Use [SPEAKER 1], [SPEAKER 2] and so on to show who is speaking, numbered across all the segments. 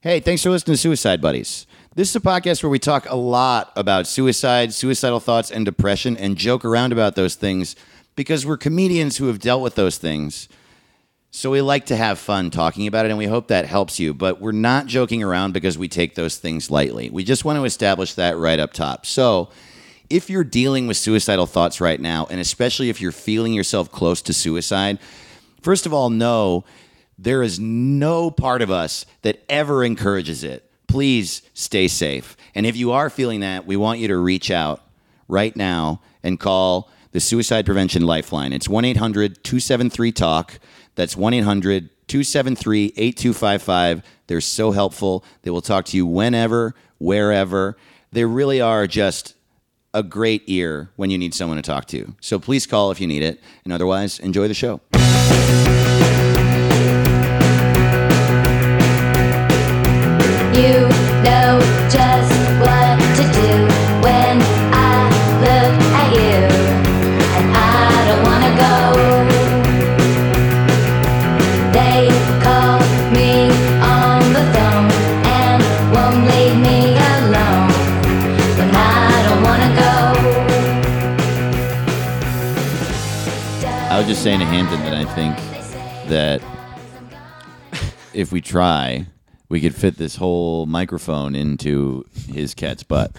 [SPEAKER 1] Hey, thanks for listening to Suicide Buddies. This is a podcast where we talk a lot about suicide, suicidal thoughts, and depression and joke around about those things because we're comedians who have dealt with those things. So we like to have fun talking about it and we hope that helps you, but we're not joking around because we take those things lightly. We just want to establish that right up top. So if you're dealing with suicidal thoughts right now, and especially if you're feeling yourself close to suicide, first of all, know there is no part of us that ever encourages it. Please stay safe. And if you are feeling that, we want you to reach out right now and call the Suicide Prevention Lifeline. It's 1 800 273 TALK. That's 1 800 273 8255. They're so helpful. They will talk to you whenever, wherever. They really are just a great ear when you need someone to talk to. So please call if you need it. And otherwise, enjoy the show.
[SPEAKER 2] You know just what to do when I look at you, and I don't wanna go. They call me on the phone and won't leave me alone when I don't wanna go.
[SPEAKER 1] I was just saying to Hampton that I think that if we try, we could fit this whole microphone into his cat's butt.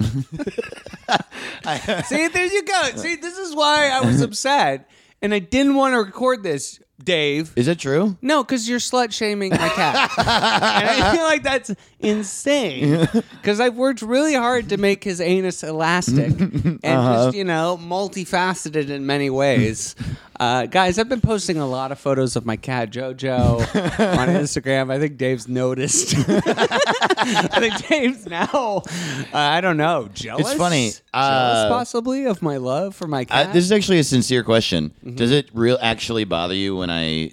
[SPEAKER 3] See, there you go. See, this is why I was upset, and I didn't want to record this, Dave.
[SPEAKER 1] Is that true?
[SPEAKER 3] No, because you're slut shaming my cat, and I feel like that's insane. Because I've worked really hard to make his anus elastic and
[SPEAKER 1] Uh-huh.
[SPEAKER 3] just you know multifaceted in many ways. Uh, guys, I've been posting a lot of photos of my cat Jojo on Instagram. I think Dave's noticed. I think Dave's now, uh, I don't know, jealous.
[SPEAKER 1] funny,
[SPEAKER 3] Jealous
[SPEAKER 1] uh,
[SPEAKER 3] possibly of my love for my
[SPEAKER 1] I,
[SPEAKER 3] cat.
[SPEAKER 1] this is actually a sincere question. Does it real actually bother you when I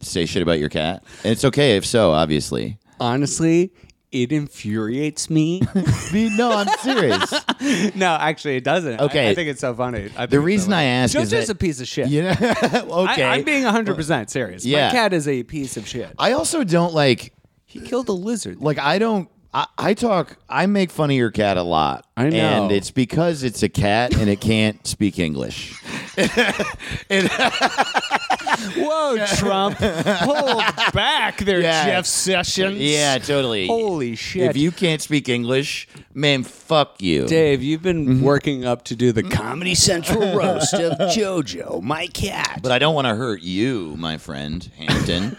[SPEAKER 1] say shit about your cat? And it's okay if so, obviously.
[SPEAKER 3] Honestly, it infuriates me.
[SPEAKER 1] no, I'm serious.
[SPEAKER 3] no, actually, it doesn't. I-
[SPEAKER 1] Okay.
[SPEAKER 3] I, think it's so funny. I think
[SPEAKER 1] The
[SPEAKER 3] it's
[SPEAKER 1] reason
[SPEAKER 3] so
[SPEAKER 1] I
[SPEAKER 3] funny.
[SPEAKER 1] ask
[SPEAKER 3] Jojo's
[SPEAKER 1] is that,
[SPEAKER 3] a piece of shit.
[SPEAKER 1] Yeah. okay.
[SPEAKER 3] I, am being 100 percent serious.
[SPEAKER 1] Yeah.
[SPEAKER 3] My cat is a piece of shit.
[SPEAKER 1] I also don't like
[SPEAKER 3] He killed a lizard.
[SPEAKER 1] like I don't. I, I talk. I make fun of your cat a lot.
[SPEAKER 3] I know.
[SPEAKER 1] and it's because it's a cat and it can't speak English.
[SPEAKER 3] Whoa, Trump! Hold back, there,
[SPEAKER 1] Yeah.
[SPEAKER 3] Jeff Sessions.
[SPEAKER 1] Yeah, totally.
[SPEAKER 3] Holy shit!
[SPEAKER 1] If you can't speak English, man, fuck you.
[SPEAKER 3] Dave, you've
[SPEAKER 1] Mm-hmm.
[SPEAKER 3] been working up to do the Comedy Central roast of JoJo, my cat.
[SPEAKER 1] But I don't want to hurt you, my friend Hampton.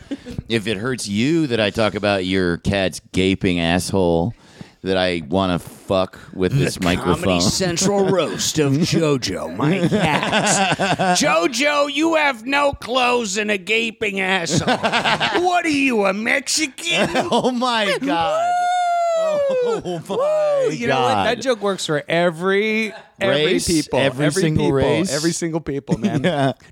[SPEAKER 1] if it hurts you that I talk about your cat's gaping asshole, that I want to fuck with this microphone.
[SPEAKER 3] Central roast of JoJo, my cat. JoJo, you have no clothes and a gaping asshole. What are you, a Mexican?
[SPEAKER 1] oh my god. Oh my
[SPEAKER 3] You
[SPEAKER 1] god.
[SPEAKER 3] know what? That joke works for every every
[SPEAKER 1] Race,
[SPEAKER 3] people,
[SPEAKER 1] every single
[SPEAKER 3] people,
[SPEAKER 1] race.
[SPEAKER 3] every single people, man.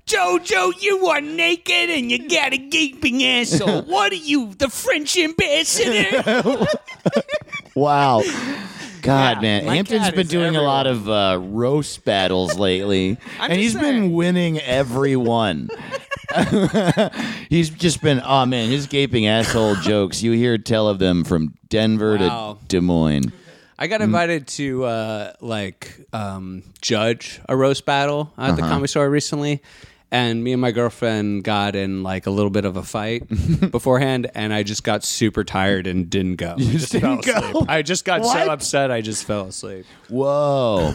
[SPEAKER 3] Jojo, you are naked and you got a gaping asshole. what are you, the French ambassador?
[SPEAKER 1] Wow. God,
[SPEAKER 3] Yeah,
[SPEAKER 1] man.
[SPEAKER 3] my
[SPEAKER 1] Hampton's
[SPEAKER 3] cat
[SPEAKER 1] been
[SPEAKER 3] is
[SPEAKER 1] doing a
[SPEAKER 3] everywhere.
[SPEAKER 1] lot of uh, roast battles lately, and
[SPEAKER 3] just
[SPEAKER 1] he's been
[SPEAKER 3] saying.
[SPEAKER 1] winning every one. he's just been, oh, man, his gaping asshole jokes. You hear tell of them from Denver
[SPEAKER 3] Wow.
[SPEAKER 1] to Des Moines.
[SPEAKER 3] I got invited to uh, like um, judge a roast battle at the comedy store recently. And me and my girlfriend got in like a little bit of a fight beforehand, and I just got super tired and didn't go. I just
[SPEAKER 1] didn't
[SPEAKER 3] fell
[SPEAKER 1] go?
[SPEAKER 3] Asleep. I just got
[SPEAKER 1] What?
[SPEAKER 3] so upset, I just fell asleep.
[SPEAKER 1] Whoa.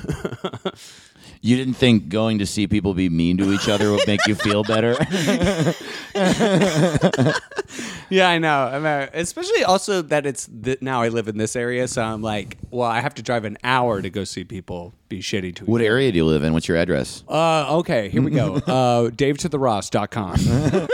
[SPEAKER 1] you didn't think going to see people be mean to each other would make you feel better?
[SPEAKER 3] Yeah, I know. I mean, especially also that it's th- now I live in this area, so I'm like, well, I have to drive an hour to go see people be shitty to
[SPEAKER 1] what
[SPEAKER 3] each
[SPEAKER 1] area do you live in? What's your address?
[SPEAKER 3] other. Uh, okay, here we go. Uh, DaveToTheRoss.com.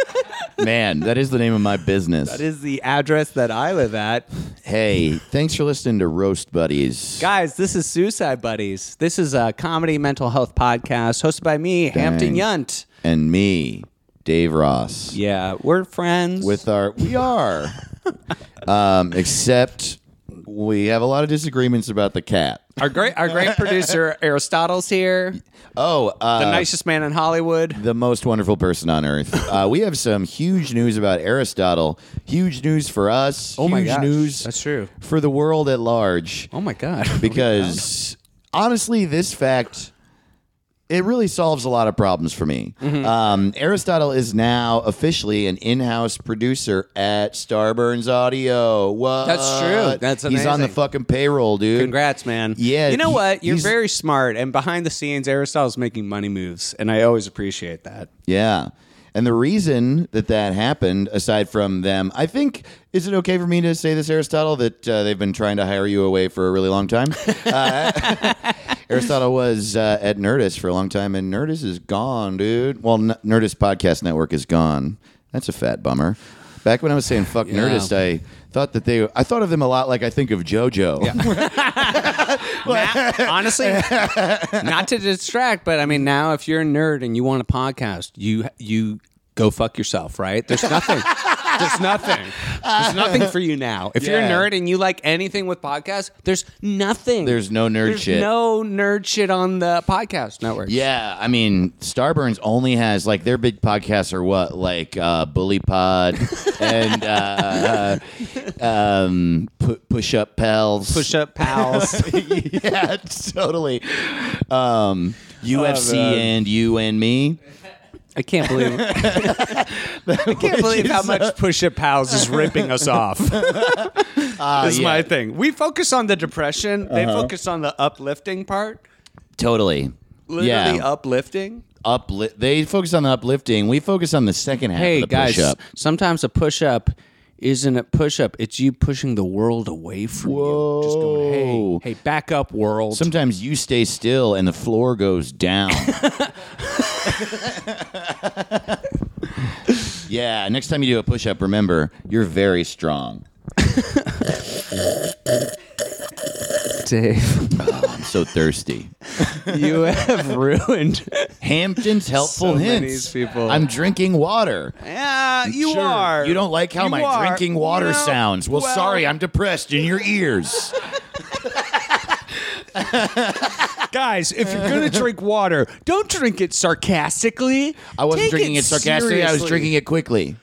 [SPEAKER 1] Man, that is the name of my business.
[SPEAKER 3] that is the address that I live at.
[SPEAKER 1] hey, thanks for listening to Roast Buddies.
[SPEAKER 3] Guys, this is Suicide Buddies. This is a comedy mental health podcast hosted by me, Hampton Yunt.
[SPEAKER 1] and me, Dave Ross.
[SPEAKER 3] Yeah, we're friends.
[SPEAKER 1] With our we are. um, except we have a lot of disagreements about the cat.
[SPEAKER 3] Our great, our great producer Aristotle's here,
[SPEAKER 1] Oh, uh,
[SPEAKER 3] the nicest man in Hollywood.
[SPEAKER 1] the most wonderful person on earth. Uh, we have some huge news about Aristotle. Huge news for us.
[SPEAKER 3] Oh
[SPEAKER 1] huge
[SPEAKER 3] my gosh,
[SPEAKER 1] news.
[SPEAKER 3] that's true.
[SPEAKER 1] For the world at large.
[SPEAKER 3] Oh my god!
[SPEAKER 1] Because honestly, this fact it really solves a lot of problems for me.
[SPEAKER 3] Mm-hmm.
[SPEAKER 1] Um, Aristotle is now officially an in-house producer at Starburns Audio. What?
[SPEAKER 3] That's true. That's
[SPEAKER 1] he's on the
[SPEAKER 3] amazing.
[SPEAKER 1] fucking payroll, dude.
[SPEAKER 3] Congrats, man.
[SPEAKER 1] Yeah,
[SPEAKER 3] You know
[SPEAKER 1] he-
[SPEAKER 3] what? You're
[SPEAKER 1] he's-
[SPEAKER 3] very smart, and behind the scenes, Aristotle's making money moves, and I always appreciate that.
[SPEAKER 1] Yeah. And the reason that that happened, aside from them, I think, is it okay for me to say this, Aristotle, that uh, they've been trying to hire you away for a really long time? Uh, Aristotle was uh, at Nerdist for a long time, and Nerdist is gone, dude. Well, N- Nerdist Podcast Network is gone. That's a fat bummer. Back when I was saying fuck Nerdist, I thought that they, I thought of them a lot like I think of JoJo.
[SPEAKER 3] Matt, honestly, not to distract, but I mean, now if you're a nerd and you want a podcast, you you go fuck yourself, right? There's nothing. There's nothing. There's nothing for you now. If
[SPEAKER 1] Yeah.
[SPEAKER 3] you're a nerd and you like anything with podcasts, there's nothing.
[SPEAKER 1] There's no nerd
[SPEAKER 3] There's
[SPEAKER 1] shit.
[SPEAKER 3] No nerd shit on the podcast network.
[SPEAKER 1] Yeah, I mean, Starburns only has like their big podcasts are what like uh, Bully Pod and uh, um, pu- Push Up Pals.
[SPEAKER 3] Push up pals.
[SPEAKER 1] yeah, totally. Um, UFC
[SPEAKER 3] Oh, man.
[SPEAKER 1] and you and me.
[SPEAKER 3] I can't believe. I can't believe how much Push Up Pals is ripping us off. this is
[SPEAKER 1] Ah, yeah. Uh-huh.
[SPEAKER 3] my thing. We focus on the depression. They focus on the uplifting part.
[SPEAKER 1] Totally.
[SPEAKER 3] Literally
[SPEAKER 1] yeah.
[SPEAKER 3] uplifting.
[SPEAKER 1] Upli- they focus on the uplifting. We focus on the second half
[SPEAKER 3] Hey
[SPEAKER 1] of the
[SPEAKER 3] guys,
[SPEAKER 1] push up.
[SPEAKER 3] sometimes a push up isn't a push up. It's you pushing the world away from you. Just
[SPEAKER 1] Whoa.
[SPEAKER 3] going, hey, hey, back up, world.
[SPEAKER 1] Sometimes you stay still and the floor goes down. yeah, next time you do a push up, remember, you're very strong.
[SPEAKER 3] Dave,
[SPEAKER 1] I'm so thirsty.
[SPEAKER 3] you have ruined.
[SPEAKER 1] Hampton's helpful
[SPEAKER 3] So many
[SPEAKER 1] hints.
[SPEAKER 3] people.
[SPEAKER 1] I'm drinking water.
[SPEAKER 3] yeah, you
[SPEAKER 1] Sure,
[SPEAKER 3] are.
[SPEAKER 1] You don't like how
[SPEAKER 3] You
[SPEAKER 1] my
[SPEAKER 3] are.
[SPEAKER 1] drinking water
[SPEAKER 3] No,
[SPEAKER 1] sounds. Well,
[SPEAKER 3] well-
[SPEAKER 1] sorry, I'm depressed in your ears.
[SPEAKER 3] Guys, if you're gonna drink water, don't drink it sarcastically.
[SPEAKER 1] I wasn't
[SPEAKER 3] Take
[SPEAKER 1] drinking it, sarcastically, I was
[SPEAKER 3] seriously.
[SPEAKER 1] drinking it quickly.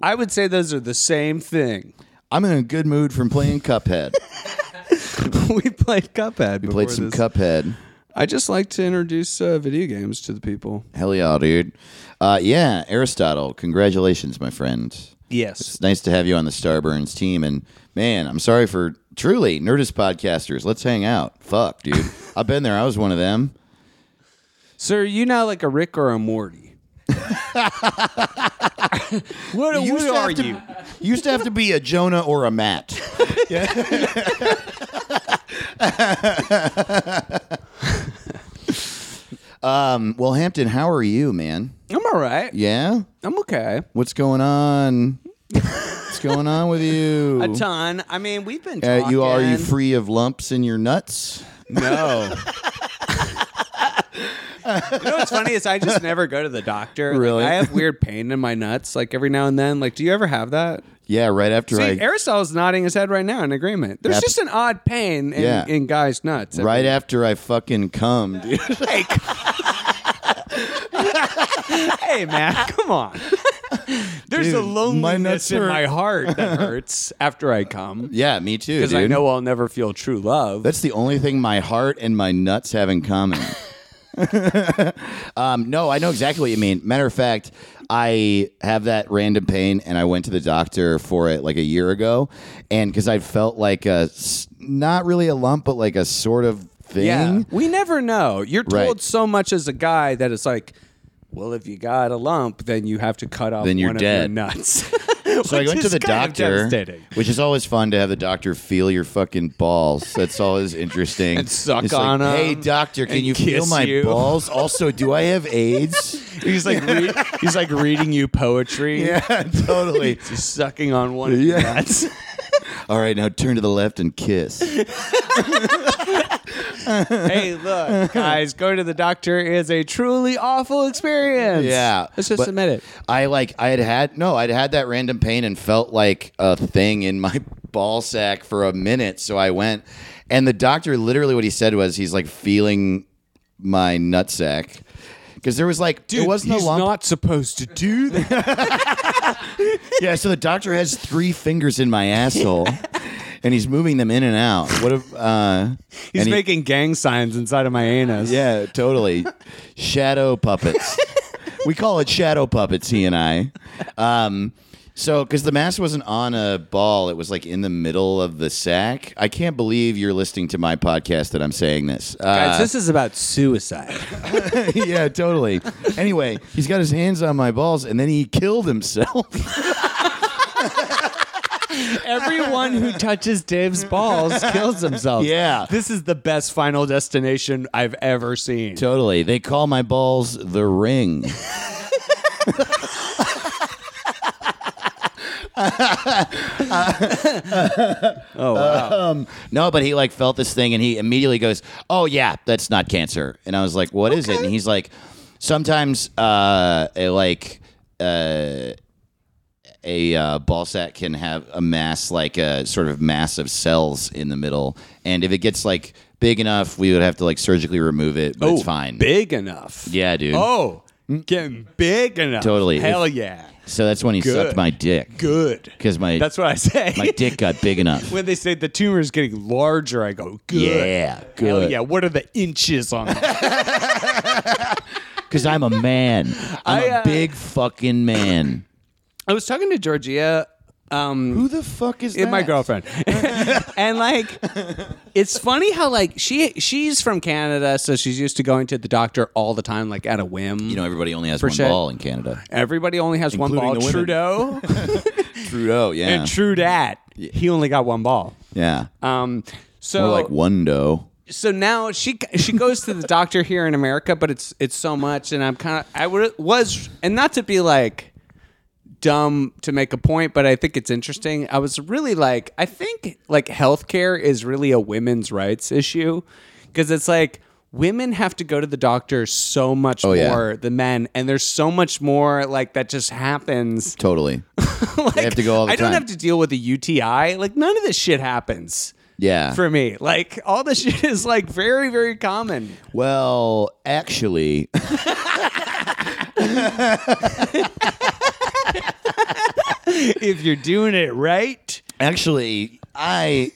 [SPEAKER 3] I would say those are the same thing.
[SPEAKER 1] I'm in a good mood from playing Cuphead.
[SPEAKER 3] we played Cuphead. We
[SPEAKER 1] Played some Cuphead.
[SPEAKER 3] I just like to introduce uh, video games to the people.
[SPEAKER 1] Hell yeah, dude. Uh, yeah, Aristotle, congratulations, my friend.
[SPEAKER 3] Yes.
[SPEAKER 1] It's nice to have you on the Starburns team. And man, I'm sorry for truly Nerdist podcasters. Let's hang out. Fuck, dude. I've been there. I was one of them.
[SPEAKER 3] So are you now like a Rick or a Morty? what
[SPEAKER 1] You
[SPEAKER 3] what
[SPEAKER 1] used to
[SPEAKER 3] are
[SPEAKER 1] have to-
[SPEAKER 3] you?
[SPEAKER 1] You used to have to be a Jonah or a Matt. um, well, Hampton, how are you, man?
[SPEAKER 3] I'm all right.
[SPEAKER 1] Yeah?
[SPEAKER 3] I'm okay.
[SPEAKER 1] What's going on? What's going on with you?
[SPEAKER 3] A ton. I mean, we've been
[SPEAKER 1] Uh,
[SPEAKER 3] talking.
[SPEAKER 1] you are you free of lumps in your nuts?
[SPEAKER 3] No. you know what's funny is I just never go to the doctor. Like,
[SPEAKER 1] Really?
[SPEAKER 3] I have weird pain in my nuts, like every now and then. Like, do you ever have that?
[SPEAKER 1] Yeah, right after
[SPEAKER 3] See,
[SPEAKER 1] I
[SPEAKER 3] Aristotle's nodding his head right now in agreement. There's
[SPEAKER 1] Yep.
[SPEAKER 3] just an odd pain in,
[SPEAKER 1] Yeah.
[SPEAKER 3] in guys' nuts.
[SPEAKER 1] right after I fucking come, dude.
[SPEAKER 3] Hey, man, come on. There's a
[SPEAKER 1] Dude,
[SPEAKER 3] loneliness
[SPEAKER 1] my nuts
[SPEAKER 3] in
[SPEAKER 1] hurt.
[SPEAKER 3] my heart that hurts after I come
[SPEAKER 1] Yeah, me too,
[SPEAKER 3] because
[SPEAKER 1] dude.
[SPEAKER 3] I know I'll never feel true love.
[SPEAKER 1] That's the only thing my heart and my nuts have in common. um, no, I know exactly what you mean. Matter of fact, I have that random pain, and I went to the doctor for it like a year ago, and because I felt like a s- not really a lump, but like a sort of thing.
[SPEAKER 3] yeah, we never know. You're told
[SPEAKER 1] Right.
[SPEAKER 3] so much as a guy that it's like, well, if you got a lump, then you have to cut off
[SPEAKER 1] Then you're
[SPEAKER 3] one
[SPEAKER 1] dead.
[SPEAKER 3] of your nuts.
[SPEAKER 1] So I went to the doctor, which is always fun to have the doctor feel your fucking balls. That's always interesting.
[SPEAKER 3] And suck
[SPEAKER 1] It's like,
[SPEAKER 3] on 'em
[SPEAKER 1] Hey, doctor, can
[SPEAKER 3] and
[SPEAKER 1] you feel
[SPEAKER 3] kiss
[SPEAKER 1] my
[SPEAKER 3] you."
[SPEAKER 1] balls? Also, do I have AIDS?
[SPEAKER 3] He's like, re- he's like reading you poetry.
[SPEAKER 1] yeah, totally.
[SPEAKER 3] He's sucking on one of your
[SPEAKER 1] Yeah.
[SPEAKER 3] nuts.
[SPEAKER 1] All right, now turn to the left and kiss.
[SPEAKER 3] hey, look, guys, going to the doctor is a truly awful experience.
[SPEAKER 1] Yeah,
[SPEAKER 3] Let's just
[SPEAKER 1] but
[SPEAKER 3] admit it.
[SPEAKER 1] I like I had had no, I'd had that random pain and felt like a thing in my ball sack for a minute, so I went, and the doctor literally what he said was he's like feeling my nut sack because there was like it wasn't a lump.
[SPEAKER 3] not supposed to do that.
[SPEAKER 1] yeah, so the doctor has three fingers in my asshole. And he's moving them in and out. What if uh,
[SPEAKER 3] He's
[SPEAKER 1] and he-
[SPEAKER 3] making gang signs inside of my anus.
[SPEAKER 1] Yeah, totally. shadow puppets. we call it shadow puppets. He and I. Um, so, because the mask wasn't on a ball, it was like in the middle of the sack. I can't believe you're listening to my podcast that I'm saying this.
[SPEAKER 3] Guys,
[SPEAKER 1] Uh,
[SPEAKER 3] this is about suicide.
[SPEAKER 1] yeah, totally. Anyway, he's got his hands on my balls, and then he killed himself.
[SPEAKER 3] Everyone who touches Dave's balls kills himself.
[SPEAKER 1] Yeah.
[SPEAKER 3] This is the best final destination I've ever seen.
[SPEAKER 1] totally. They call my balls the ring.
[SPEAKER 3] Oh, wow.
[SPEAKER 1] No, but he like felt this thing and he immediately goes, "Oh yeah, that's not cancer." And I was like, "What is it?" And he's like, "Sometimes uh a, like uh a uh, ball sack can have a mass like a sort of mass of cells in the middle, and if it gets like big enough, we would have to like surgically remove it, but it's
[SPEAKER 3] Oh,
[SPEAKER 1] fine."
[SPEAKER 3] Big enough.
[SPEAKER 1] Yeah, dude.
[SPEAKER 3] Oh, getting big enough.
[SPEAKER 1] Totally.
[SPEAKER 3] Hell yeah.
[SPEAKER 1] So that's when he sucked
[SPEAKER 3] Good.
[SPEAKER 1] my dick
[SPEAKER 3] Good.
[SPEAKER 1] because my
[SPEAKER 3] That's what I say.
[SPEAKER 1] my dick got big enough.
[SPEAKER 3] when they say the tumor is getting larger, I go, good.
[SPEAKER 1] Yeah,
[SPEAKER 3] Hell
[SPEAKER 1] good.
[SPEAKER 3] yeah. What are the inches on that?
[SPEAKER 1] Because I'm a man. I'm
[SPEAKER 3] I,
[SPEAKER 1] a
[SPEAKER 3] uh,
[SPEAKER 1] big fucking man.
[SPEAKER 3] I was talking to Georgia. Um,
[SPEAKER 1] Who the fuck is
[SPEAKER 3] it- my girlfriend and like it's funny how like she she's from canada so she's used to going to the doctor all the time like at a whim
[SPEAKER 1] You know, everybody only has
[SPEAKER 3] For
[SPEAKER 1] one
[SPEAKER 3] shit.
[SPEAKER 1] ball in Canada.
[SPEAKER 3] everybody only has one
[SPEAKER 1] Including
[SPEAKER 3] ball
[SPEAKER 1] the women.
[SPEAKER 3] trudeau
[SPEAKER 1] Trudeau, yeah.
[SPEAKER 3] and true dat he only got one ball
[SPEAKER 1] yeah.
[SPEAKER 3] um so
[SPEAKER 1] More like one dough.
[SPEAKER 3] so now she she goes to the doctor here in America, but it's it's so much, and I'm kind of I would was and not to be like dumb to make a point, but I think it's interesting. I was really like I think like healthcare is really a women's rights issue because it's like women have to go to the doctor so much
[SPEAKER 1] Oh, yeah.
[SPEAKER 3] more than men, and there's so much more like that just happens.
[SPEAKER 1] Totally.
[SPEAKER 3] like,
[SPEAKER 1] have to go all the
[SPEAKER 3] I don't
[SPEAKER 1] time.
[SPEAKER 3] have to deal with a UTI. Like none of this shit happens
[SPEAKER 1] Yeah.
[SPEAKER 3] for me. Like all this shit is like very, very common.
[SPEAKER 1] well, actually.
[SPEAKER 3] If you're doing it right,
[SPEAKER 1] Actually, I,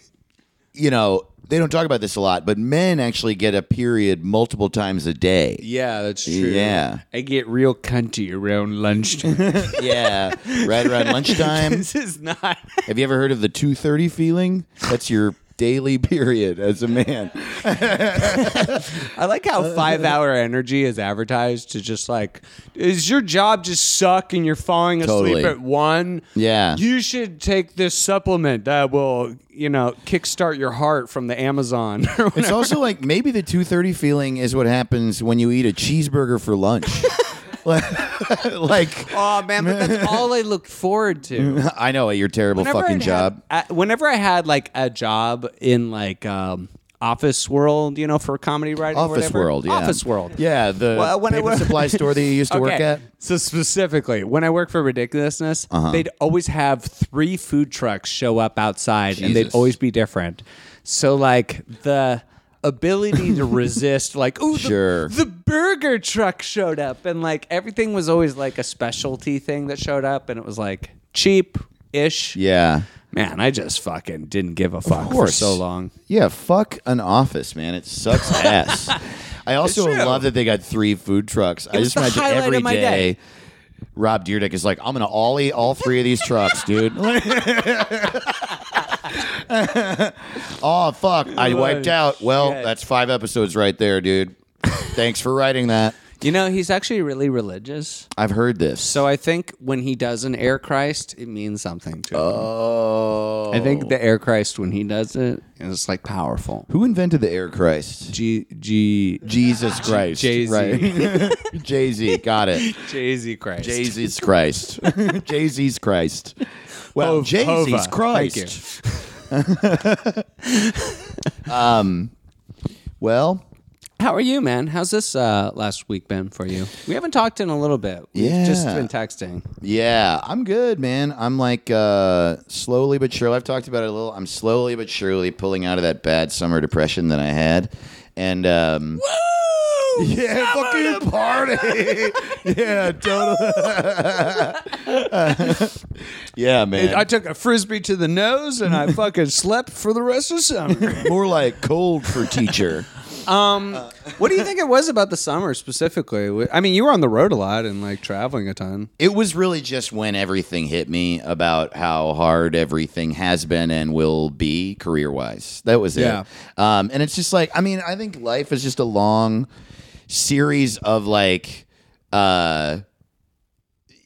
[SPEAKER 1] you know, they don't talk about this a lot, but men actually get a period multiple times a day.
[SPEAKER 3] yeah, that's true.
[SPEAKER 1] Yeah.
[SPEAKER 3] I get real cunty around lunchtime.
[SPEAKER 1] Yeah. right around lunchtime.
[SPEAKER 3] this is not.
[SPEAKER 1] Have you ever heard of the 230 feeling? That's your daily period as a man.
[SPEAKER 3] I like how five hour energy is advertised to just like, is your job just suck and you're falling asleep
[SPEAKER 1] Totally.
[SPEAKER 3] at one?
[SPEAKER 1] Yeah.
[SPEAKER 3] You should take this supplement that will, you know, kickstart your heart from the Amazon. or
[SPEAKER 1] It's also like maybe the 230 feeling is what happens when you eat a cheeseburger for lunch. like, like,
[SPEAKER 3] Oh man, but that's all I looked forward to.
[SPEAKER 1] I know your terrible fucking
[SPEAKER 3] I'd
[SPEAKER 1] job.
[SPEAKER 3] Had, I- whenever I had like a job in like um, office world, you know, for comedy writing, or
[SPEAKER 1] Office
[SPEAKER 3] whatever.
[SPEAKER 1] World, yeah.
[SPEAKER 3] office world,
[SPEAKER 1] Yeah, the
[SPEAKER 3] Well, when I
[SPEAKER 1] paper
[SPEAKER 3] work-
[SPEAKER 1] supply store that you used to work
[SPEAKER 3] Okay,
[SPEAKER 1] at. Uh-huh.
[SPEAKER 3] So specifically, when I worked for Ridiculousness, they'd always have three food trucks show up outside, and they'd
[SPEAKER 1] Jesus.
[SPEAKER 3] always be different. So like the ability to resist, like oh,
[SPEAKER 1] Sure.
[SPEAKER 3] the burger truck showed up, and like everything was always like a specialty thing that showed up, and it was like cheap ish.
[SPEAKER 1] Yeah.
[SPEAKER 3] Man, I just fucking didn't give a fuck for
[SPEAKER 1] course.
[SPEAKER 3] so long.
[SPEAKER 1] Yeah, fuck an office, man. It sucks ass. I also
[SPEAKER 3] It's true.
[SPEAKER 1] love that they got three food trucks. I just
[SPEAKER 3] was the
[SPEAKER 1] imagine
[SPEAKER 3] highlight
[SPEAKER 1] every
[SPEAKER 3] of my
[SPEAKER 1] day,
[SPEAKER 3] day.
[SPEAKER 1] Rob Deerdick is like, I'm gonna ollie all three of these trucks, dude. oh fuck, I wiped out. Well,
[SPEAKER 3] shit.
[SPEAKER 1] that's five episodes right there, dude. Thanks for writing that.
[SPEAKER 3] You know, he's actually really religious.
[SPEAKER 1] I've heard this.
[SPEAKER 3] So I think when he does an air Christ, it means something to him.
[SPEAKER 1] Oh,
[SPEAKER 3] I think the air Christ when he does it is like powerful.
[SPEAKER 1] who invented the air Christ?
[SPEAKER 3] G G
[SPEAKER 1] Jesus Christ,
[SPEAKER 3] Jay-Z.
[SPEAKER 1] right? Jay Z, got it.
[SPEAKER 3] Jay Z Christ.
[SPEAKER 1] Jay Z's Christ. Jay Z's Christ. Well,
[SPEAKER 3] Hov-
[SPEAKER 1] Jay Z's
[SPEAKER 3] Hova.
[SPEAKER 1] Christ.
[SPEAKER 3] Thank
[SPEAKER 1] um, Well,
[SPEAKER 3] How are you, man? How's this uh, last week been for you? We haven't talked in a little bit. We've just
[SPEAKER 1] Yeah.
[SPEAKER 3] been texting.
[SPEAKER 1] yeah, I'm good, man. I'm like uh, slowly but surely. I've talked about it a little. I'm slowly but surely pulling out of that bad summer depression that I had, and um, yeah, fucking party. yeah, totally. yeah, man.
[SPEAKER 3] I took a frisbee to the nose and I fucking slept for the rest of summer.
[SPEAKER 1] More like cold for teacher.
[SPEAKER 3] Um, what do you think it was about the summer specifically? I mean, you were on the road a lot and like traveling a ton.
[SPEAKER 1] It was really just when everything hit me about how hard everything has been and will be career wise. That was it.
[SPEAKER 3] Yeah.
[SPEAKER 1] Um, and it's just like, I mean, I think life is just a long series of like, uh,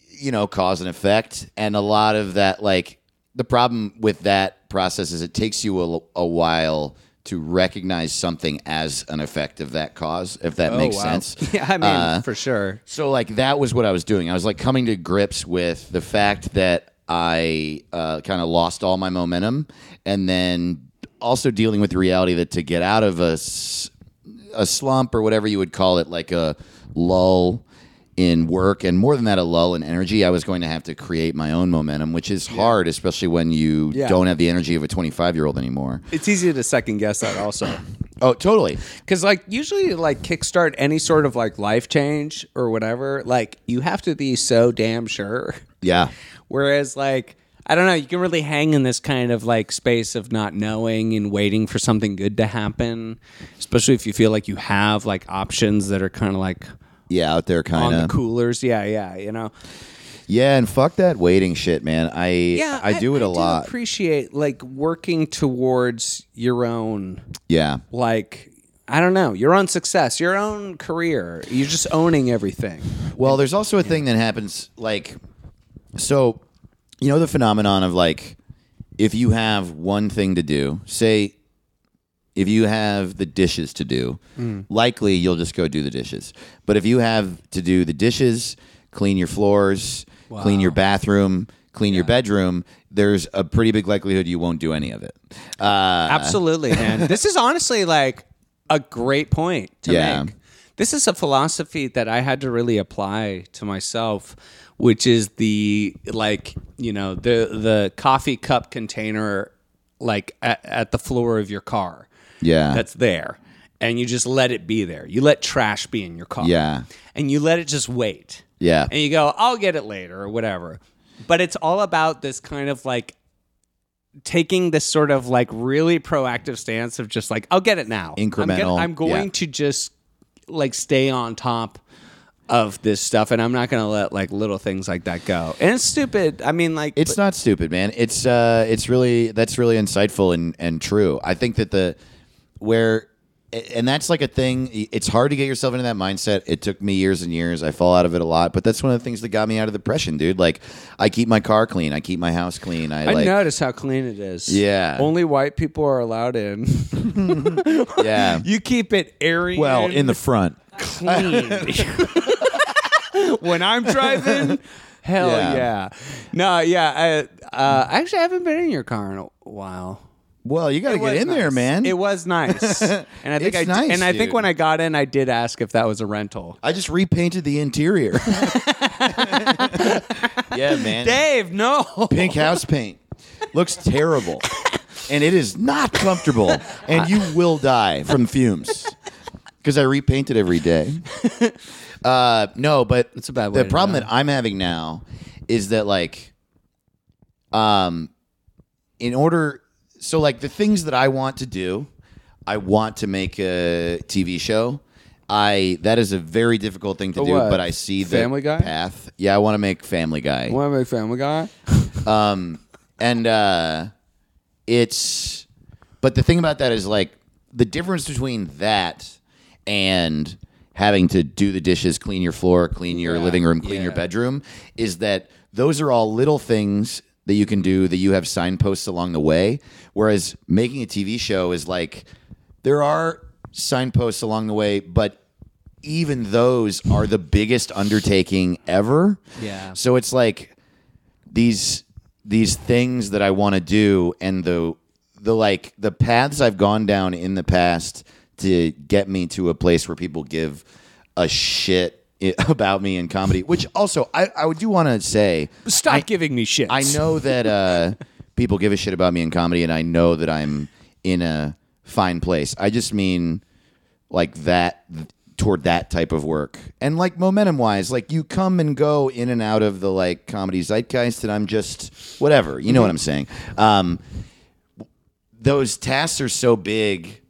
[SPEAKER 1] you know, cause and effect. And a lot of that, like, the problem with that process is it takes you a, a while to recognize something as an effect of that cause, if that makes sense.
[SPEAKER 3] Yeah, I mean,
[SPEAKER 1] Uh,
[SPEAKER 3] for sure.
[SPEAKER 1] so like that was what I was doing. I was like coming to grips with the fact that I uh, kind of lost all my momentum, and then also dealing with the reality that to get out of a s- a slump or whatever you would call it, like a lull in work, and more than that, a lull in energy, I was going to have to create my own momentum, which is hard, especially when you
[SPEAKER 3] Yeah.
[SPEAKER 1] don't have the energy of a 25 year old anymore.
[SPEAKER 3] It's easy to second guess that also.
[SPEAKER 1] Oh, totally.
[SPEAKER 3] Because like usually to, like kickstart any sort of like life change or whatever, like you have to be so damn sure.
[SPEAKER 1] Yeah.
[SPEAKER 3] Whereas like I don't know, you can really hang in this kind of like space of not knowing and waiting for something good to happen, especially if you feel like you have like options that are kind of like
[SPEAKER 1] Yeah, out there,
[SPEAKER 3] on
[SPEAKER 1] kind
[SPEAKER 3] the
[SPEAKER 1] of.
[SPEAKER 3] coolers. Yeah, yeah, you know.
[SPEAKER 1] yeah, and fuck that waiting shit, man. I
[SPEAKER 3] Yeah,
[SPEAKER 1] I, do it
[SPEAKER 3] a
[SPEAKER 1] a lot.
[SPEAKER 3] appreciate like working towards your own
[SPEAKER 1] yeah,
[SPEAKER 3] like I don't know, your own success, your own career. You're just owning everything.
[SPEAKER 1] Well, there's also a thing that happens like so you know the phenomenon of like if you have one thing to do, say if you have the dishes to do, likely you'll just go do the dishes. But if you have to do the dishes, clean your floors, clean your bathroom, clean your bedroom, there's a pretty big likelihood you won't do any of it. Uh,
[SPEAKER 3] Absolutely, man. this is honestly like a great point to
[SPEAKER 1] Yeah.
[SPEAKER 3] make. This is a philosophy that I had to really apply to myself, which is the like you know the the coffee cup container like at, at the floor of your car.
[SPEAKER 1] yeah.
[SPEAKER 3] that's there and you just let it be there. You let trash be in your car.
[SPEAKER 1] Yeah.
[SPEAKER 3] And you let it just wait.
[SPEAKER 1] Yeah.
[SPEAKER 3] And you go, I'll get it later or whatever. But it's all about this kind of like taking this sort of like really proactive stance of just like, I'll get it now. I'm gonna-
[SPEAKER 1] Incremental,
[SPEAKER 3] I'm, going
[SPEAKER 1] yeah.
[SPEAKER 3] to just like stay on top of this stuff and I'm not going to let like little things like that go. And it's stupid. I mean, like,
[SPEAKER 1] It's not stupid, man. It's uh, it's really that's really insightful and and true. I think that the where and that's like a thing. It's hard to get yourself into that mindset. It took me years and years. I fall out of it a lot, but that's one of the things that got me out of depression, dude. Like, I keep my car clean. I keep my house clean. I,
[SPEAKER 3] I
[SPEAKER 1] like,
[SPEAKER 3] notice how clean it is.
[SPEAKER 1] Yeah.
[SPEAKER 3] Only white people are allowed in.
[SPEAKER 1] yeah.
[SPEAKER 3] You keep it airy.
[SPEAKER 1] well,
[SPEAKER 3] and
[SPEAKER 1] in the front.
[SPEAKER 3] clean. when I'm driving, hell
[SPEAKER 1] Yeah.
[SPEAKER 3] yeah. No, yeah. I uh, actually I haven't been in your car in a while.
[SPEAKER 1] Well, you got to
[SPEAKER 3] It
[SPEAKER 1] get
[SPEAKER 3] was
[SPEAKER 1] in there,
[SPEAKER 3] nice.
[SPEAKER 1] man.
[SPEAKER 3] It was nice, and I think
[SPEAKER 1] It's
[SPEAKER 3] I d-
[SPEAKER 1] nice,
[SPEAKER 3] and I think
[SPEAKER 1] dude.
[SPEAKER 3] when I got in, I did ask if that was a rental.
[SPEAKER 1] I just repainted the interior. yeah, man.
[SPEAKER 3] Dave, no.
[SPEAKER 1] pink house paint looks terrible and it is not comfortable and you will die from fumes because i repaint it every day uh, no but
[SPEAKER 3] That's a bad way
[SPEAKER 1] the
[SPEAKER 3] to
[SPEAKER 1] problem
[SPEAKER 3] die.
[SPEAKER 1] that i'm having now is that like um in order so like the things that i want to do i want to make a tv show I that is a very difficult thing to
[SPEAKER 3] A
[SPEAKER 1] do,
[SPEAKER 3] what?
[SPEAKER 1] but I see the
[SPEAKER 3] Family Guy?
[SPEAKER 1] path. Yeah, I want to make Family Guy
[SPEAKER 3] Want to make Family Guy?
[SPEAKER 1] and uh, it's but the thing about that is like the difference between that and having to do the dishes clean your floor clean your living room clean your
[SPEAKER 3] yeah.
[SPEAKER 1] bedroom is that those are all little things that you can do that you have signposts along the way whereas making a tv show is like there are signposts along the way but even those are the biggest undertaking ever
[SPEAKER 3] Yeah.
[SPEAKER 1] so it's like these these things that I want to do and the the like the paths I've gone down in the past to get me to a place where people give a shit i- about me in comedy. Which also, I, I do want to say,
[SPEAKER 3] Stop giving me shit.
[SPEAKER 1] I know that uh, people give a shit about me in comedy, and I know that I'm in a fine place. I just mean like that toward that type of work, and like momentum wise, like you come and go in and out of the like comedy zeitgeist, and I'm just whatever. You know
[SPEAKER 3] Mm-hmm.
[SPEAKER 1] what I'm saying? Um, those tasks are so big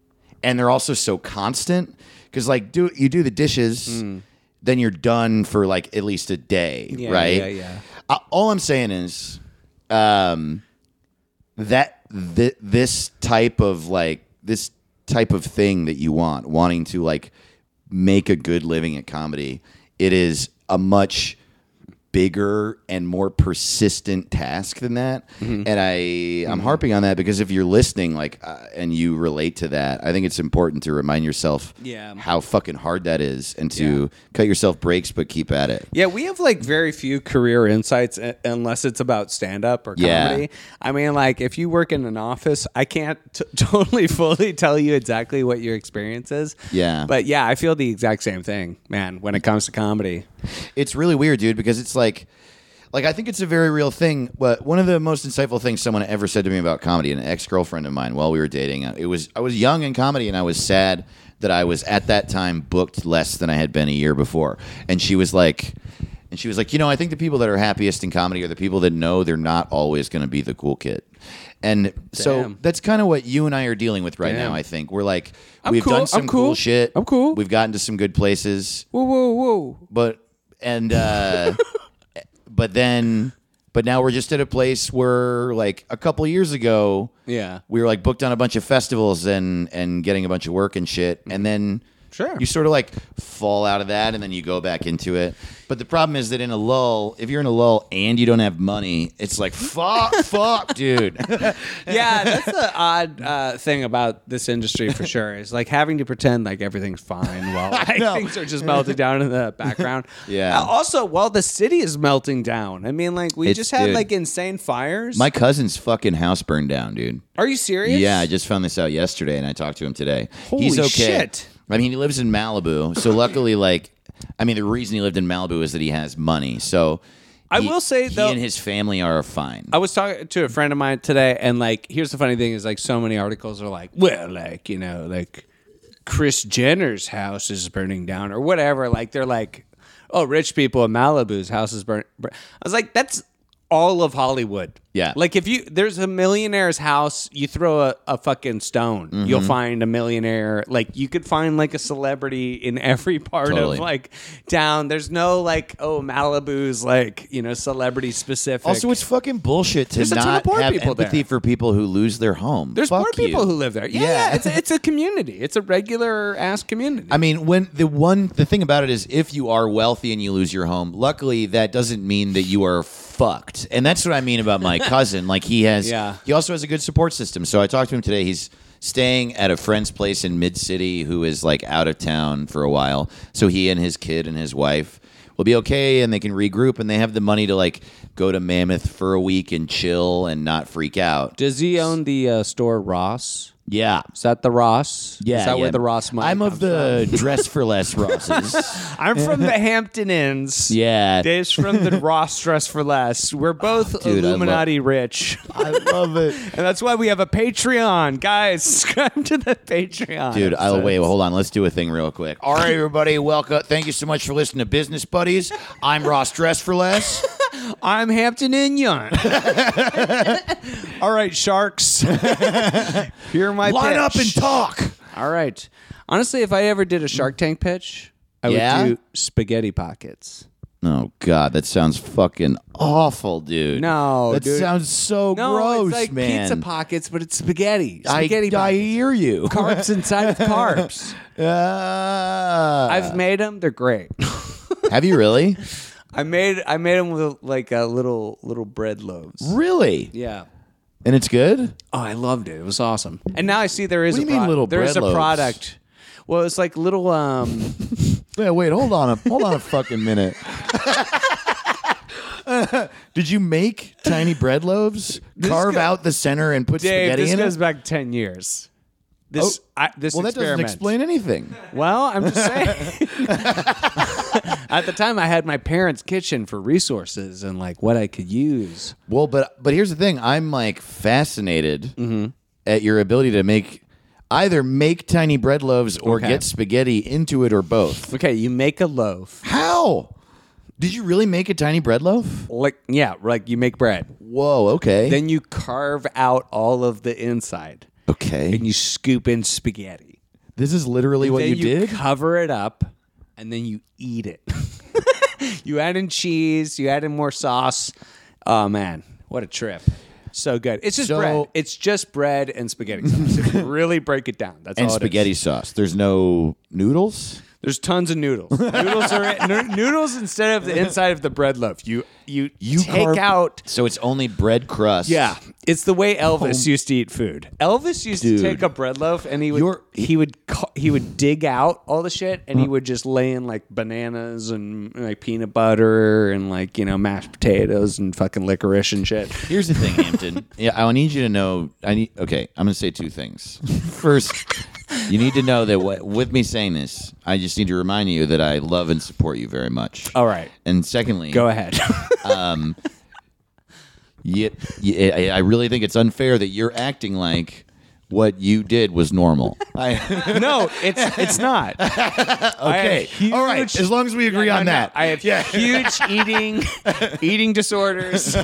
[SPEAKER 1] and they're also so constant because like do you do the dishes then you're done for like at least a day
[SPEAKER 3] Mm. Yeah,
[SPEAKER 1] right
[SPEAKER 3] yeah, yeah.
[SPEAKER 1] Uh, all i'm saying is um that th- this type of like this type of thing that you want wanting to like make a good living at comedy it is a much bigger and more persistent task than that. And I I'm harping on that because if you're listening like uh, and you relate to that, I think it's important to remind yourself
[SPEAKER 3] Yeah.
[SPEAKER 1] how fucking hard that is and to cut yourself breaks but keep at it.
[SPEAKER 3] Yeah, we have like very few career insights uh, unless it's about stand up or
[SPEAKER 1] Yeah.
[SPEAKER 3] comedy. I mean, like if you work in an office, I can't t- totally fully tell you exactly what your experience is.
[SPEAKER 1] Yeah.
[SPEAKER 3] But yeah, I feel the exact same thing, man, when it comes to comedy.
[SPEAKER 1] It's really weird, dude, because it's like like I think it's a very real thing. But one of the most insightful things someone ever said to me about comedy, an ex girlfriend of mine, while we were dating, uh, it was I was young in comedy, and I was sad that I was at that time booked less than I had been a year before. And she was like, and she was like, you know, I think the people that are happiest in comedy are the people that know they're not always going to be the cool kid. And so
[SPEAKER 3] Damn.
[SPEAKER 1] that's kind of what you and I are dealing with right
[SPEAKER 3] Damn.
[SPEAKER 1] now. I think we're like
[SPEAKER 3] I'm
[SPEAKER 1] we've
[SPEAKER 3] cool.
[SPEAKER 1] done some
[SPEAKER 3] I'm cool.
[SPEAKER 1] cool shit.
[SPEAKER 3] I'm cool.
[SPEAKER 1] We've gotten to some good places
[SPEAKER 3] Whoa, whoa, whoa.
[SPEAKER 1] but and uh but then but now we're just at a place where like a couple years ago
[SPEAKER 3] Yeah.
[SPEAKER 1] we were like booked on a bunch of festivals and and getting a bunch of work and shit and then
[SPEAKER 3] Sure.
[SPEAKER 1] you sort of like fall out of that and then you go back into it but the problem is that in a lull if you're in a lull and you don't have money it's like fuck fuck dude
[SPEAKER 3] yeah, that's the odd uh, thing about this industry for sure. Is like having to pretend like everything's fine while like,
[SPEAKER 1] know.
[SPEAKER 3] things are just melting down in the background.
[SPEAKER 1] Yeah.
[SPEAKER 3] Uh, also, while the city is melting down, I mean, like we
[SPEAKER 1] It's-
[SPEAKER 3] just had
[SPEAKER 1] dude.
[SPEAKER 3] like insane fires.
[SPEAKER 1] my cousin's fucking house burned down dude
[SPEAKER 3] are you serious?
[SPEAKER 1] Yeah, I just found this out yesterday, and I talked to him today.
[SPEAKER 3] Holy
[SPEAKER 1] He's okay.
[SPEAKER 3] shit.
[SPEAKER 1] I mean, he lives in Malibu, so luckily, like, I mean, the reason he lived in Malibu is that he has money. So,
[SPEAKER 3] I
[SPEAKER 1] he-
[SPEAKER 3] will say, though-
[SPEAKER 1] he and his family are fine.
[SPEAKER 3] I was talking to a friend of mine today, and like, here's the funny thing: is like, so many articles are like, well, like you know, like Chris Jenner's house is burning down or whatever. Like, they're like, oh, rich people in Malibu's house is burning. I was like, that's all of Hollywood.
[SPEAKER 1] Yeah.
[SPEAKER 3] Like, if you there's a millionaire's house, you throw a, a fucking stone,
[SPEAKER 1] Mm-hmm.
[SPEAKER 3] you'll find a millionaire. Like, you could find like a celebrity in every part
[SPEAKER 1] Totally.
[SPEAKER 3] of like town. There's no like, oh, Malibu's like you know celebrity specific.
[SPEAKER 1] also, it's fucking bullshit to
[SPEAKER 3] There's a ton of
[SPEAKER 1] not
[SPEAKER 3] poor
[SPEAKER 1] have
[SPEAKER 3] people
[SPEAKER 1] empathy
[SPEAKER 3] there.
[SPEAKER 1] for people who lose their home.
[SPEAKER 3] There's
[SPEAKER 1] Fuck
[SPEAKER 3] more people
[SPEAKER 1] you.
[SPEAKER 3] who live there. Yeah, yeah. It's, a, it's a community. It's a regular ass community.
[SPEAKER 1] I mean, when the one the thing about it is, if you are wealthy and you lose your home, luckily that doesn't mean that you are fucked. And that's what I mean about my cousin. Like he has,
[SPEAKER 3] Yeah.
[SPEAKER 1] he also has a good support system. So I talked to him today. He's staying at a friend's place in Mid City, who is like out of town for a while. So he and his kid and his wife will be okay, and they can regroup, and they have the money to like go to Mammoth for a week and chill and not freak out.
[SPEAKER 3] Does he own the uh, store Ross?
[SPEAKER 1] Yeah.
[SPEAKER 3] Is that the Ross?
[SPEAKER 1] Yeah,
[SPEAKER 3] Is that
[SPEAKER 1] yeah.
[SPEAKER 3] where the Ross money
[SPEAKER 1] I'm of
[SPEAKER 3] comes
[SPEAKER 1] the dress for less Rosses.
[SPEAKER 3] from? I'm from the Hampton Inns.
[SPEAKER 1] Yeah,
[SPEAKER 3] Dave's from the Ross Dress for Less. We're both
[SPEAKER 1] dude, I love-
[SPEAKER 3] Illuminati rich.
[SPEAKER 1] I love it.
[SPEAKER 3] And that's why we have a Patreon. Guys, subscribe to the Patreon.
[SPEAKER 1] Dude, I'll
[SPEAKER 3] episode.
[SPEAKER 1] wait. Hold on. Let's do a thing real quick. All right, everybody. Welcome. Thank you so much for listening to Business Buddies. I'm Ross Dress for Less.
[SPEAKER 3] I'm Hampton and Young. All right, sharks. Here are my
[SPEAKER 1] Line
[SPEAKER 3] pitch.
[SPEAKER 1] up and talk.
[SPEAKER 3] All right. Honestly, if I ever did a Shark Tank pitch, I
[SPEAKER 1] Yeah?
[SPEAKER 3] would do spaghetti pockets.
[SPEAKER 1] Oh God, that sounds fucking awful, dude.
[SPEAKER 3] No,
[SPEAKER 1] that
[SPEAKER 3] dude.
[SPEAKER 1] sounds so
[SPEAKER 3] No,
[SPEAKER 1] gross,
[SPEAKER 3] it's like
[SPEAKER 1] man.
[SPEAKER 3] pizza pockets, but it's spaghetti.
[SPEAKER 1] I,
[SPEAKER 3] Spaghetti
[SPEAKER 1] I
[SPEAKER 3] pockets.
[SPEAKER 1] hear you.
[SPEAKER 3] Carbs inside of carbs.
[SPEAKER 1] Uh,
[SPEAKER 3] I've made them. They're great.
[SPEAKER 1] have you really?
[SPEAKER 3] I made I made them with like uh, little little bread loaves.
[SPEAKER 1] really?
[SPEAKER 3] Yeah.
[SPEAKER 1] And it's good.
[SPEAKER 3] Oh, I loved it. It was awesome. And now I see there is
[SPEAKER 1] What
[SPEAKER 3] a
[SPEAKER 1] do you mean
[SPEAKER 3] pro-
[SPEAKER 1] little
[SPEAKER 3] there is
[SPEAKER 1] bread
[SPEAKER 3] a
[SPEAKER 1] loaves?
[SPEAKER 3] product. Well, it's like little um
[SPEAKER 1] Yeah, wait, hold on a hold on a fucking minute. Did you make tiny bread loaves? carve
[SPEAKER 3] guy-
[SPEAKER 1] out the center and put
[SPEAKER 3] Dave,
[SPEAKER 1] spaghetti
[SPEAKER 3] this
[SPEAKER 1] in
[SPEAKER 3] goes
[SPEAKER 1] it?
[SPEAKER 3] back 10 years.
[SPEAKER 4] This I, this
[SPEAKER 1] well, that doesn't
[SPEAKER 4] experiment.
[SPEAKER 1] explain anything.
[SPEAKER 3] Well, I'm just saying. At the time, I had my parents' kitchen for resources and like what I could use.
[SPEAKER 1] Well, but but here's the thing. I'm like fascinated
[SPEAKER 3] Mm-hmm.
[SPEAKER 1] at your ability to make either make tiny bread loaves or
[SPEAKER 3] Okay.
[SPEAKER 1] get spaghetti into it or both.
[SPEAKER 3] Okay, you make a loaf.
[SPEAKER 1] How? Did you really make a tiny bread loaf?
[SPEAKER 3] Like yeah, like you make bread.
[SPEAKER 1] Whoa. Okay.
[SPEAKER 3] Then you carve out all of the inside
[SPEAKER 1] okay.
[SPEAKER 3] and you scoop in spaghetti.
[SPEAKER 1] This is literally what
[SPEAKER 3] then
[SPEAKER 1] you, did.
[SPEAKER 3] cover it up and then you eat it. you add in cheese, you add in more sauce. Oh man, what a trip. So good. It's just
[SPEAKER 1] So-
[SPEAKER 3] bread. It's just bread and spaghetti sauce. If you really break it down. That's
[SPEAKER 1] and
[SPEAKER 3] all it is.
[SPEAKER 1] spaghetti sauce. There's no noodles.
[SPEAKER 3] There's tons of noodles. noodles are in, no- noodles instead of the inside of the bread loaf. You you you take
[SPEAKER 1] carve-
[SPEAKER 3] out
[SPEAKER 1] So it's only bread crust.
[SPEAKER 3] Yeah, it's the way Elvis used to eat food. Elvis used
[SPEAKER 1] Dude.
[SPEAKER 3] to take a bread loaf and he would
[SPEAKER 1] You're-
[SPEAKER 3] he would ca- he would dig out all the shit and he would just lay in like bananas and like peanut butter and like you know mashed potatoes and fucking licorice and shit.
[SPEAKER 1] Here's the thing, Hampton. yeah, I need you to know. I need. Okay, I'm gonna say two things. First, you need to know that wh- with me saying this, I just need to remind you that I love and support you very much.
[SPEAKER 3] All right,
[SPEAKER 1] And secondly,
[SPEAKER 3] go ahead.
[SPEAKER 1] You, you- I I really think it's unfair that you're acting like what you did was normal. I,
[SPEAKER 3] no, it's it's not. okay,
[SPEAKER 1] all right. As long as we agree on
[SPEAKER 3] No, no,
[SPEAKER 1] that,
[SPEAKER 3] I have huge eating eating disorders,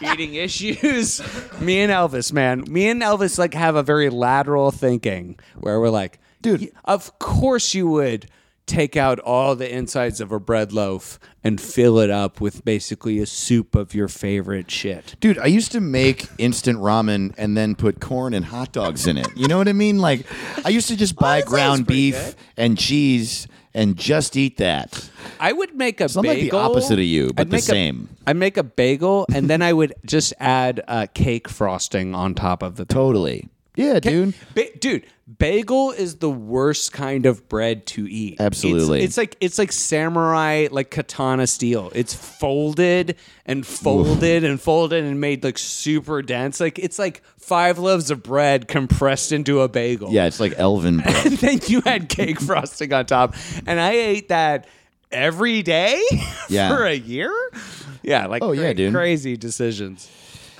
[SPEAKER 3] eating issues. Me and Elvis, man. Me and Elvis like have a very lateral thinking where we're like, dude, of course you would take out all the insides of a bread loaf and fill it up with basically a soup of your favorite shit.
[SPEAKER 1] Dude, I used to make instant ramen and then put corn and hot dogs in it. You know what I mean? Like, I used to just buy
[SPEAKER 3] that sounds
[SPEAKER 1] ground
[SPEAKER 3] pretty
[SPEAKER 1] beef
[SPEAKER 3] good.
[SPEAKER 1] and cheese and just eat that.
[SPEAKER 3] I would make a
[SPEAKER 1] Sounds like the
[SPEAKER 3] bagel.
[SPEAKER 1] opposite of you, but the
[SPEAKER 3] make a-
[SPEAKER 1] same.
[SPEAKER 3] I'd make a bagel and then I would just add uh, cake frosting on top of the
[SPEAKER 1] Totally. Yeah, dude.
[SPEAKER 3] Ba- dude, bagel is the worst kind of bread to eat.
[SPEAKER 1] Absolutely.
[SPEAKER 3] it's, it's like it's like samurai, like katana steel. It's folded and folded and folded and made like super dense. Like it's like five loaves of bread compressed into a bagel.
[SPEAKER 1] Yeah, it's like Elvin. bread.
[SPEAKER 3] and then you had cake frosting on top, and I ate that every day
[SPEAKER 1] Yeah.
[SPEAKER 3] for a year. Yeah, like
[SPEAKER 1] Oh, yeah,
[SPEAKER 3] cra-
[SPEAKER 1] dude. Um,
[SPEAKER 3] crazy decisions,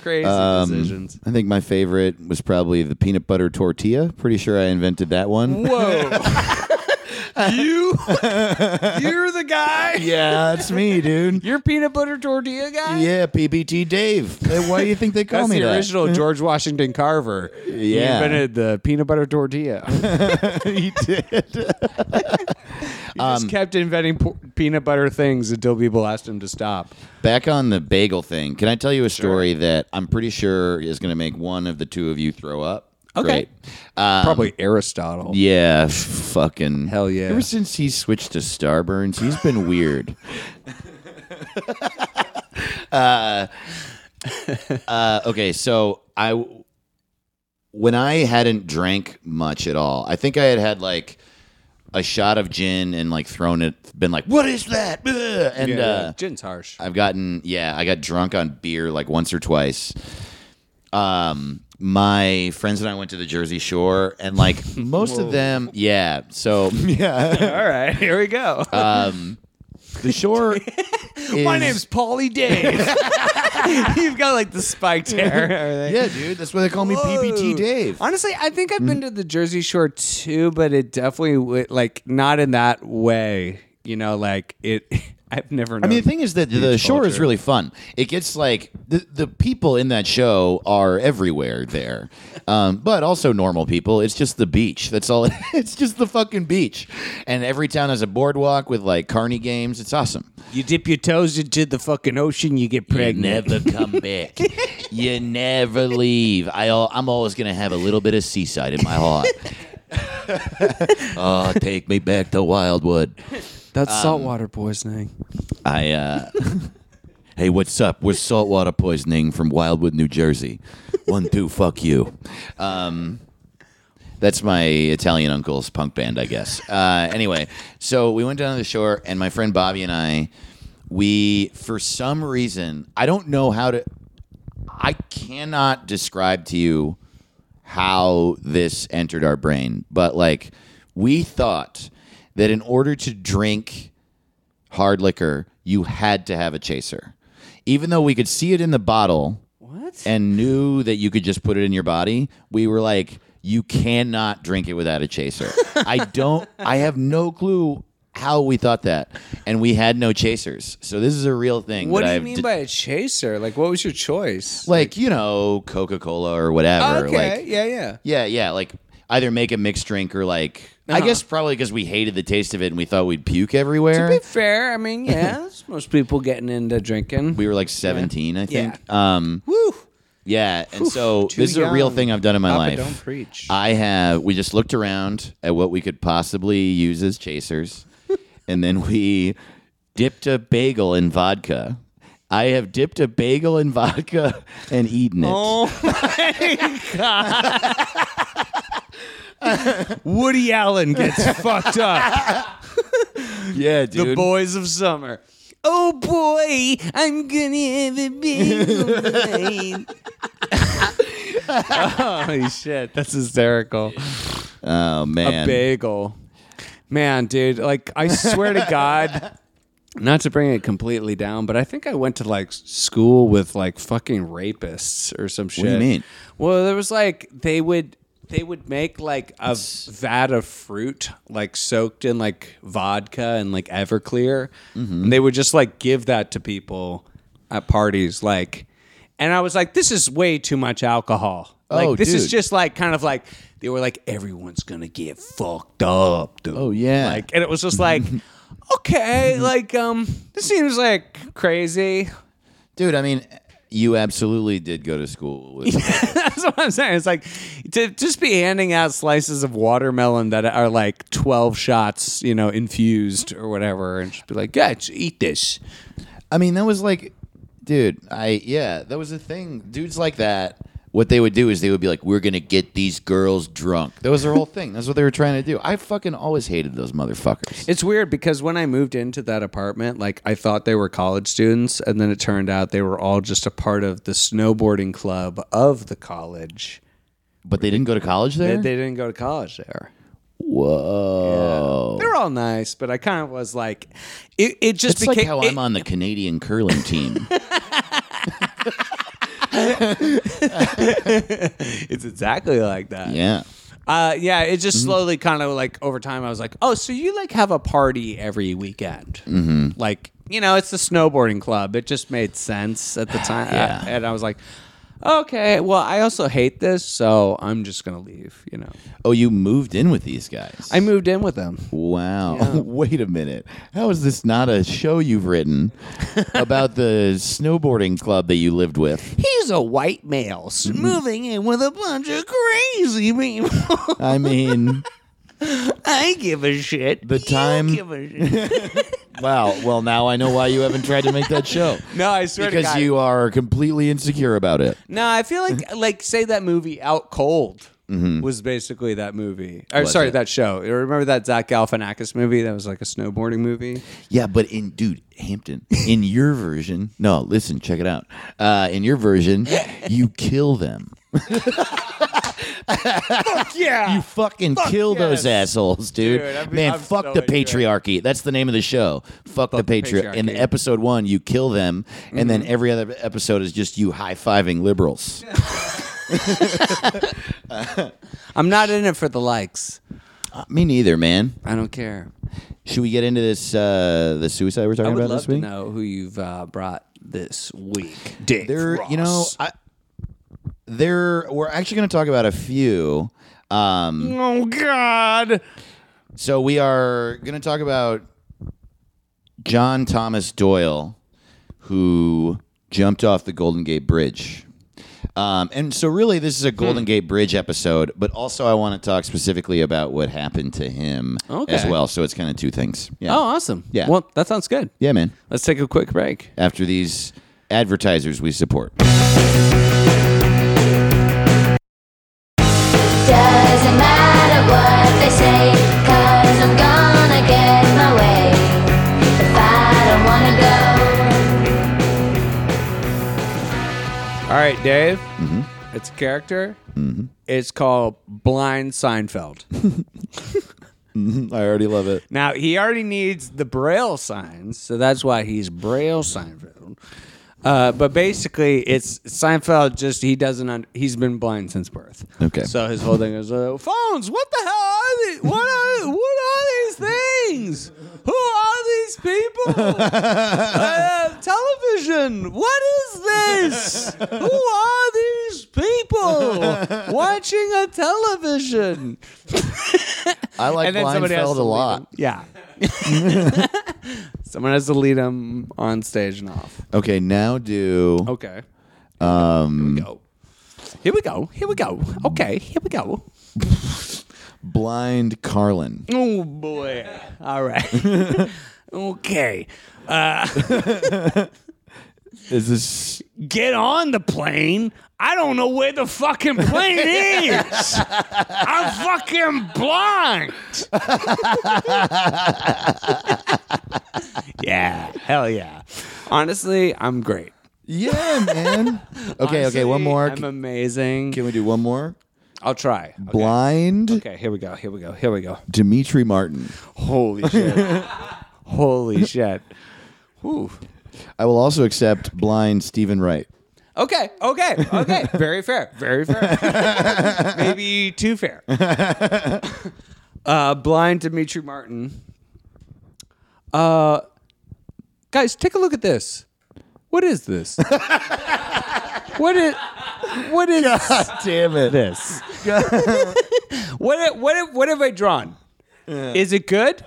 [SPEAKER 3] crazy decisions.
[SPEAKER 1] I think my favorite was probably the peanut butter tortilla. Pretty sure I invented that one.
[SPEAKER 3] Whoa. you you're the guy?
[SPEAKER 1] Yeah, that's me, dude.
[SPEAKER 3] You're peanut butter tortilla guy?
[SPEAKER 1] Yeah, PBT Dave. Hey, Why do you think they call
[SPEAKER 3] That's
[SPEAKER 1] me
[SPEAKER 3] the
[SPEAKER 1] that?
[SPEAKER 3] original George Washington Carver. He
[SPEAKER 1] Yeah.
[SPEAKER 3] invented the peanut butter tortilla. he
[SPEAKER 1] He did. Um,
[SPEAKER 3] just kept inventing po- peanut butter things until people asked him to stop.
[SPEAKER 1] Back on the bagel thing, can I tell you a story that I'm pretty sure is going to make one of the two of you throw up?
[SPEAKER 3] Okay.
[SPEAKER 1] Great. Um,
[SPEAKER 3] Probably Aristotle.
[SPEAKER 1] Yeah, fucking
[SPEAKER 3] Hell yeah.
[SPEAKER 1] Ever since he switched to Starburns, he's been weird. uh, uh, okay, so I when I hadn't drank much at all, I think I had had like a shot of gin and like thrown it, been like, "What is that?" Ugh," And
[SPEAKER 3] Yeah,
[SPEAKER 1] uh,
[SPEAKER 3] yeah. Gin's harsh.
[SPEAKER 1] I've gotten yeah, I got drunk on beer like once or twice. Um my friends and I went to the Jersey Shore and like most of them yeah, so yeah.
[SPEAKER 3] All right, here we go.
[SPEAKER 1] Uh, The shore
[SPEAKER 3] My
[SPEAKER 1] is-
[SPEAKER 3] name's Paulie Dave. You've got like the spiked hair.
[SPEAKER 1] Yeah, dude, that's why they call me PBT
[SPEAKER 3] Whoa.
[SPEAKER 1] Dave. Mm.
[SPEAKER 3] Honestly, I think I've been to the Jersey Shore too, but it definitely w- like not in that way. You know, like it. I've never. Known
[SPEAKER 1] I mean, the thing is that the shore is
[SPEAKER 3] culture.
[SPEAKER 1] really fun. It gets like the, the people in that show are everywhere there, um, but also normal people. It's just the beach. That's all. it's just the fucking beach, and every town has a boardwalk with like carny games. It's awesome.
[SPEAKER 3] you dip your toes into the fucking ocean, you get pregnant.
[SPEAKER 1] You never come back. you never leave. I, al- I'm always going to have a little bit of seaside in my heart. oh, take me back to Wildwood.
[SPEAKER 3] That's
[SPEAKER 1] um,
[SPEAKER 3] saltwater poisoning.
[SPEAKER 1] I, uh, hey, what's up? We're saltwater poisoning from Wildwood, New Jersey. One, two, fuck you. Um, that's my Italian uncle's punk band, I guess. Uh, anyway, so we went down to the shore, and my friend Bobby and I, we, for some reason, I don't know how to, I cannot describe to you how this entered our brain, but like we thought that in order to drink hard liquor, you had to have a chaser. Even though we could see it in the bottle
[SPEAKER 3] What?
[SPEAKER 1] and knew that you could just put it in your body, we were like, you cannot drink it without a chaser. I don't, I have no clue how we thought that. And we had no chasers. So this is a real thing.
[SPEAKER 3] what
[SPEAKER 1] that
[SPEAKER 3] do you
[SPEAKER 1] I've
[SPEAKER 3] mean
[SPEAKER 1] de-
[SPEAKER 3] by a chaser? Like, what was your choice?
[SPEAKER 1] like, you know, Coca Cola or whatever.
[SPEAKER 3] okay,
[SPEAKER 1] Like,
[SPEAKER 3] yeah, yeah.
[SPEAKER 1] yeah, yeah. Like either make a mixed drink or like, I
[SPEAKER 3] Uh-huh.
[SPEAKER 1] guess probably because we hated the taste of it and we thought we'd puke everywhere.
[SPEAKER 3] To be fair, I mean, yeah, that's most people getting into drinking.
[SPEAKER 1] we were like 17, I think. Um,
[SPEAKER 3] Woo!
[SPEAKER 1] yeah. And so
[SPEAKER 3] too
[SPEAKER 1] this is a real
[SPEAKER 3] young.
[SPEAKER 1] thing I've done in my
[SPEAKER 3] Papa,
[SPEAKER 1] life.
[SPEAKER 3] don't preach.
[SPEAKER 1] I have. We just looked around at what we could possibly use as chasers, and then we dipped a bagel in vodka. I have dipped a bagel in vodka and eaten it.
[SPEAKER 3] Oh my god. Woody Allen gets fucked up.
[SPEAKER 1] yeah, dude.
[SPEAKER 3] The boys of summer. Oh boy, I'm gonna have a bagel tonight. Holy shit, that's hysterical.
[SPEAKER 1] oh man.
[SPEAKER 3] A bagel. Man, dude, like I swear to God, not to bring it completely down, but I think I went to like school with like fucking rapists or some shit.
[SPEAKER 1] do you mean?
[SPEAKER 3] Well, there was like they would they would make like a vat of fruit like soaked in like vodka and like Everclear,
[SPEAKER 1] Mm-hmm.
[SPEAKER 3] and they would just like give that to people at parties like. And I was like, this is way too much alcohol. Like
[SPEAKER 1] Oh,
[SPEAKER 3] this is
[SPEAKER 1] dude.
[SPEAKER 3] just like kind of like they were like everyone's gonna get fucked up, dude.
[SPEAKER 1] Oh, yeah.
[SPEAKER 3] Like and it was just like, okay, like um, this seems like crazy.
[SPEAKER 1] dude. I mean, you absolutely did go to school. With,
[SPEAKER 3] That's what I'm saying. It's like to just be handing out slices of watermelon that are like 12 shots, you know, infused or whatever, and just be like, yeah, just eat this.
[SPEAKER 1] I mean, that was like, dude, I, yeah, that was a thing. Dudes like that, what they would do is they would be like, we're going to get these girls drunk. That was their whole thing. That's what they were trying to do. I fucking always hated those motherfuckers.
[SPEAKER 3] It's weird because when I moved into that apartment, like I thought they were college students, and then it turned out they were all just a part of the snowboarding club of the college.
[SPEAKER 1] but they didn't go to college
[SPEAKER 3] They,
[SPEAKER 1] there?
[SPEAKER 3] they didn't go to college there.
[SPEAKER 1] Whoa.
[SPEAKER 3] They're all nice, but I kind of was like, it, it just
[SPEAKER 1] It's
[SPEAKER 3] became.
[SPEAKER 1] like how
[SPEAKER 3] it-
[SPEAKER 1] I'm on the Canadian curling team.
[SPEAKER 3] It's exactly like that.
[SPEAKER 1] yeah.
[SPEAKER 3] Uh, yeah, it just slowly kind of like over time, I was like, oh, so you like have a party every weekend. Mm-hmm. Like, you know, it's the snowboarding club. It just made sense at the time.
[SPEAKER 1] Yeah.
[SPEAKER 3] Uh, and I was like, okay, well, I also hate this, so I'm just going to leave, you know.
[SPEAKER 1] Oh, you moved in with these guys.
[SPEAKER 3] I moved in with them.
[SPEAKER 1] Wow. Wait a minute. How is this not a show you've written about the snowboarding club that you lived with?
[SPEAKER 3] He's a white male s- moving in with a bunch of crazy people.
[SPEAKER 1] I mean.
[SPEAKER 3] I give a shit.
[SPEAKER 1] The
[SPEAKER 3] You
[SPEAKER 1] time-
[SPEAKER 3] give a shit.
[SPEAKER 1] Wow. Well, now I know why you haven't tried to make that show.
[SPEAKER 3] no, I swear to
[SPEAKER 1] because
[SPEAKER 3] God.
[SPEAKER 1] you are completely insecure about it.
[SPEAKER 3] No, I feel like like say that movie Out Cold was basically that movie. Or
[SPEAKER 1] Mm-hmm. Was
[SPEAKER 3] sorry,
[SPEAKER 1] it?
[SPEAKER 3] that show. You Remember that Zach Galifianakis movie that was like a snowboarding movie?
[SPEAKER 1] Yeah, but in dude Hampton, in your version, no, listen, check it out. Uh, in your version, you kill them.
[SPEAKER 3] Yeah.
[SPEAKER 1] You fucking kill those
[SPEAKER 3] yes.
[SPEAKER 1] assholes, dude.
[SPEAKER 3] Dude, I'm-
[SPEAKER 1] Man,
[SPEAKER 3] I'm
[SPEAKER 1] fuck
[SPEAKER 3] so
[SPEAKER 1] the
[SPEAKER 3] into it.
[SPEAKER 1] patriarchy. That's the name of the show. Fuck, the
[SPEAKER 3] the
[SPEAKER 1] patriarchy. In
[SPEAKER 3] patriarchy. Mm-hmm.
[SPEAKER 1] episode one, you kill them, and then every other episode is just you high fiving liberals.
[SPEAKER 3] I'm not in it for the likes.
[SPEAKER 1] Uh, me neither, man.
[SPEAKER 3] I don't care.
[SPEAKER 1] Should we get into this uh, the suicide we're
[SPEAKER 3] I
[SPEAKER 1] talking
[SPEAKER 3] would
[SPEAKER 1] about
[SPEAKER 3] love
[SPEAKER 1] this week?
[SPEAKER 3] to know who you've uh, brought this week. Dick.
[SPEAKER 1] There,
[SPEAKER 3] Ross.
[SPEAKER 1] you know, I, there. We're actually going to talk about a few. Um,
[SPEAKER 3] Oh God.
[SPEAKER 1] so we are going to talk about John Thomas Doyle, who jumped off the Golden Gate Bridge. Um, and so, really, this
[SPEAKER 3] Hmm.
[SPEAKER 1] is a Golden Gate Bridge episode, but also I want to talk specifically about what happened to him
[SPEAKER 3] Okay.
[SPEAKER 1] as well. So it's kind of two things. Yeah.
[SPEAKER 3] Oh, awesome.
[SPEAKER 1] Yeah.
[SPEAKER 3] Well, that sounds good.
[SPEAKER 1] yeah, man.
[SPEAKER 3] Let's take a quick break.
[SPEAKER 1] After these advertisers we support.
[SPEAKER 2] Doesn't matter what they say, cause I'm gonna get my way. If I don't wanna go,
[SPEAKER 3] All right, Dave. It's a character. It's called Blind Seinfeld.
[SPEAKER 1] I already love it.
[SPEAKER 3] Now he already needs the braille signs, so that's why he's braille Seinfeld. Uh, but basically, it's Seinfeld. Just he doesn't. Un- he's been blind since birth.
[SPEAKER 1] Okay.
[SPEAKER 3] So his whole thing is uh, phones. What the hell are these? What are what are these things? Who are these people? uh, television. What is this? Who are these people watching a television?
[SPEAKER 1] I like Blindfeld a lot.
[SPEAKER 3] Yeah. someone has to lead him on stage and off.
[SPEAKER 1] Okay, now do
[SPEAKER 3] Okay. Um, here we go. Here we go. Here we go. Okay. Here we go.
[SPEAKER 1] Blind Carlin.
[SPEAKER 3] Oh boy. All right. okay.
[SPEAKER 1] Is this
[SPEAKER 3] Get on the plane. I don't know where the fucking plane is. I'm fucking blind. yeah. Hell yeah. Honestly, I'm great.
[SPEAKER 1] Yeah, man. okay, okay, one
[SPEAKER 3] Honestly,
[SPEAKER 1] more.
[SPEAKER 3] I'm amazing.
[SPEAKER 1] Can we do one more?
[SPEAKER 3] I'll try. Okay.
[SPEAKER 1] Blind
[SPEAKER 3] Okay, here we go. Here we go. Here we go.
[SPEAKER 1] Dimitri Martin.
[SPEAKER 3] Holy shit. Holy shit. Ooh.
[SPEAKER 1] I will also accept blind Stephen Wright.
[SPEAKER 3] Okay, okay, okay. Very fair. Very fair. Maybe too fair. uh, blind Dimitri Martin. Uh, guys, take a look at this. What is this? what is what is
[SPEAKER 1] Damn it.
[SPEAKER 3] this? what what what have I drawn? Is it good?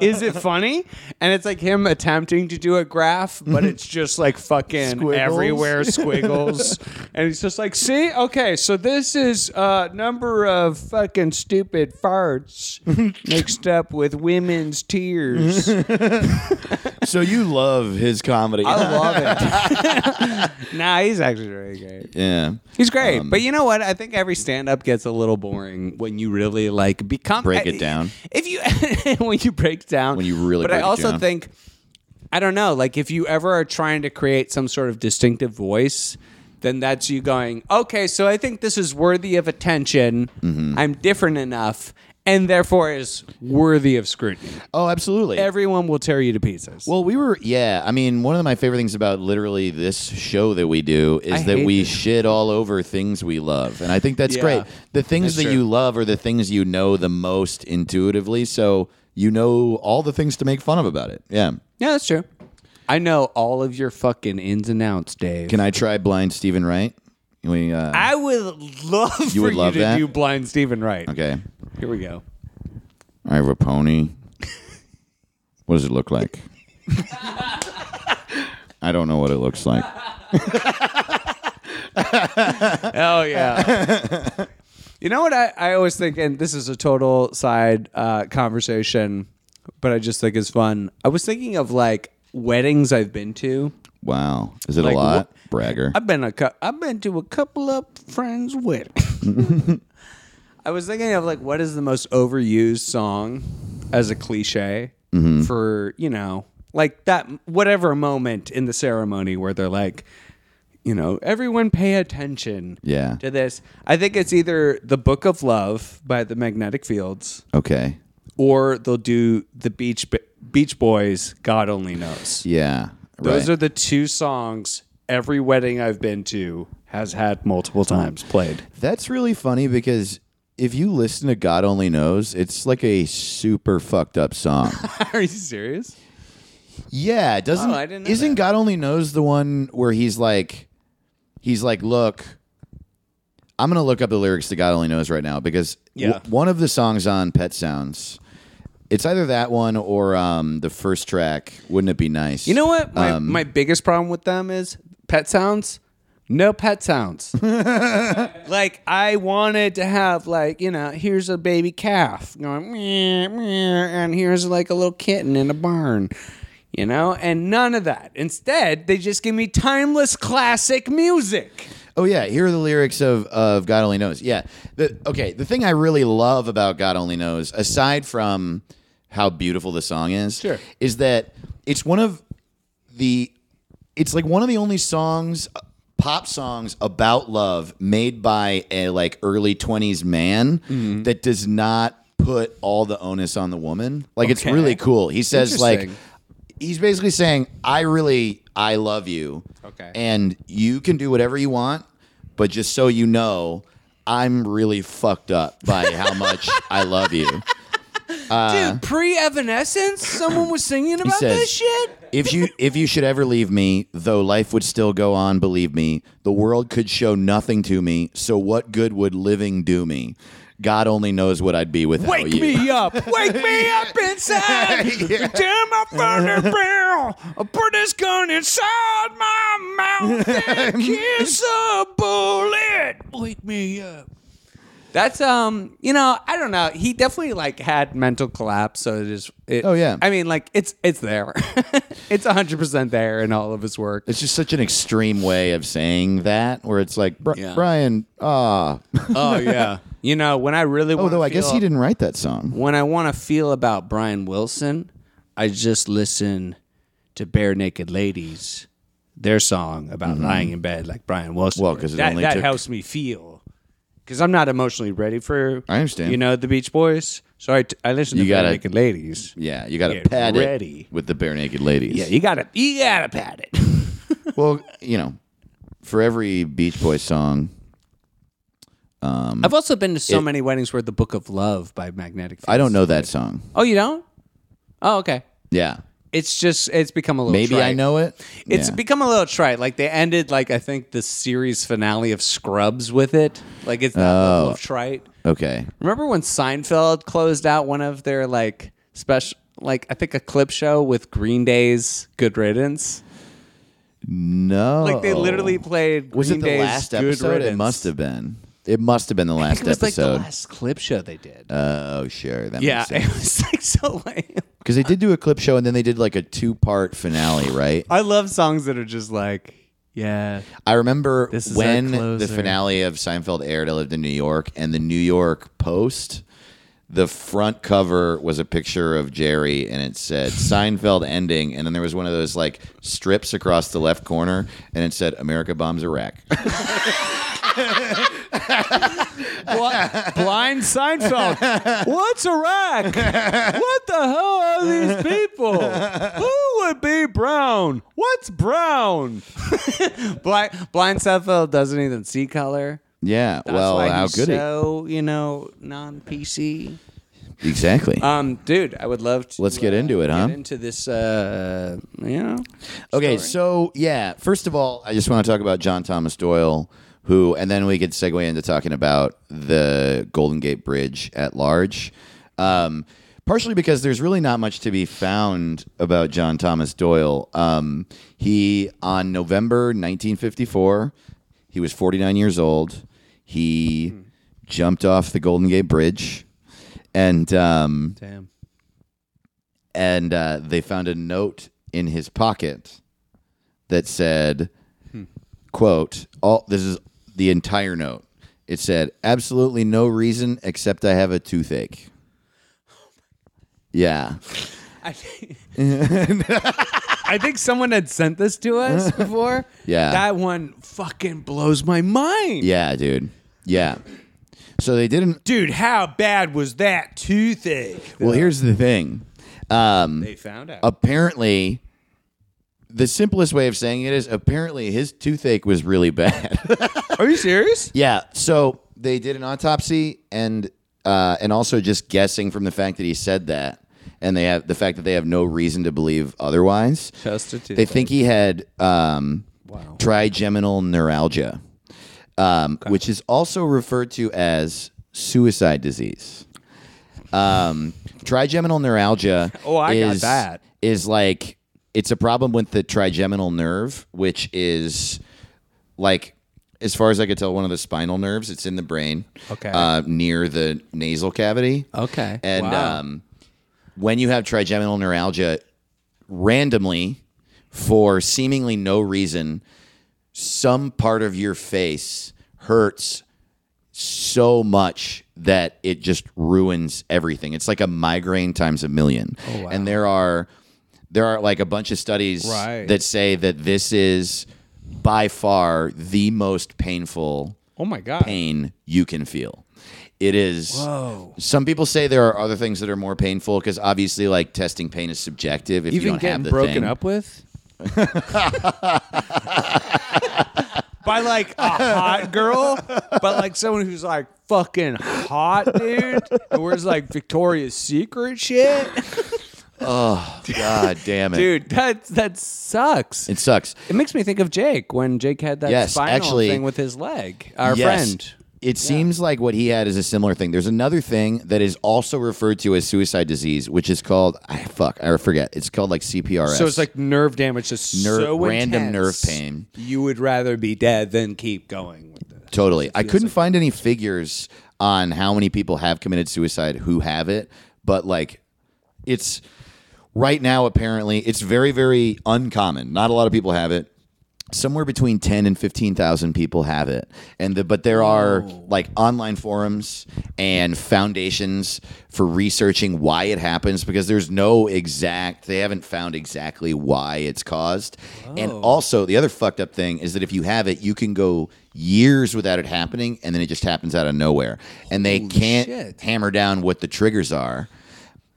[SPEAKER 3] Is it funny? And it's like him attempting to do a graph, but it's just like fucking
[SPEAKER 1] Squiggles.
[SPEAKER 3] everywhere squiggles. and he's just like, see, okay, so this is uh, number of fucking stupid farts mixed up with women's tears.
[SPEAKER 1] So you love his comedy.
[SPEAKER 3] I love it. nah, he's actually really great.
[SPEAKER 1] yeah.
[SPEAKER 3] He's great, but
[SPEAKER 1] Um,
[SPEAKER 3] you know what? I think every stand-up gets a little boring when you really like become
[SPEAKER 1] Break it
[SPEAKER 3] I-
[SPEAKER 1] down.
[SPEAKER 3] If you when you break down,
[SPEAKER 1] When you really
[SPEAKER 3] But
[SPEAKER 1] break
[SPEAKER 3] I
[SPEAKER 1] it
[SPEAKER 3] also
[SPEAKER 1] down.
[SPEAKER 3] think I don't know. Like if you ever are trying to create some sort of distinctive voice, then that's you going, okay. So I think this is worthy of attention.
[SPEAKER 1] Mm-hmm.
[SPEAKER 3] I'm different enough, and therefore is worthy of scrutiny.
[SPEAKER 1] Oh, absolutely.
[SPEAKER 3] Everyone will tear you to pieces.
[SPEAKER 1] well, we were, yeah. I mean, one of my favorite things about literally this show that we do is
[SPEAKER 3] I
[SPEAKER 1] that
[SPEAKER 3] hate
[SPEAKER 1] we
[SPEAKER 3] it.
[SPEAKER 1] shit all over things we love. And I think that's
[SPEAKER 3] Yeah.
[SPEAKER 1] great. The things
[SPEAKER 3] That's
[SPEAKER 1] that
[SPEAKER 3] true.
[SPEAKER 1] you love are the things you know the most intuitively. So you know all the things to make fun of about it. Yeah.
[SPEAKER 3] yeah, that's true. I know all of your fucking ins and outs, Dave.
[SPEAKER 1] Can I try blind Stephen Wright? Can We, uh,
[SPEAKER 3] I would love for
[SPEAKER 1] would love
[SPEAKER 3] you to
[SPEAKER 1] that?
[SPEAKER 3] do Blind Stephen Wright.
[SPEAKER 1] okay.
[SPEAKER 3] Here we go.
[SPEAKER 1] I have a pony. what does it look like? I don't know what it looks like. Uh,
[SPEAKER 3] Oh yeah. you know what I, I always think, and this is a total side uh, conversation, but I just think is fun. I was thinking of like weddings I've been to.
[SPEAKER 1] Wow. Is it
[SPEAKER 3] Like,
[SPEAKER 1] a lot?
[SPEAKER 3] what-
[SPEAKER 1] Bragger.
[SPEAKER 3] I've been a cou- I've been to a couple of friends' weddings. I was thinking of like what is the most overused song as a cliche for you know like that whatever moment in the ceremony where they're like you know everyone pay attention
[SPEAKER 1] Yeah.
[SPEAKER 3] to this i think it's either the book of love by the magnetic fields
[SPEAKER 1] Okay.
[SPEAKER 3] or they'll do the beach Bo- beach boys god only knows
[SPEAKER 1] Yeah.
[SPEAKER 3] those
[SPEAKER 1] right.
[SPEAKER 3] are the two songs every wedding I've been to has had multiple times played.
[SPEAKER 1] That's really funny because if you listen to God Only Knows, it's like a super fucked up song.
[SPEAKER 3] Are you serious?
[SPEAKER 1] yeah, it doesn't
[SPEAKER 3] Oh, I didn't know
[SPEAKER 1] Isn't
[SPEAKER 3] that.
[SPEAKER 1] God Only Knows the one where he's like he's like, "Look, I'm going to look up the lyrics to God Only Knows right now because w-
[SPEAKER 3] Yeah.
[SPEAKER 1] one of the songs on Pet Sounds it's either that one or um, the first track. Wouldn't it be nice?
[SPEAKER 3] You know what? My,
[SPEAKER 1] Um,
[SPEAKER 3] my biggest problem with them is pet sounds. No pet sounds. like I wanted to have like you know here's a baby calf going meh, meh, and here's like a little kitten in a barn. You know, and none of that. Instead, they just give me timeless classic music.
[SPEAKER 1] Oh yeah, here are the lyrics of of God Only Knows. Yeah. The, okay, the thing I really love about God Only Knows, aside from how beautiful the song is,
[SPEAKER 3] Sure.
[SPEAKER 1] is that it's one of the it's like one of the only songs pop songs about love made by a like early 20s man
[SPEAKER 3] Mm-hmm.
[SPEAKER 1] that does not put all the onus on the woman. Like it's
[SPEAKER 3] Okay.
[SPEAKER 1] really cool. He says like
[SPEAKER 3] Interesting.
[SPEAKER 1] he's basically saying I really I love you.
[SPEAKER 3] Okay.
[SPEAKER 1] And you can do whatever you want, but just so you know, I'm really fucked up by how much I love you.
[SPEAKER 3] Dude, pre Evanescence, someone was singing about
[SPEAKER 1] says-
[SPEAKER 3] this shit.
[SPEAKER 1] if you if you should ever leave me, though life would still go on, believe me. The world could show nothing to me, so what good would living do me? God only knows what I'd be without
[SPEAKER 3] Wake
[SPEAKER 1] you.
[SPEAKER 3] me up! Wake me up inside! Damn my thunder bill! I put this gun inside my mouth and kiss a bullet! Wake me up. That's um, you know, I don't know. He definitely like had mental collapse, so it is. It,
[SPEAKER 1] Oh, yeah.
[SPEAKER 3] I mean, like it's it's there. it's hundred percent there in all of his work.
[SPEAKER 1] It's just such an extreme way of saying that, where it's like, Bri-
[SPEAKER 3] Yeah.
[SPEAKER 1] Brian, ah.
[SPEAKER 3] Oh yeah. you know, when I really wanna
[SPEAKER 1] Although I guess
[SPEAKER 3] feel-
[SPEAKER 1] he didn't write that song.
[SPEAKER 3] when I want to feel about Brian Wilson, I just listen to Bare Naked Ladies, their song about lying in bed like Brian Wilson.
[SPEAKER 1] Mm-hmm. Well,
[SPEAKER 3] did.
[SPEAKER 1] 'cause it
[SPEAKER 3] that,
[SPEAKER 1] only
[SPEAKER 3] that
[SPEAKER 1] took-
[SPEAKER 3] helps me feel because I'm not emotionally ready for.
[SPEAKER 1] I understand.
[SPEAKER 3] You know the Beach Boys, so I, t- I listen to
[SPEAKER 1] You
[SPEAKER 3] Bare
[SPEAKER 1] gotta-
[SPEAKER 3] Naked Ladies.
[SPEAKER 1] Yeah, you got to
[SPEAKER 3] Get
[SPEAKER 1] pad
[SPEAKER 3] ready.
[SPEAKER 1] it with the bare naked ladies.
[SPEAKER 3] Yeah, you gotta you gotta pat it.
[SPEAKER 1] well, you know, for every Beach Boy song, Um,
[SPEAKER 3] I've also been to so many weddings where the Book of Love by Magnetic. Fields.
[SPEAKER 1] I don't know that song.
[SPEAKER 3] Oh, you don't? Oh, okay.
[SPEAKER 1] Yeah,
[SPEAKER 3] It's just it's become a little.
[SPEAKER 1] maybe I
[SPEAKER 3] trite.
[SPEAKER 1] know it.
[SPEAKER 3] It's
[SPEAKER 1] Yeah.
[SPEAKER 3] become a little trite. Like they ended, like I think the series finale of Scrubs with it. Like it's that
[SPEAKER 1] Oh.
[SPEAKER 3] level of trite.
[SPEAKER 1] okay.
[SPEAKER 3] Remember when Seinfeld closed out one of their like special, like I think a clip show with Green Day's "Good Riddance."
[SPEAKER 1] No,
[SPEAKER 3] Like they literally played.
[SPEAKER 1] Oh. Was
[SPEAKER 3] Green
[SPEAKER 1] it the
[SPEAKER 3] Day's
[SPEAKER 1] last
[SPEAKER 3] Good
[SPEAKER 1] episode? It
[SPEAKER 3] Riddance.
[SPEAKER 1] must have been. It must have been the last
[SPEAKER 3] It was like
[SPEAKER 1] episode.
[SPEAKER 3] the last clip show they did.
[SPEAKER 1] Oh, sure. That
[SPEAKER 3] yeah,
[SPEAKER 1] makes
[SPEAKER 3] it
[SPEAKER 1] sense.
[SPEAKER 3] was like so lame.
[SPEAKER 1] Because they did do a clip show and then they did like a two part finale, right?
[SPEAKER 3] I love songs that are just like, yeah,
[SPEAKER 1] I remember
[SPEAKER 3] This is our
[SPEAKER 1] when the
[SPEAKER 3] closer.
[SPEAKER 1] finale of Seinfeld aired. I lived in New York, and the New York Post, the front cover was a picture of Jerry, and it said Seinfeld ending, and then there was one of those like strips across the left corner, and it said America bombs Iraq.
[SPEAKER 3] Bl- blind Seinfeld. What's Iraq? What the hell are these people? Who would be brown? What's brown? blind, blind Seinfeld doesn't even see color.
[SPEAKER 1] yeah,
[SPEAKER 3] That's
[SPEAKER 1] well,
[SPEAKER 3] why
[SPEAKER 1] how
[SPEAKER 3] he's
[SPEAKER 1] good it
[SPEAKER 3] so you know non PC.
[SPEAKER 1] exactly.
[SPEAKER 3] Um, dude, I would love to. uh,
[SPEAKER 1] Let's get into it,
[SPEAKER 3] get
[SPEAKER 1] huh?
[SPEAKER 3] Into this, uh, you know.
[SPEAKER 1] Okay, so yeah, first of all, I just want to talk about John Thomas Doyle, who, and then we could segue into talking about the Golden Gate Bridge at large. Um, partially because there's really not much to be found about John Thomas Doyle. Um, he, on November 1954, he was 49 years old. He jumped off the Golden Gate Bridge, and um,
[SPEAKER 3] Damn.
[SPEAKER 1] and uh, they found a note in his pocket that said, "quote all This is the entire note. It said absolutely no reason except I have a toothache." Yeah,
[SPEAKER 3] I think, I think someone had sent this to us before.
[SPEAKER 1] Yeah.
[SPEAKER 3] That one fucking blows my mind.
[SPEAKER 1] yeah, dude. Yeah. So they didn't.
[SPEAKER 3] Dude, how bad was that toothache?
[SPEAKER 1] Well, here's the thing. Um,
[SPEAKER 3] They found out.
[SPEAKER 1] apparently the simplest way of saying it is apparently his toothache was really bad.
[SPEAKER 3] Are you serious?
[SPEAKER 1] Yeah. So they did an autopsy and uh, and also just guessing from the fact that he said that and they have the fact that they have no reason to believe otherwise.
[SPEAKER 3] Just a
[SPEAKER 1] They think he had um, trigeminal neuralgia, um, which is also referred to as suicide disease. Um, trigeminal neuralgia.
[SPEAKER 3] Oh, I got
[SPEAKER 1] is-
[SPEAKER 3] that.
[SPEAKER 1] Is like it's a problem with the trigeminal nerve, which is like as far as I could tell, one of the spinal nerves. It's in the brain,
[SPEAKER 3] Okay.
[SPEAKER 1] uh, near the nasal cavity.
[SPEAKER 3] Okay.
[SPEAKER 1] and
[SPEAKER 3] Wow.
[SPEAKER 1] um, when you have trigeminal neuralgia, randomly, for seemingly no reason, some part of your face hurts so much that it just ruins everything. It's like a migraine times a million.
[SPEAKER 3] Oh,
[SPEAKER 1] And there are there are like a bunch of studies
[SPEAKER 3] Right.
[SPEAKER 1] that say that this is by far the most painful
[SPEAKER 3] Oh my god.
[SPEAKER 1] pain you can feel. It is. Some people say there are other things that are more painful because obviously, like testing pain is subjective. If you
[SPEAKER 4] Even
[SPEAKER 1] don't have
[SPEAKER 4] getting
[SPEAKER 1] the
[SPEAKER 4] broken
[SPEAKER 1] thing.
[SPEAKER 4] up with?
[SPEAKER 3] By like a hot girl, but like someone who's like fucking hot, dude, and wears like Victoria's Secret shit.
[SPEAKER 1] God damn it,
[SPEAKER 3] Dude, that that sucks.
[SPEAKER 1] It sucks.
[SPEAKER 3] It makes me think of Jake when Jake had that
[SPEAKER 1] Yes,
[SPEAKER 3] spinal
[SPEAKER 1] actually-
[SPEAKER 3] thing with his leg. Our
[SPEAKER 1] Yes.
[SPEAKER 3] friend.
[SPEAKER 1] It seems like what he had is a similar thing. There's another thing that is also referred to as suicide disease, which is called I fuck I forget. It's called like CPRS.
[SPEAKER 3] So it's like nerve damage, just
[SPEAKER 1] Nerve-
[SPEAKER 3] so
[SPEAKER 1] random
[SPEAKER 3] intense,
[SPEAKER 1] nerve pain.
[SPEAKER 3] You would rather be dead than keep going with this.
[SPEAKER 1] Totally. I couldn't find any figures on how many people have committed suicide who have it, but like it's right now apparently it's very very uncommon. Not a lot of people have it. Somewhere between 10 and 15,000 people have it. And the, but there are like online forums and foundations for researching why it happens because there's no exact they haven't found exactly why it's caused. And also the other fucked up thing is that if you have it, you can go years without it happening and then it just happens out of nowhere. And they can't
[SPEAKER 3] shit.
[SPEAKER 1] hammer down what the triggers are.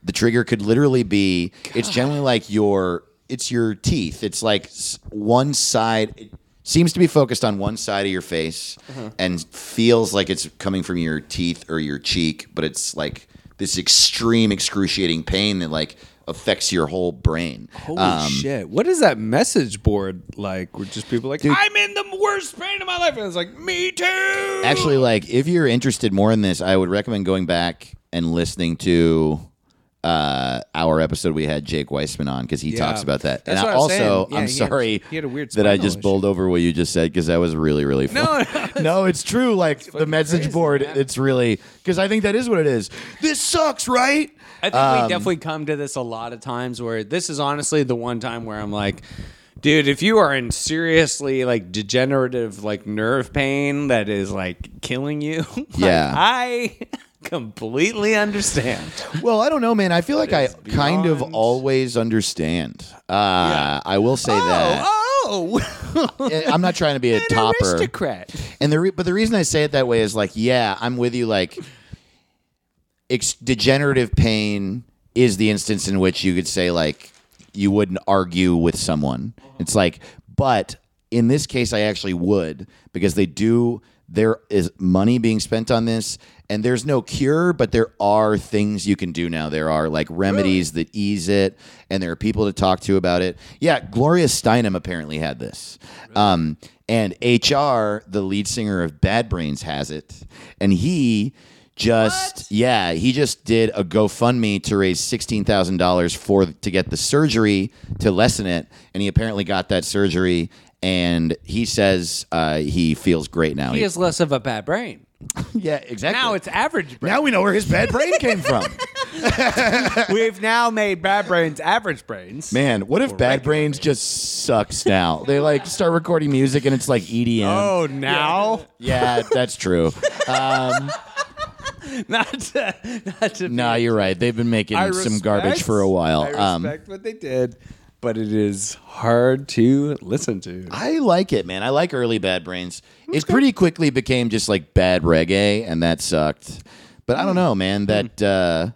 [SPEAKER 1] The trigger could literally be it's generally like your it's your teeth. It's like s- one side it seems to be focused on one side of your face and feels like it's coming from your teeth or your cheek, but it's like this extreme excruciating pain that like affects your whole brain.
[SPEAKER 3] Holy
[SPEAKER 1] Um,
[SPEAKER 3] shit! What is that message board like? Where just people like, I'm in the worst pain of my life, and it's like, me too.
[SPEAKER 1] Actually, like if you're interested more in this, I would recommend going back and listening to uh, our episode we had Jake Weissman on because he
[SPEAKER 3] Yeah.
[SPEAKER 1] talks about that.
[SPEAKER 3] That's
[SPEAKER 1] and
[SPEAKER 3] what
[SPEAKER 1] I
[SPEAKER 3] I was
[SPEAKER 1] also,
[SPEAKER 3] saying. Yeah,
[SPEAKER 1] I'm
[SPEAKER 3] he had-
[SPEAKER 1] sorry
[SPEAKER 3] he had a weird
[SPEAKER 1] that I
[SPEAKER 3] spinal
[SPEAKER 1] just
[SPEAKER 3] issue.
[SPEAKER 1] bowled over what you just said because that was really, really funny. No, no, it's true. Like the message board, it's really because I think that is what it is. This sucks, right?
[SPEAKER 3] I think
[SPEAKER 1] Um,
[SPEAKER 3] we definitely come to this a lot of times where this is honestly the one time where I'm like, dude, if you are in seriously like degenerative like nerve pain that is like killing you, like,
[SPEAKER 1] Yeah.
[SPEAKER 3] I completely understand.
[SPEAKER 1] Well, I don't know, man. I feel like I
[SPEAKER 3] is
[SPEAKER 1] kind of
[SPEAKER 3] beyond-
[SPEAKER 1] always understand. Uh, I will say that. Eh,
[SPEAKER 3] Oh, oh,
[SPEAKER 1] I'm not trying to be a
[SPEAKER 3] an
[SPEAKER 1] topper.
[SPEAKER 3] aristocrat.
[SPEAKER 1] And the re- but the reason I say it that way is like, yeah, I'm with you. Like, ex- degenerative pain is the instance in which you could say like you wouldn't argue with someone. It's like, but in this case, I actually would because they do. There is money being spent on this, and there's no cure, but there are things you can do now. There are like remedies that ease it, and there are people to talk to about it. Yeah, Gloria Steinem apparently had this. Um, and HR, the lead singer of Bad Brains, has it. And he just yeah, he just did a GoFundMe to raise sixteen thousand dollars for to get the surgery to lessen it, and he apparently got that surgery. And he says uh, he feels great now.
[SPEAKER 3] He has less of a bad brain.
[SPEAKER 1] yeah, exactly.
[SPEAKER 3] Now it's average brain.
[SPEAKER 1] now we know where his bad brain came from.
[SPEAKER 3] We've now made bad brains average brains.
[SPEAKER 1] Man, what if Bad Brains just sucks now? They like start recording music and it's like EDM.
[SPEAKER 3] Oh, now
[SPEAKER 1] Yeah, that's true.
[SPEAKER 3] not to, not to
[SPEAKER 1] nah, you're right. They've been making
[SPEAKER 3] I
[SPEAKER 1] some
[SPEAKER 3] respect-
[SPEAKER 1] garbage for a while. Um,
[SPEAKER 3] I respect what they did, but it is hard to listen to.
[SPEAKER 1] I like it, man. I like early Bad Brains. It pretty quickly became just like bad reggae, and that sucked. But
[SPEAKER 3] Hmm.
[SPEAKER 1] I don't know, man. That uh,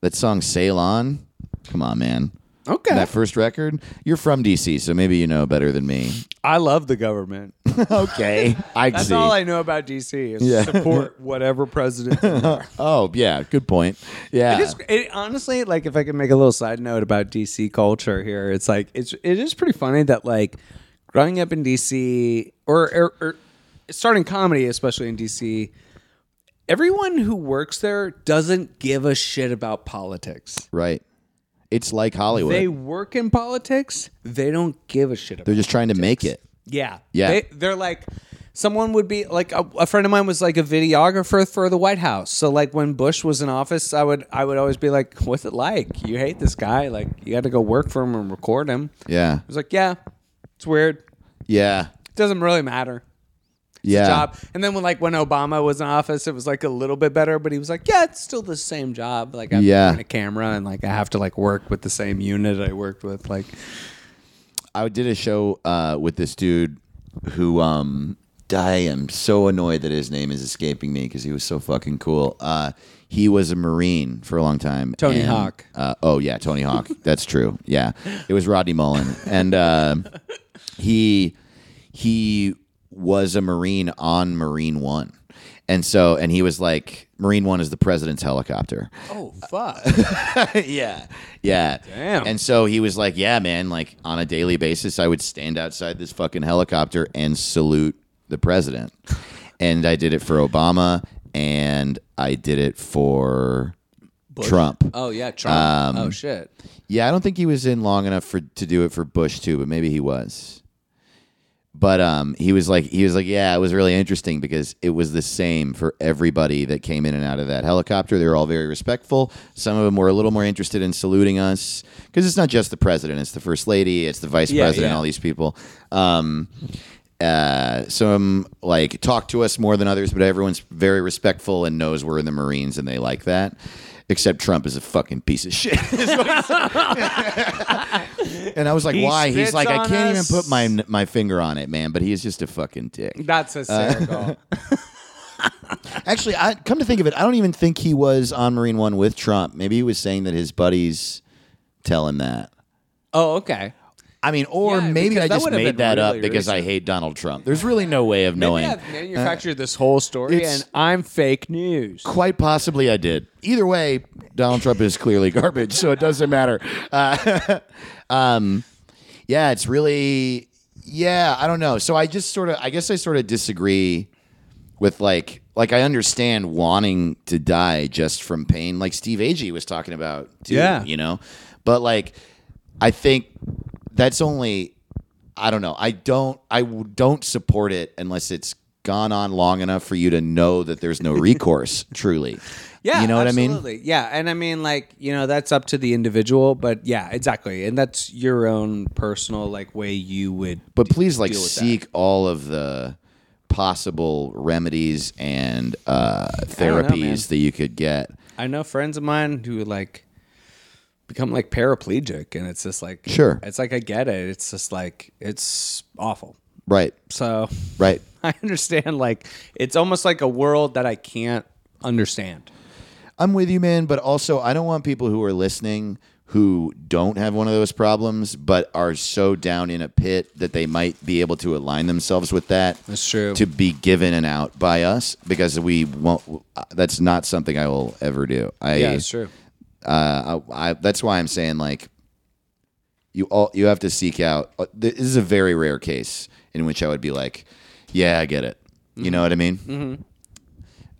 [SPEAKER 1] that song "Ceylon," come on, man.
[SPEAKER 3] Okay.
[SPEAKER 1] That first record. You're from DC, so maybe you know better than me.
[SPEAKER 3] I love the government.
[SPEAKER 1] okay, I
[SPEAKER 3] That's
[SPEAKER 1] see.
[SPEAKER 3] all I know about DC is
[SPEAKER 1] Yeah.
[SPEAKER 3] support whatever president.
[SPEAKER 1] oh yeah, good point. Yeah,
[SPEAKER 3] It is, it, honestly, like if I could make a little side note about DC culture here, it's like it's it is pretty funny that like growing up in DC or, or, or starting comedy, especially in DC, everyone who works there doesn't give a shit about politics.
[SPEAKER 1] right. It's like Hollywood.
[SPEAKER 3] They
[SPEAKER 1] They,
[SPEAKER 3] work in politics. They don't give a shit about.
[SPEAKER 1] are just trying to make it.
[SPEAKER 3] yeah,
[SPEAKER 1] Yeah.
[SPEAKER 3] They, they're like, someone would be like a, a friend of mine was like a videographer for the White House. So like when Bush was in office, I would I would always be like, "What's it like? You hate this guy? Like you got to go work for him and record him?" I
[SPEAKER 1] Yeah,
[SPEAKER 3] was like, "Yeah, it's weird.
[SPEAKER 1] yeah,
[SPEAKER 3] It doesn't really matter."
[SPEAKER 1] yeah.
[SPEAKER 3] Job. And then when like when Obama was in office, it was like a little bit better, but he was like, "Yeah, it's still the same job. Like I'm
[SPEAKER 1] Yeah.
[SPEAKER 3] yeah. a camera and like I have to like work with the same unit I worked with like."
[SPEAKER 1] I did a show uh, with this dude who um I am so annoyed that his name is escaping me because he was so fucking cool. Uh, he was a Marine for a long time.
[SPEAKER 3] Tony
[SPEAKER 1] and,
[SPEAKER 3] Hawk.
[SPEAKER 1] Uh, oh yeah, Tony Hawk. That's true. Yeah, it was Rodney Mullen, and uh, he he was a Marine on Marine One, and so and he was like Marine One is the president's helicopter.
[SPEAKER 3] Oh fuck!
[SPEAKER 1] yeah. Yeah.
[SPEAKER 3] Damn.
[SPEAKER 1] And so he was like, yeah, man, like on a daily basis, I would stand outside this fucking helicopter and salute the president. And I did it for Obama and I did it for Trump.
[SPEAKER 3] oh yeah, Trump.
[SPEAKER 1] Um,
[SPEAKER 3] oh shit.
[SPEAKER 1] Yeah, I don't think he was in long enough for to do it for Bush too, but maybe he was. But um, he was like, he was like, yeah, it was really interesting because it was the same for everybody that came in and out of that helicopter. They were all very respectful. Some of them were a little more interested in saluting us because it's not just the president; it's the first lady, it's the vice
[SPEAKER 3] Yeah,
[SPEAKER 1] president,
[SPEAKER 3] yeah.
[SPEAKER 1] all these people. Um, uh, some like talk to us more than others, but everyone's very respectful and knows we're in the Marines and they like that. Except Trump is a fucking piece of shit. and I was like,
[SPEAKER 3] He
[SPEAKER 1] why? He's
[SPEAKER 3] spits
[SPEAKER 1] like, I
[SPEAKER 3] on
[SPEAKER 1] can't
[SPEAKER 3] us.
[SPEAKER 1] even put my my finger on it, man. But he is just a fucking dick.
[SPEAKER 3] That's hysterical.
[SPEAKER 1] Actually, I come to think of it, I don't even think he was on Marine One with Trump. Maybe he was saying that his buddies tell him that.
[SPEAKER 3] oh okay.
[SPEAKER 1] I mean, or
[SPEAKER 3] Yeah,
[SPEAKER 1] maybe
[SPEAKER 3] because
[SPEAKER 1] I
[SPEAKER 3] that
[SPEAKER 1] just
[SPEAKER 3] would've
[SPEAKER 1] made
[SPEAKER 3] been
[SPEAKER 1] that up
[SPEAKER 3] really
[SPEAKER 1] because I
[SPEAKER 3] recent.
[SPEAKER 1] hate Donald Trump. There's really no way of knowing.
[SPEAKER 3] Maybe I've manufactured this whole story
[SPEAKER 1] Uh, it's-
[SPEAKER 3] and I'm fake news.
[SPEAKER 1] Quite possibly I did. Either way, Donald Trump is clearly garbage, so it doesn't matter. Uh, um, yeah, it's really, yeah, I don't know. So I just sort of, I guess I sort of disagree with like, like I understand wanting to die just from pain, like Steve Agee was talking about, too,
[SPEAKER 3] Yeah.
[SPEAKER 1] you know? But like, I think that's only I don't know. I don't I w- don't support it unless it's gone on long enough for you to know that there's no recourse truly.
[SPEAKER 3] Yeah,
[SPEAKER 1] You know what I mean?
[SPEAKER 3] absolutely. Yeah, and I mean, like you know, that's up to the individual, but yeah, exactly, and that's your own personal like way you would.
[SPEAKER 1] But please like
[SPEAKER 3] deal with that.
[SPEAKER 1] seek all of the possible remedies and uh
[SPEAKER 3] don't know,
[SPEAKER 1] therapies
[SPEAKER 3] man.
[SPEAKER 1] that you could get.
[SPEAKER 3] I know friends of mine who like become like paraplegic, and it's just like
[SPEAKER 1] Sure.
[SPEAKER 3] it's like I get it. It's just like it's awful.
[SPEAKER 1] Right.
[SPEAKER 3] So
[SPEAKER 1] Right.
[SPEAKER 3] I understand. Like it's almost like a world that I can't understand.
[SPEAKER 1] I'm with you, man. But also, I don't want people who are listening who don't have one of those problems, but are so down in a pit that they might be able to align themselves with that.
[SPEAKER 3] That's true.
[SPEAKER 1] To be given an out by us because we won't. That's not something I will ever do. I,
[SPEAKER 3] Yeah, it's true.
[SPEAKER 1] Uh, I, I, that's why I'm saying like you all you have to seek out. uh, This is a very rare case in which I would be like, yeah, I get it.
[SPEAKER 3] Mm-hmm.
[SPEAKER 1] You know what I mean?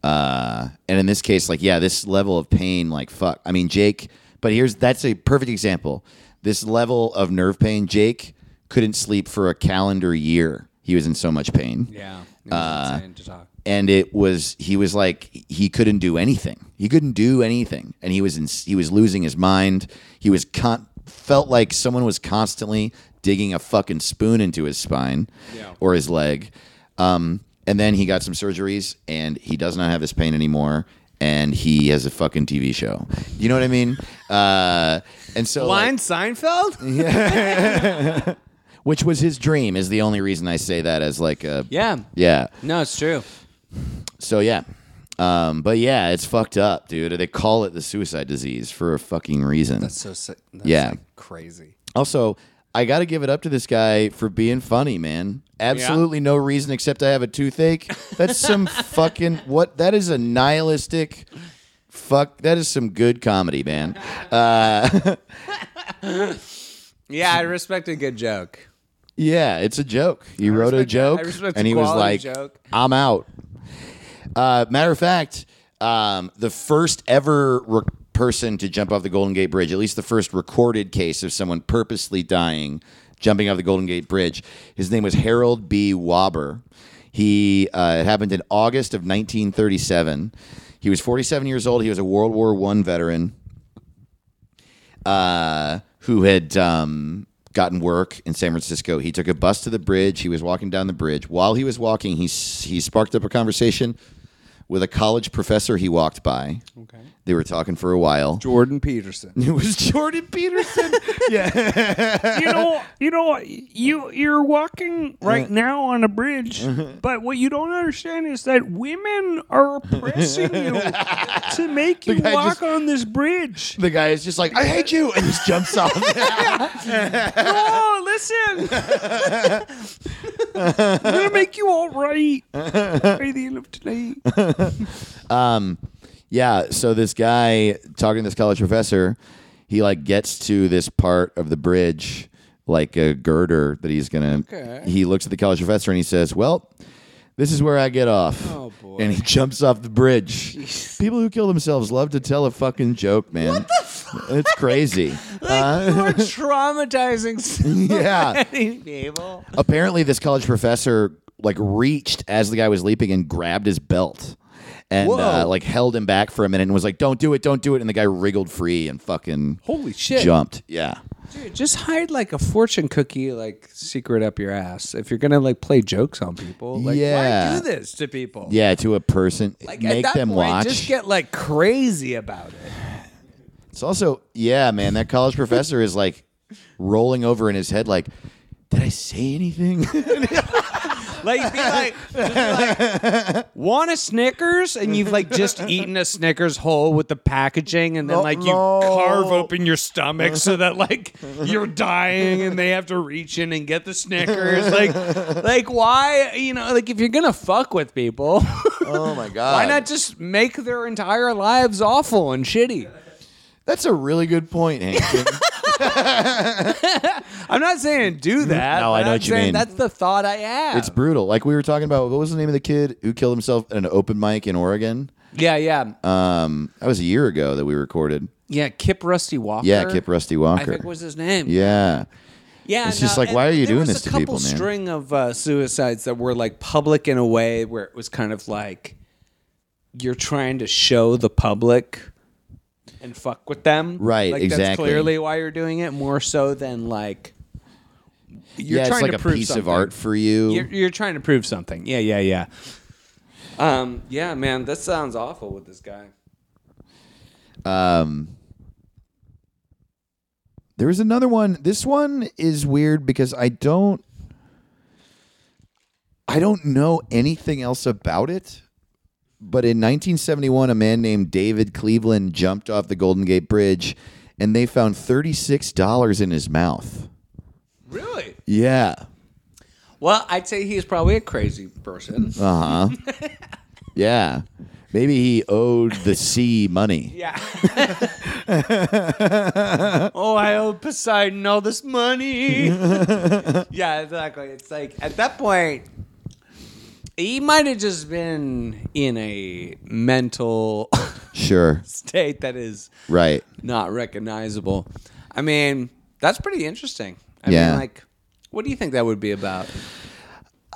[SPEAKER 1] Uh, and in this case, like, yeah, this level of pain, like, fuck. I mean, Jake, but here's that's a perfect example. This level of nerve pain, Jake couldn't sleep for a calendar year. He was in so much pain.
[SPEAKER 3] Yeah, it was
[SPEAKER 1] Uh,
[SPEAKER 3] insane to talk.
[SPEAKER 1] And it was he was like he couldn't do anything. He couldn't do anything, and he was in, he was losing his mind. He was con- felt like someone was constantly digging a fucking spoon into his spine
[SPEAKER 3] Yeah.
[SPEAKER 1] or his leg. Um, and then he got some surgeries, and he does not have this pain anymore. And he has a fucking TV show. You know what I mean? Uh, and so, like-
[SPEAKER 3] Blind Seinfeld?
[SPEAKER 1] which was his dream, is the only reason I say that as like a
[SPEAKER 3] Yeah.
[SPEAKER 1] yeah.
[SPEAKER 3] No, it's true.
[SPEAKER 1] So yeah. Um, but yeah, it's fucked up, dude. They call it the suicide disease for a fucking reason.
[SPEAKER 3] That's so sick. That's
[SPEAKER 1] Yeah.
[SPEAKER 3] like, crazy.
[SPEAKER 1] also, I got to give it up to this guy for being funny, man. Absolutely no reason except I have a toothache. That's some fucking what? That is a nihilistic fuck. That is some good comedy, man.
[SPEAKER 3] Yeah, I respect a good joke.
[SPEAKER 1] Yeah, it's a joke. He wrote a
[SPEAKER 3] respect that.
[SPEAKER 1] joke,
[SPEAKER 3] I respect
[SPEAKER 1] and
[SPEAKER 3] the
[SPEAKER 1] he was
[SPEAKER 3] quality
[SPEAKER 1] like,
[SPEAKER 3] joke.
[SPEAKER 1] "I'm out." Uh, matter of fact, um, the first ever re- person to jump off the Golden Gate Bridge, at least the first recorded case of someone purposely dying jumping off the Golden Gate Bridge, his name was Harold B. Waber. He uh, it happened in August of 1937. He was 47 years old. He was a World War One veteran uh, who had um, gotten work in San Francisco. He took a bus to the bridge. He was walking down the bridge. While he was walking, he s- he sparked up a conversation with a college professor he walked by.
[SPEAKER 3] Okay.
[SPEAKER 1] They were talking for a while.
[SPEAKER 3] Jordan Peterson.
[SPEAKER 1] It was Jordan Peterson.
[SPEAKER 4] you know, you know, you you're walking right now on a bridge, but what you don't understand is that women are oppressing you to make you
[SPEAKER 1] guy
[SPEAKER 4] walk
[SPEAKER 1] just-
[SPEAKER 4] on this bridge.
[SPEAKER 1] the guy is just like, I hate you, and just jumps off.
[SPEAKER 4] Oh, listen, I'm gonna make you all right by the end of today.
[SPEAKER 1] yeah. So this guy talking to this college professor, he like gets to this part of the bridge, like a girder that he's gonna.
[SPEAKER 3] Okay.
[SPEAKER 1] He looks at the college professor and he says, "Well." This is where I get off.
[SPEAKER 3] Oh, boy.
[SPEAKER 1] And he jumps off the bridge. People who kill themselves love to tell a fucking joke, man. What the fuck? It's crazy.
[SPEAKER 3] Like, we're traumatizing so
[SPEAKER 1] yeah.
[SPEAKER 3] many people.
[SPEAKER 1] apparently this college professor like reached as the guy was leaping and grabbed his belt and uh,
[SPEAKER 3] Whoa.
[SPEAKER 1] like held him back for a minute and was like don't do it don't do it and the guy wriggled free and fucking
[SPEAKER 3] Holy shit.
[SPEAKER 1] jumped yeah
[SPEAKER 3] Dude, just hide like a fortune cookie, like secret up your ass. If you're gonna like play jokes on people, like
[SPEAKER 1] Yeah.
[SPEAKER 3] why do this to people?
[SPEAKER 1] yeah to a person
[SPEAKER 3] Like at
[SPEAKER 1] make
[SPEAKER 3] that
[SPEAKER 1] them
[SPEAKER 3] point,
[SPEAKER 1] watch
[SPEAKER 3] just get like crazy about it.
[SPEAKER 1] it's also yeah man that college professor is like rolling over in his head like did i say anything
[SPEAKER 3] Like be like, just be like, want a Snickers, and you've like just eaten a Snickers whole with the packaging, and then
[SPEAKER 1] No,
[SPEAKER 3] like you
[SPEAKER 1] no.
[SPEAKER 3] carve open your stomach so that like you're dying, and they have to reach in and get the Snickers. Like, like why? You know, like if you're gonna fuck with people,
[SPEAKER 1] oh my god
[SPEAKER 3] why not just make their entire lives awful and shitty?
[SPEAKER 1] that's a really good point Hank.
[SPEAKER 3] I'm not saying do
[SPEAKER 1] Mm-hmm.
[SPEAKER 3] that.
[SPEAKER 1] No,
[SPEAKER 3] but
[SPEAKER 1] I know
[SPEAKER 3] I'm
[SPEAKER 1] what you
[SPEAKER 3] saying
[SPEAKER 1] mean.
[SPEAKER 3] That's the thought I have.
[SPEAKER 1] it's brutal like we were talking about what was the name of the kid who killed himself at an open mic in oregon
[SPEAKER 3] yeah, yeah,
[SPEAKER 1] um that was a year ago that we recorded
[SPEAKER 3] yeah. Kip Rusty Walker.
[SPEAKER 1] Yeah, Kip Rusty Walker.
[SPEAKER 3] I think was his name.
[SPEAKER 1] yeah.
[SPEAKER 3] Yeah,
[SPEAKER 1] It's just like, why
[SPEAKER 3] and
[SPEAKER 1] are you
[SPEAKER 3] there
[SPEAKER 1] doing this
[SPEAKER 3] was a
[SPEAKER 1] to
[SPEAKER 3] couple
[SPEAKER 1] people, man?
[SPEAKER 3] String of uh, suicides that were like public in a way where it was kind of like you're trying to show the public and fuck with them,
[SPEAKER 1] Right,
[SPEAKER 3] Like, That's
[SPEAKER 1] exactly.
[SPEAKER 3] clearly why you're doing it more so than like you're
[SPEAKER 1] yeah, it's
[SPEAKER 3] trying
[SPEAKER 1] like
[SPEAKER 3] to
[SPEAKER 1] a
[SPEAKER 3] prove
[SPEAKER 1] piece of
[SPEAKER 3] something.
[SPEAKER 1] art for you.
[SPEAKER 3] You're, you're trying to prove something. Yeah, yeah, yeah. Um, yeah, man, that sounds awful with this guy.
[SPEAKER 1] um There was another one. This one is weird because I don't I don't know anything else about it. But in 1971, a man named David Cleveland jumped off the Golden Gate Bridge and they found $36 in his mouth.
[SPEAKER 3] Really?
[SPEAKER 1] Yeah.
[SPEAKER 3] Well, I'd say he's probably a crazy person.
[SPEAKER 1] Uh huh. yeah. Maybe he owed the sea money.
[SPEAKER 3] Yeah. oh, I owe Poseidon all this money. yeah, exactly. It's like at that point, he might have just been in a mental
[SPEAKER 1] Sure.
[SPEAKER 3] state that is
[SPEAKER 1] Right.
[SPEAKER 3] not recognizable. I mean, that's pretty interesting. I
[SPEAKER 1] Yeah.
[SPEAKER 3] mean, like, what do you think that would be about?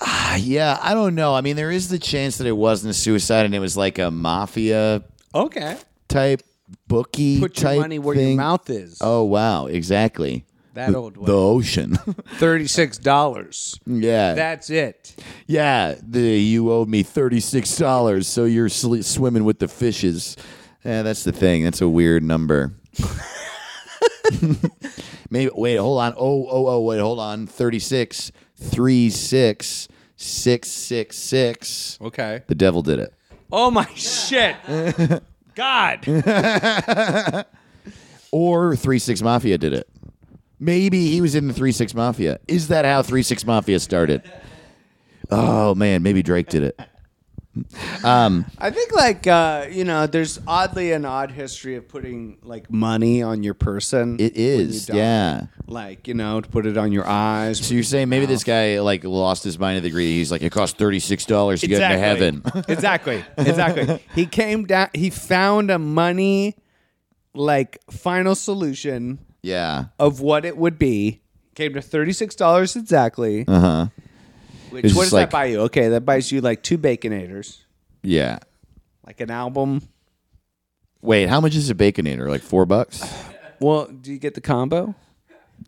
[SPEAKER 1] Uh, Yeah, I don't know. I mean, there is the chance that it wasn't a suicide and it was like a mafia
[SPEAKER 3] Okay.
[SPEAKER 1] type bookie
[SPEAKER 3] Put your
[SPEAKER 1] type
[SPEAKER 3] money where
[SPEAKER 1] thing.
[SPEAKER 3] your mouth is.
[SPEAKER 1] Oh wow, exactly.
[SPEAKER 3] That
[SPEAKER 1] the,
[SPEAKER 3] old way.
[SPEAKER 1] the ocean.
[SPEAKER 3] Thirty-six dollars.
[SPEAKER 1] yeah.
[SPEAKER 3] That's it.
[SPEAKER 1] yeah, the you owe me $36, so you're sli swimming with the fishes. Yeah, that's the thing. That's a weird number. Maybe wait, hold on. Oh, oh, oh, wait, hold on. 36 36 666.
[SPEAKER 3] Okay.
[SPEAKER 1] The devil did it.
[SPEAKER 3] Oh my shit. God.
[SPEAKER 1] or Three Six Mafia did it. Maybe he was in the Three Six Mafia. Is that how Three Six Mafia started? Oh man, maybe Drake did it.
[SPEAKER 3] I think like uh, you know, there's oddly an odd history of putting like money on your person.
[SPEAKER 1] It is,
[SPEAKER 3] when you die.
[SPEAKER 1] yeah.
[SPEAKER 3] Like you know, to put it on your eyes.
[SPEAKER 1] So you're saying maybe this guy like lost his mind to the degree he's like it cost thirty six dollars to get into heaven.
[SPEAKER 3] exactly. Exactly. he came down. He found a money, like final solution
[SPEAKER 1] yeah,
[SPEAKER 3] of what it would be. Came to thirty six dollars exactly. Uh huh.
[SPEAKER 1] Uh-huh.
[SPEAKER 3] Which
[SPEAKER 1] It's
[SPEAKER 3] what
[SPEAKER 1] just
[SPEAKER 3] does
[SPEAKER 1] like-
[SPEAKER 3] that buy you? Okay, that buys you like two baconators,
[SPEAKER 1] yeah.
[SPEAKER 3] like an album.
[SPEAKER 1] Wait, how much is a baconator? Like four bucks?
[SPEAKER 3] Well, do you get the combo?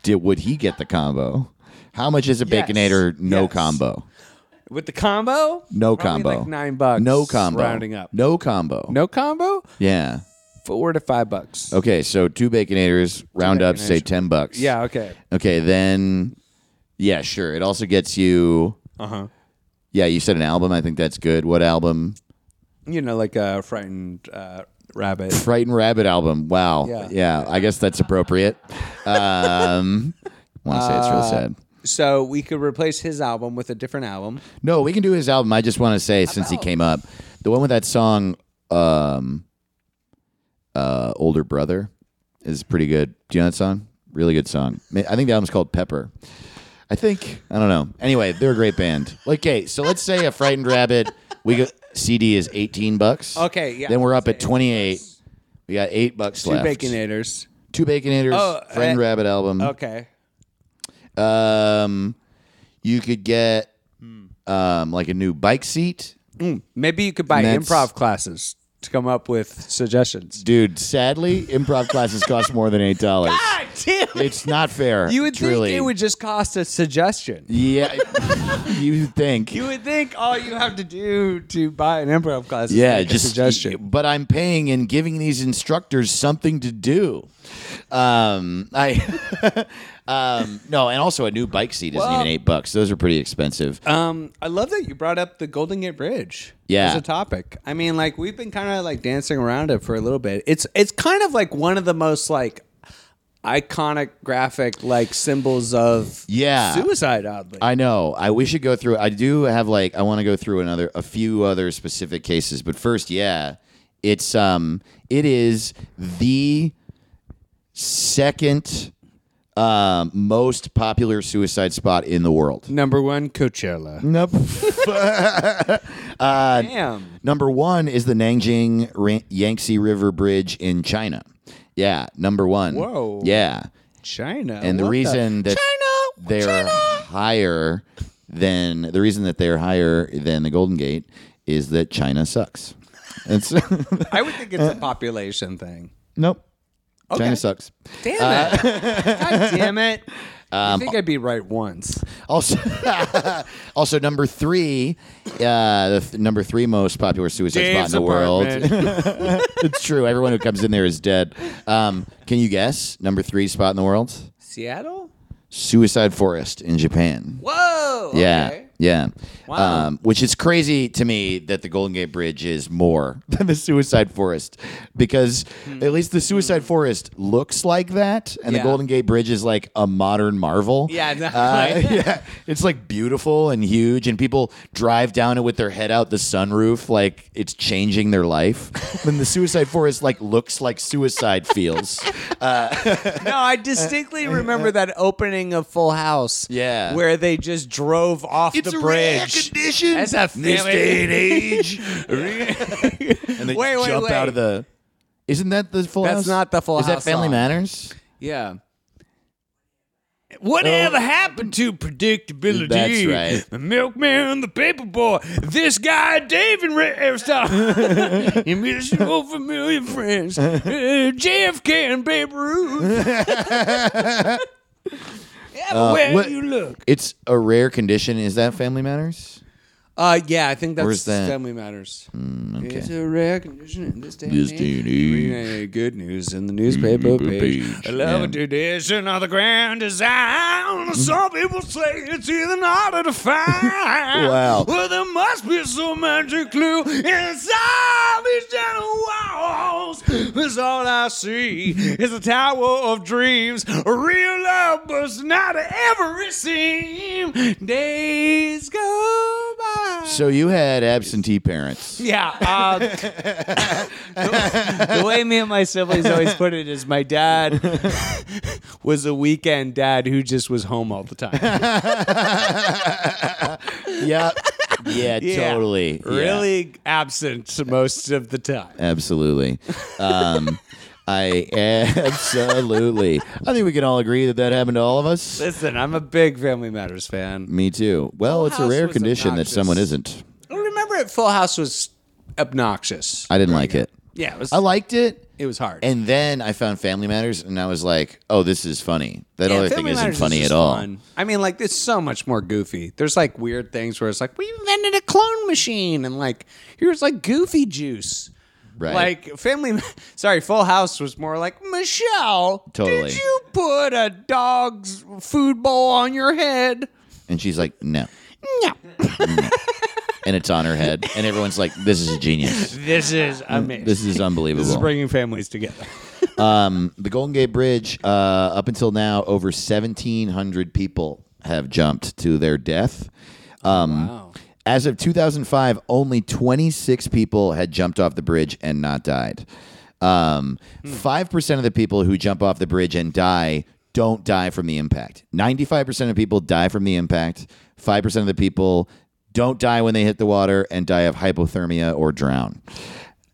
[SPEAKER 1] Did would he get the combo? How much is a
[SPEAKER 3] Yes.
[SPEAKER 1] baconator? No
[SPEAKER 3] Yes.
[SPEAKER 1] combo.
[SPEAKER 3] With the combo?
[SPEAKER 1] No
[SPEAKER 3] Probably
[SPEAKER 1] combo.
[SPEAKER 3] Like nine bucks.
[SPEAKER 1] No combo.
[SPEAKER 3] Rounding up.
[SPEAKER 1] No combo.
[SPEAKER 3] No combo?
[SPEAKER 1] Yeah.
[SPEAKER 3] four to five bucks.
[SPEAKER 1] Okay, so two baconators, round up, say
[SPEAKER 3] Baconators.
[SPEAKER 1] ten bucks.
[SPEAKER 3] Yeah. Okay.
[SPEAKER 1] Okay, then yeah, sure. It also gets you.
[SPEAKER 3] Uh huh.
[SPEAKER 1] Yeah, you said an album. I think that's good. What album?
[SPEAKER 3] You know, like a frightened uh, rabbit.
[SPEAKER 1] Frightened Rabbit album. Wow.
[SPEAKER 3] Yeah.
[SPEAKER 1] I guess that's appropriate. Um, Want to say it's real
[SPEAKER 3] Uh,
[SPEAKER 1] sad.
[SPEAKER 3] So we could replace his album with a different album.
[SPEAKER 1] No, we can do his album. I just want to say since he came up, the one with that song, um, uh, "Older Brother," is pretty good. Do you know that song? Really good song. Ma- I think the album's called Pepper. I think I don't know. Anyway, they're a great band. Okay, so let's say a Frightened Rabbit. We go CD is eighteen bucks.
[SPEAKER 3] Okay, yeah,
[SPEAKER 1] Then we're up at
[SPEAKER 3] it's
[SPEAKER 1] twenty eight. We got eight bucks
[SPEAKER 3] Two
[SPEAKER 1] left.
[SPEAKER 3] baconators.
[SPEAKER 1] Two Baconators.
[SPEAKER 3] Oh,
[SPEAKER 1] Frightened
[SPEAKER 3] uh,
[SPEAKER 1] Rabbit album.
[SPEAKER 3] Okay.
[SPEAKER 1] Um, you could get um like a new bike seat.
[SPEAKER 3] Maybe you could buy
[SPEAKER 1] And that's-
[SPEAKER 3] improv classes to come up with suggestions.
[SPEAKER 1] Dude, sadly, improv classes cost more than eight dollars.
[SPEAKER 3] Damn.
[SPEAKER 1] It's not fair.
[SPEAKER 3] You would
[SPEAKER 1] truly.
[SPEAKER 3] think it would just cost a suggestion.
[SPEAKER 1] Yeah, you think?
[SPEAKER 3] You would think all you have to do to buy an improv class is
[SPEAKER 1] yeah,
[SPEAKER 3] make
[SPEAKER 1] just
[SPEAKER 3] a suggestion.
[SPEAKER 1] But I'm paying and giving these instructors something to do. Um, I, um, no, and also a new bike seat isn't
[SPEAKER 3] Well-
[SPEAKER 1] even eight bucks. Those are pretty expensive.
[SPEAKER 3] Um, I love that you brought up the Golden Gate Bridge.
[SPEAKER 1] Yeah.
[SPEAKER 3] as a topic. I mean, like we've been kind of like dancing around it for a little bit. It's it's kind of like one of the most like iconic graphic like symbols of
[SPEAKER 1] Yeah.
[SPEAKER 3] suicide. Oddly,
[SPEAKER 1] I know. I we should go through. I do have like I want to go through another a few other specific cases, but first, yeah, it's um, it is the second um most popular suicide spot in the world.
[SPEAKER 3] number one Coachella.
[SPEAKER 1] Nope.
[SPEAKER 3] Damn.
[SPEAKER 1] Number one is the Nanjing Ran- Yangtze River Bridge in China. Yeah, number one.
[SPEAKER 3] Whoa.
[SPEAKER 1] Yeah,
[SPEAKER 3] China.
[SPEAKER 1] and the
[SPEAKER 3] What
[SPEAKER 1] reason that
[SPEAKER 3] China,
[SPEAKER 1] they're higher than the reason that they're higher than the Golden Gate is that China sucks. It's,
[SPEAKER 3] I would think it's a population thing.
[SPEAKER 1] nope,
[SPEAKER 3] Okay.
[SPEAKER 1] China sucks.
[SPEAKER 3] Damn
[SPEAKER 1] Uh,
[SPEAKER 3] it! God damn it!
[SPEAKER 1] Um,
[SPEAKER 3] I think I'd be right once.
[SPEAKER 1] Also, also number three, uh, the th- number three most popular suicide spot in the world. it's true. Everyone who comes in there is dead. Um, can you guess number three spot in the world?
[SPEAKER 3] Seattle.
[SPEAKER 1] Suicide Forest in Japan.
[SPEAKER 3] Whoa.
[SPEAKER 1] Yeah.
[SPEAKER 3] okay.
[SPEAKER 1] Yeah.
[SPEAKER 3] Wow.
[SPEAKER 1] Um, which is crazy to me that the Golden Gate Bridge is more than the Suicide Forest because at least the Suicide Forest looks like that and
[SPEAKER 3] Yeah.
[SPEAKER 1] the Golden Gate Bridge is like a modern marvel.
[SPEAKER 3] Yeah, exactly.
[SPEAKER 1] Uh, yeah. It's like beautiful and huge and people drive down it with their head out the sunroof like it's changing their life. and the Suicide Forest like looks like suicide feels.
[SPEAKER 3] No, I distinctly remember that opening of Full House.
[SPEAKER 1] Yeah.
[SPEAKER 3] Where they just drove off the bridge.
[SPEAKER 1] condition.
[SPEAKER 3] That's a
[SPEAKER 1] this
[SPEAKER 3] family-
[SPEAKER 1] day and age. and they
[SPEAKER 3] Wait, wait,
[SPEAKER 1] jump out
[SPEAKER 3] wait.
[SPEAKER 1] of the. Isn't that the full
[SPEAKER 3] That's
[SPEAKER 1] house?
[SPEAKER 3] not the Full
[SPEAKER 1] Is
[SPEAKER 3] House
[SPEAKER 1] that Family
[SPEAKER 3] song.
[SPEAKER 1] Matters?
[SPEAKER 3] Yeah. Whatever happened to predictability?
[SPEAKER 1] That's right.
[SPEAKER 3] The milkman, the paperboy, this guy, er, Dave and Ray Aristotle. you miss your old familiar friends, uh, JFK and Babe Ruth. yeah, but where
[SPEAKER 1] what-
[SPEAKER 3] you look.
[SPEAKER 1] It's a rare condition. Is that Family Matters?
[SPEAKER 3] Uh, yeah, I think that's
[SPEAKER 1] Where's that? Hmm,
[SPEAKER 3] Family Matters. It's a rare condition in this day
[SPEAKER 1] This
[SPEAKER 3] and
[SPEAKER 1] day
[SPEAKER 3] age.
[SPEAKER 1] and age.
[SPEAKER 3] We need Good news in the newspaper page.
[SPEAKER 1] page,
[SPEAKER 3] I love
[SPEAKER 1] yeah. Mm-hmm.
[SPEAKER 3] a tradition of the grand design. Some people say it's either not or to find.
[SPEAKER 1] Wow.
[SPEAKER 3] Well, there must be some magic clue inside these gentle walls. That's all I see is a tower of dreams. Real love was not ever seem. Days go by.
[SPEAKER 1] So you had absentee parents.
[SPEAKER 3] Yeah. Uh, the, the way me and my siblings always put it is my dad was a weekend dad who just was home all the time.
[SPEAKER 1] yep. Yeah, totally. Yeah.
[SPEAKER 3] Really absent most of the time.
[SPEAKER 1] Absolutely. Um, I absolutely. I think we can all agree that that happened to all of us.
[SPEAKER 3] Listen, I'm a big Family Matters fan.
[SPEAKER 1] Me too. Well, it's a
[SPEAKER 3] House
[SPEAKER 1] rare
[SPEAKER 3] was
[SPEAKER 1] condition
[SPEAKER 3] obnoxious.
[SPEAKER 1] that someone isn't.
[SPEAKER 3] I remember it, Full House was obnoxious.
[SPEAKER 1] I didn't like it.
[SPEAKER 3] yeah, it was,
[SPEAKER 1] I liked it.
[SPEAKER 3] it was hard.
[SPEAKER 1] And then I found Family Matters, and I was like, "Oh, this is funny. That
[SPEAKER 3] Yeah,
[SPEAKER 1] other
[SPEAKER 3] Family
[SPEAKER 1] thing isn't
[SPEAKER 3] Matters is
[SPEAKER 1] funny
[SPEAKER 3] just
[SPEAKER 1] at all."
[SPEAKER 3] fun. I mean, like it's so much more goofy. There's like weird things where it's like we invented a clone machine, and like here's like Goofy juice.
[SPEAKER 1] Right.
[SPEAKER 3] Like family, sorry, Full House was more like Michelle.
[SPEAKER 1] Totally.
[SPEAKER 3] Did you put a dog's food bowl on your head?
[SPEAKER 1] And she's like, no.
[SPEAKER 3] No.
[SPEAKER 1] And it's on her head. And everyone's like, this is a genius.
[SPEAKER 3] This is amazing.
[SPEAKER 1] Mm, This is unbelievable.
[SPEAKER 3] This is bringing families together.
[SPEAKER 1] the Golden Gate Bridge, uh, up until now, over 1,700 people have jumped to their death. Um,
[SPEAKER 3] Wow.
[SPEAKER 1] As of 2005, only 26 people had jumped off the bridge and not died. Um, 5% of the people who jump off the bridge and die don't die from the impact. 95% of people die from the impact. 5% of the people don't die when they hit the water and die of hypothermia or drown.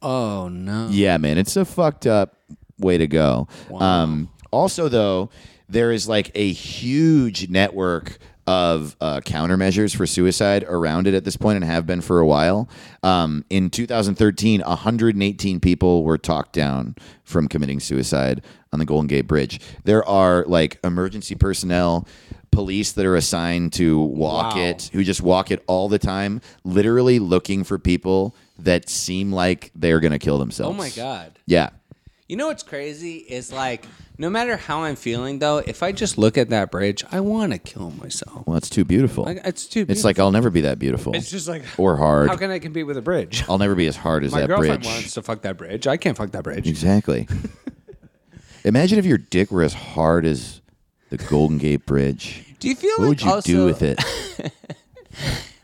[SPEAKER 3] Oh no.
[SPEAKER 1] Yeah, man, it's a fucked up way to go. Um, also, though, there is like a huge network of uh, countermeasures for suicide around it at this point and have been for a while. Um, in 2013, 118 people were talked down from committing suicide on the Golden Gate Bridge. There are like emergency personnel, police that are assigned to walk
[SPEAKER 3] Wow.
[SPEAKER 1] it who just walk it all the time, literally looking for people that seem like they're gonna kill
[SPEAKER 3] Oh
[SPEAKER 1] themselves.
[SPEAKER 3] my god.
[SPEAKER 1] Yeah.
[SPEAKER 3] You know what's crazy is like no matter how I'm feeling though, if I just look at that bridge, I want to kill myself.
[SPEAKER 1] Well, it's too beautiful.
[SPEAKER 3] Like it's too.
[SPEAKER 1] it's like I'll never be that beautiful.
[SPEAKER 3] it's just like
[SPEAKER 1] or hard.
[SPEAKER 3] how can I compete with a bridge?
[SPEAKER 1] I'll never be as hard as
[SPEAKER 3] My
[SPEAKER 1] that
[SPEAKER 3] girlfriend
[SPEAKER 1] bridge.
[SPEAKER 3] wants to fuck that bridge. I can't fuck that bridge.
[SPEAKER 1] Exactly. Imagine if your dick were as hard as the Golden Gate Bridge.
[SPEAKER 3] Do you feel
[SPEAKER 1] What
[SPEAKER 3] like
[SPEAKER 1] would you
[SPEAKER 3] also,
[SPEAKER 1] do with it?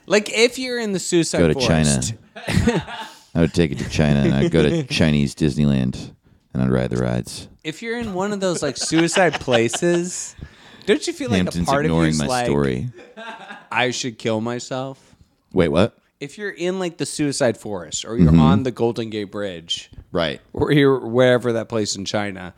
[SPEAKER 3] Like if you're in the suicide
[SPEAKER 1] Go to China.
[SPEAKER 3] forest,
[SPEAKER 1] I would take it to China and I'd go to Chinese Disneyland and I'd ride the rides.
[SPEAKER 3] if you're in one of those like suicide places, don't you feel like
[SPEAKER 1] Hampton's
[SPEAKER 3] a part of you
[SPEAKER 1] ignoring
[SPEAKER 3] is
[SPEAKER 1] my
[SPEAKER 3] like
[SPEAKER 1] story.
[SPEAKER 3] I should kill myself?
[SPEAKER 1] Wait, what?
[SPEAKER 3] If you're in like the suicide forest or
[SPEAKER 1] Mm-hmm.
[SPEAKER 3] you're on the Golden Gate Bridge,
[SPEAKER 1] Right.
[SPEAKER 3] or here, wherever that place in China,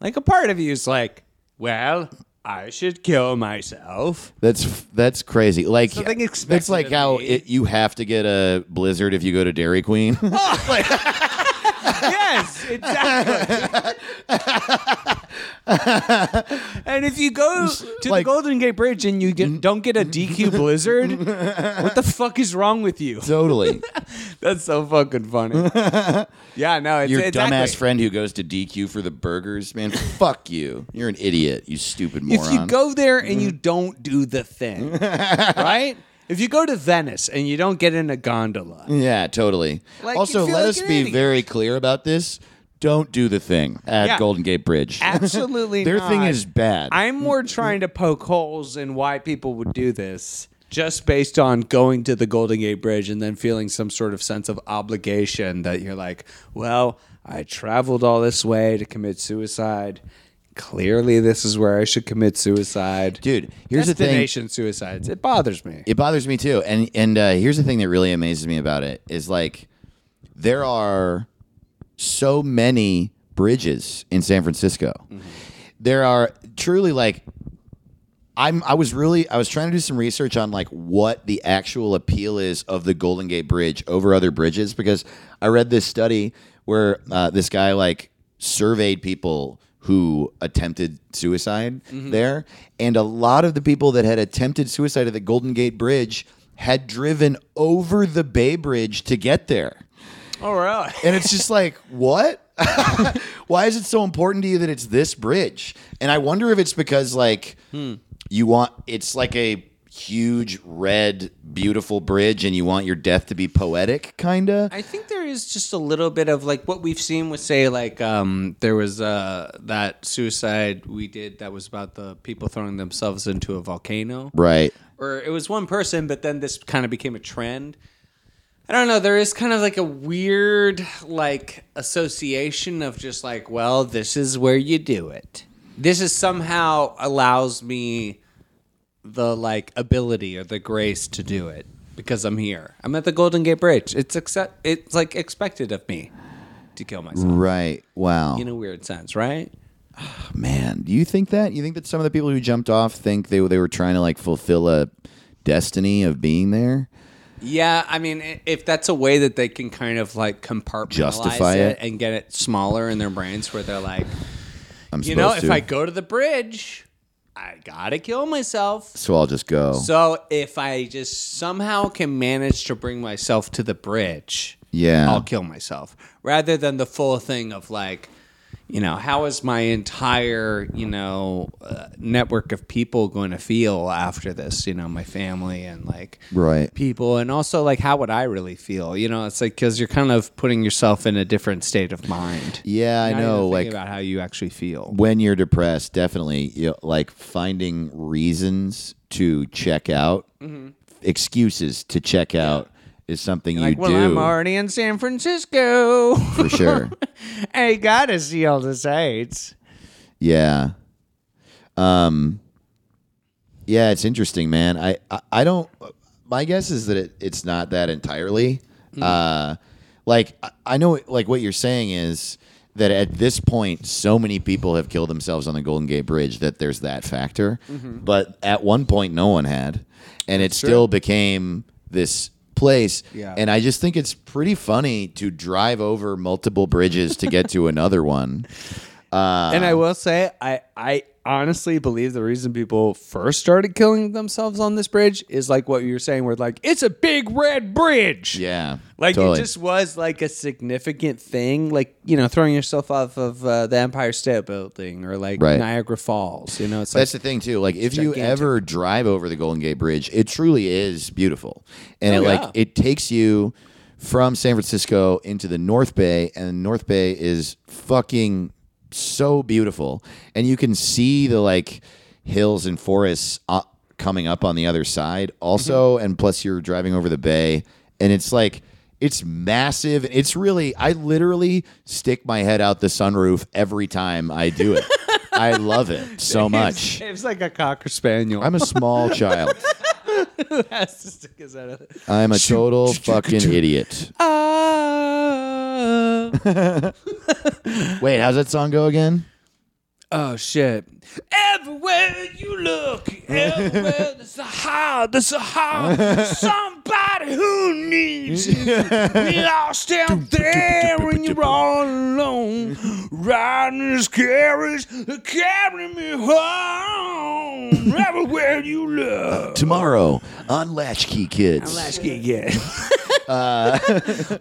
[SPEAKER 3] like a part of you is like, well, I should kill myself.
[SPEAKER 1] That's that's crazy. Like
[SPEAKER 3] Something expected
[SPEAKER 1] that's like
[SPEAKER 3] of
[SPEAKER 1] how
[SPEAKER 3] me.
[SPEAKER 1] it, you have to get a blizzard if you go to Dairy Queen.
[SPEAKER 3] yes, exactly. and if you go to
[SPEAKER 1] Like-
[SPEAKER 3] the Golden Gate Bridge and you get, don't get a DQ blizzard, what the fuck is wrong with you?
[SPEAKER 1] totally.
[SPEAKER 3] That's so fucking funny. yeah, no, it's
[SPEAKER 1] Your
[SPEAKER 3] exactly.
[SPEAKER 1] dumbass friend who goes to DQ for the burgers, man. fuck you. You're an idiot. You stupid moron.
[SPEAKER 3] If you go there and you don't do the thing, right? If you go to Venice and you don't get in a gondola,
[SPEAKER 1] yeah, totally.
[SPEAKER 3] Like, you
[SPEAKER 1] also,
[SPEAKER 3] feel
[SPEAKER 1] let
[SPEAKER 3] like
[SPEAKER 1] us
[SPEAKER 3] an
[SPEAKER 1] be
[SPEAKER 3] idiot.
[SPEAKER 1] very clear about this. Don't do the thing at
[SPEAKER 3] Yeah.
[SPEAKER 1] Golden Gate Bridge.
[SPEAKER 3] Absolutely
[SPEAKER 1] Their thing
[SPEAKER 3] not.
[SPEAKER 1] is Mm-hmm. bad.
[SPEAKER 3] I'm more trying to poke holes in why people would do this just based on going to the Golden Gate Bridge and then feeling some sort of sense of obligation that you're like, well, I traveled all this way to commit suicide. Clearly, this is where I should commit suicide.
[SPEAKER 1] Dude, here's the thing.
[SPEAKER 3] Destination suicides. It bothers me.
[SPEAKER 1] It bothers me too. And and uh, here's the thing that really amazes me about it is like there are so many bridges in San Francisco.
[SPEAKER 3] Mm-hmm.
[SPEAKER 1] There are truly like I'm I was really I was trying to do some research on like what the actual appeal is of the Golden Gate Bridge over other bridges because I read this study where uh, this guy like surveyed people who attempted suicide there and a lot of the people that had attempted suicide at the Golden Gate Bridge had driven over the Bay Bridge to get there.
[SPEAKER 3] All right.
[SPEAKER 1] And it's just like, what? Why is it so important to you that it's this bridge? And I wonder if it's because like you want it's like a huge red beautiful bridge and you want your death to be poetic kinda.
[SPEAKER 3] I think there is just a little bit of like what we've seen with say like um there was uh that suicide we did that was about the people throwing themselves into a volcano
[SPEAKER 1] right.
[SPEAKER 3] or it was one person but then this kind of became a trend. I don't know, there is kind of like a weird like association of just like well, this is where you do it. This is somehow allows me the like ability or the grace to do it because I'm here. I'm at the Golden Gate Bridge. It's accept. It's like expected of me to kill myself
[SPEAKER 1] Right. Wow.
[SPEAKER 3] in a weird sense, right?
[SPEAKER 1] Man, do you think that? You think that some of the people who jumped off think they they were trying to like fulfill a destiny of being there?
[SPEAKER 3] Yeah, I mean, i- if that's a way that they can kind of like compartmentalize
[SPEAKER 1] Justify
[SPEAKER 3] it,
[SPEAKER 1] it.
[SPEAKER 3] and get it smaller in their brains, where they're like,
[SPEAKER 1] I'm
[SPEAKER 3] you
[SPEAKER 1] supposed
[SPEAKER 3] know, if
[SPEAKER 1] to.
[SPEAKER 3] I go to the bridge, I gotta kill myself.
[SPEAKER 1] so I'll just go.
[SPEAKER 3] So if I just somehow can manage to bring myself to the bridge,
[SPEAKER 1] Yeah.
[SPEAKER 3] I'll kill myself rather than the full thing of like, you know, how is my entire, you know, uh, network of people going to feel after this? You know, my family and like
[SPEAKER 1] Right.
[SPEAKER 3] people, and also like, how would I really feel? You know, it's like because you're kind of putting yourself in a different state of mind.
[SPEAKER 1] Yeah, I
[SPEAKER 3] Not even
[SPEAKER 1] know.
[SPEAKER 3] thinking
[SPEAKER 1] Like
[SPEAKER 3] about how you actually feel.
[SPEAKER 1] when you're depressed, definitely you know, like finding reasons to check out,
[SPEAKER 3] Mm-hmm.
[SPEAKER 1] excuses to check out is something you
[SPEAKER 3] Like, well,
[SPEAKER 1] do
[SPEAKER 3] I'm already in San Francisco.
[SPEAKER 1] for sure.
[SPEAKER 3] I gotta see all the sights.
[SPEAKER 1] Yeah. Um yeah, it's interesting, man. I I, I don't my guess is that it, it's not that entirely.
[SPEAKER 3] Mm.
[SPEAKER 1] Uh like I, I know like what you're saying is that at this point so many people have killed themselves on the Golden Gate Bridge that there's that factor.
[SPEAKER 3] Mm-hmm.
[SPEAKER 1] But at one point no one had and it still became this place
[SPEAKER 3] Yeah.
[SPEAKER 1] and I just think it's pretty funny to drive over multiple bridges to get to another one.
[SPEAKER 3] and I will say, I I honestly believe the reason people first started killing themselves on this bridge is like what you were saying, where like it's a big red bridge.
[SPEAKER 1] Yeah.
[SPEAKER 3] Like
[SPEAKER 1] totally.
[SPEAKER 3] it just was like a significant thing, like you know, throwing yourself off of uh, the Empire State Building or like
[SPEAKER 1] Right.
[SPEAKER 3] Niagara Falls. You know, it's like
[SPEAKER 1] That's the thing too. Like if you
[SPEAKER 3] gigantic.
[SPEAKER 1] ever drive over the Golden Gate Bridge, it truly is beautiful, and
[SPEAKER 3] Oh,
[SPEAKER 1] it like
[SPEAKER 3] yeah.
[SPEAKER 1] it takes you from San Francisco into the North Bay, and North Bay is fucking so beautiful, and you can see the like hills and forests uh, coming up on the other side
[SPEAKER 3] Mm-hmm.
[SPEAKER 1] also, and plus you're driving over the bay, and it's like. It's massive. It's really, I literally stick my head out the sunroof every time I do it. I love it so much.
[SPEAKER 3] It's like a cocker spaniel.
[SPEAKER 1] I'm a small child.
[SPEAKER 3] has to stick his head out.
[SPEAKER 1] I'm a total fucking idiot.
[SPEAKER 3] Ah.
[SPEAKER 1] Wait, how's that song go again?
[SPEAKER 3] Oh shit!
[SPEAKER 4] Everywhere you look, everywhere there's a high, there's a high. Somebody who needs you. We lost out there when you're all alone. Riding this carriage, carry me home. Everywhere you look.
[SPEAKER 1] Tomorrow on Latchkey Kids.
[SPEAKER 3] Yeah.
[SPEAKER 4] Uh,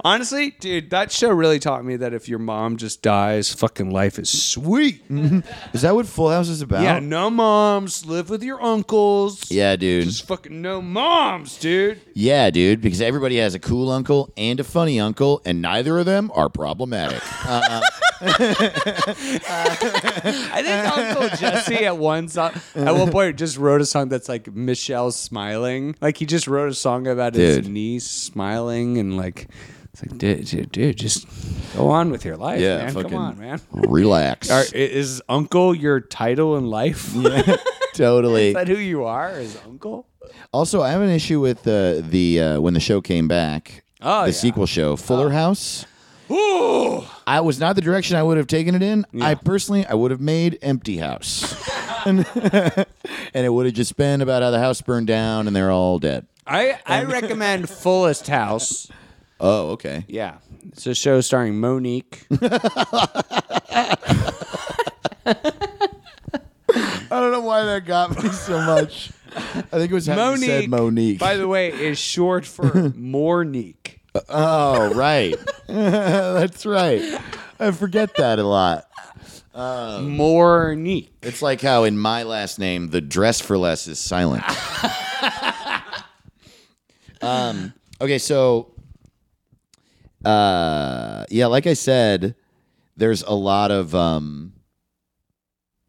[SPEAKER 3] Honestly, dude, that show really taught me that if your mom just dies, fucking life is sweet.
[SPEAKER 1] Is that what Full House is about?
[SPEAKER 3] Yeah, no moms, live with your uncles.
[SPEAKER 1] Yeah, dude.
[SPEAKER 3] Just fucking no moms, dude.
[SPEAKER 1] Yeah, dude. Because everybody has a cool uncle and a funny uncle, and neither of them are problematic.
[SPEAKER 3] I think Uncle Jesse at one song, at one point just wrote a song that's like Michelle smiling. Like he just wrote a song about his
[SPEAKER 1] Dude.
[SPEAKER 3] niece smiling and like, it's like, dude, dude, dude, just go on with your life,
[SPEAKER 1] Yeah,
[SPEAKER 3] man.
[SPEAKER 1] fucking-
[SPEAKER 3] Come on, man.
[SPEAKER 1] Relax.
[SPEAKER 3] Are, i- is Uncle your title in life?
[SPEAKER 1] totally.
[SPEAKER 3] is that who you are? Is Uncle?
[SPEAKER 1] Also, I have an issue with uh, the uh, when the show came back.
[SPEAKER 3] Oh,
[SPEAKER 1] the
[SPEAKER 3] yeah. Oh.
[SPEAKER 1] sequel show, Fuller House.
[SPEAKER 3] Ooh,
[SPEAKER 1] I was not the direction I would have taken it in. I personally, I would have made Empty House, and, and it would have just been about how the house burned down and they're all dead.
[SPEAKER 3] I I recommend Fullest House.
[SPEAKER 1] Oh, okay.
[SPEAKER 3] Yeah, it's a show starring Monique.
[SPEAKER 1] I don't know why that got me so much. I think it was how you said Monique.
[SPEAKER 3] by the way, is short for Mornique.
[SPEAKER 1] oh, right. That's right. I forget that a lot. Oh.
[SPEAKER 3] Mornique.
[SPEAKER 1] It's like how in my last name, the dress for less is silent. um, okay, so uh, yeah, like I said, there's a lot of um,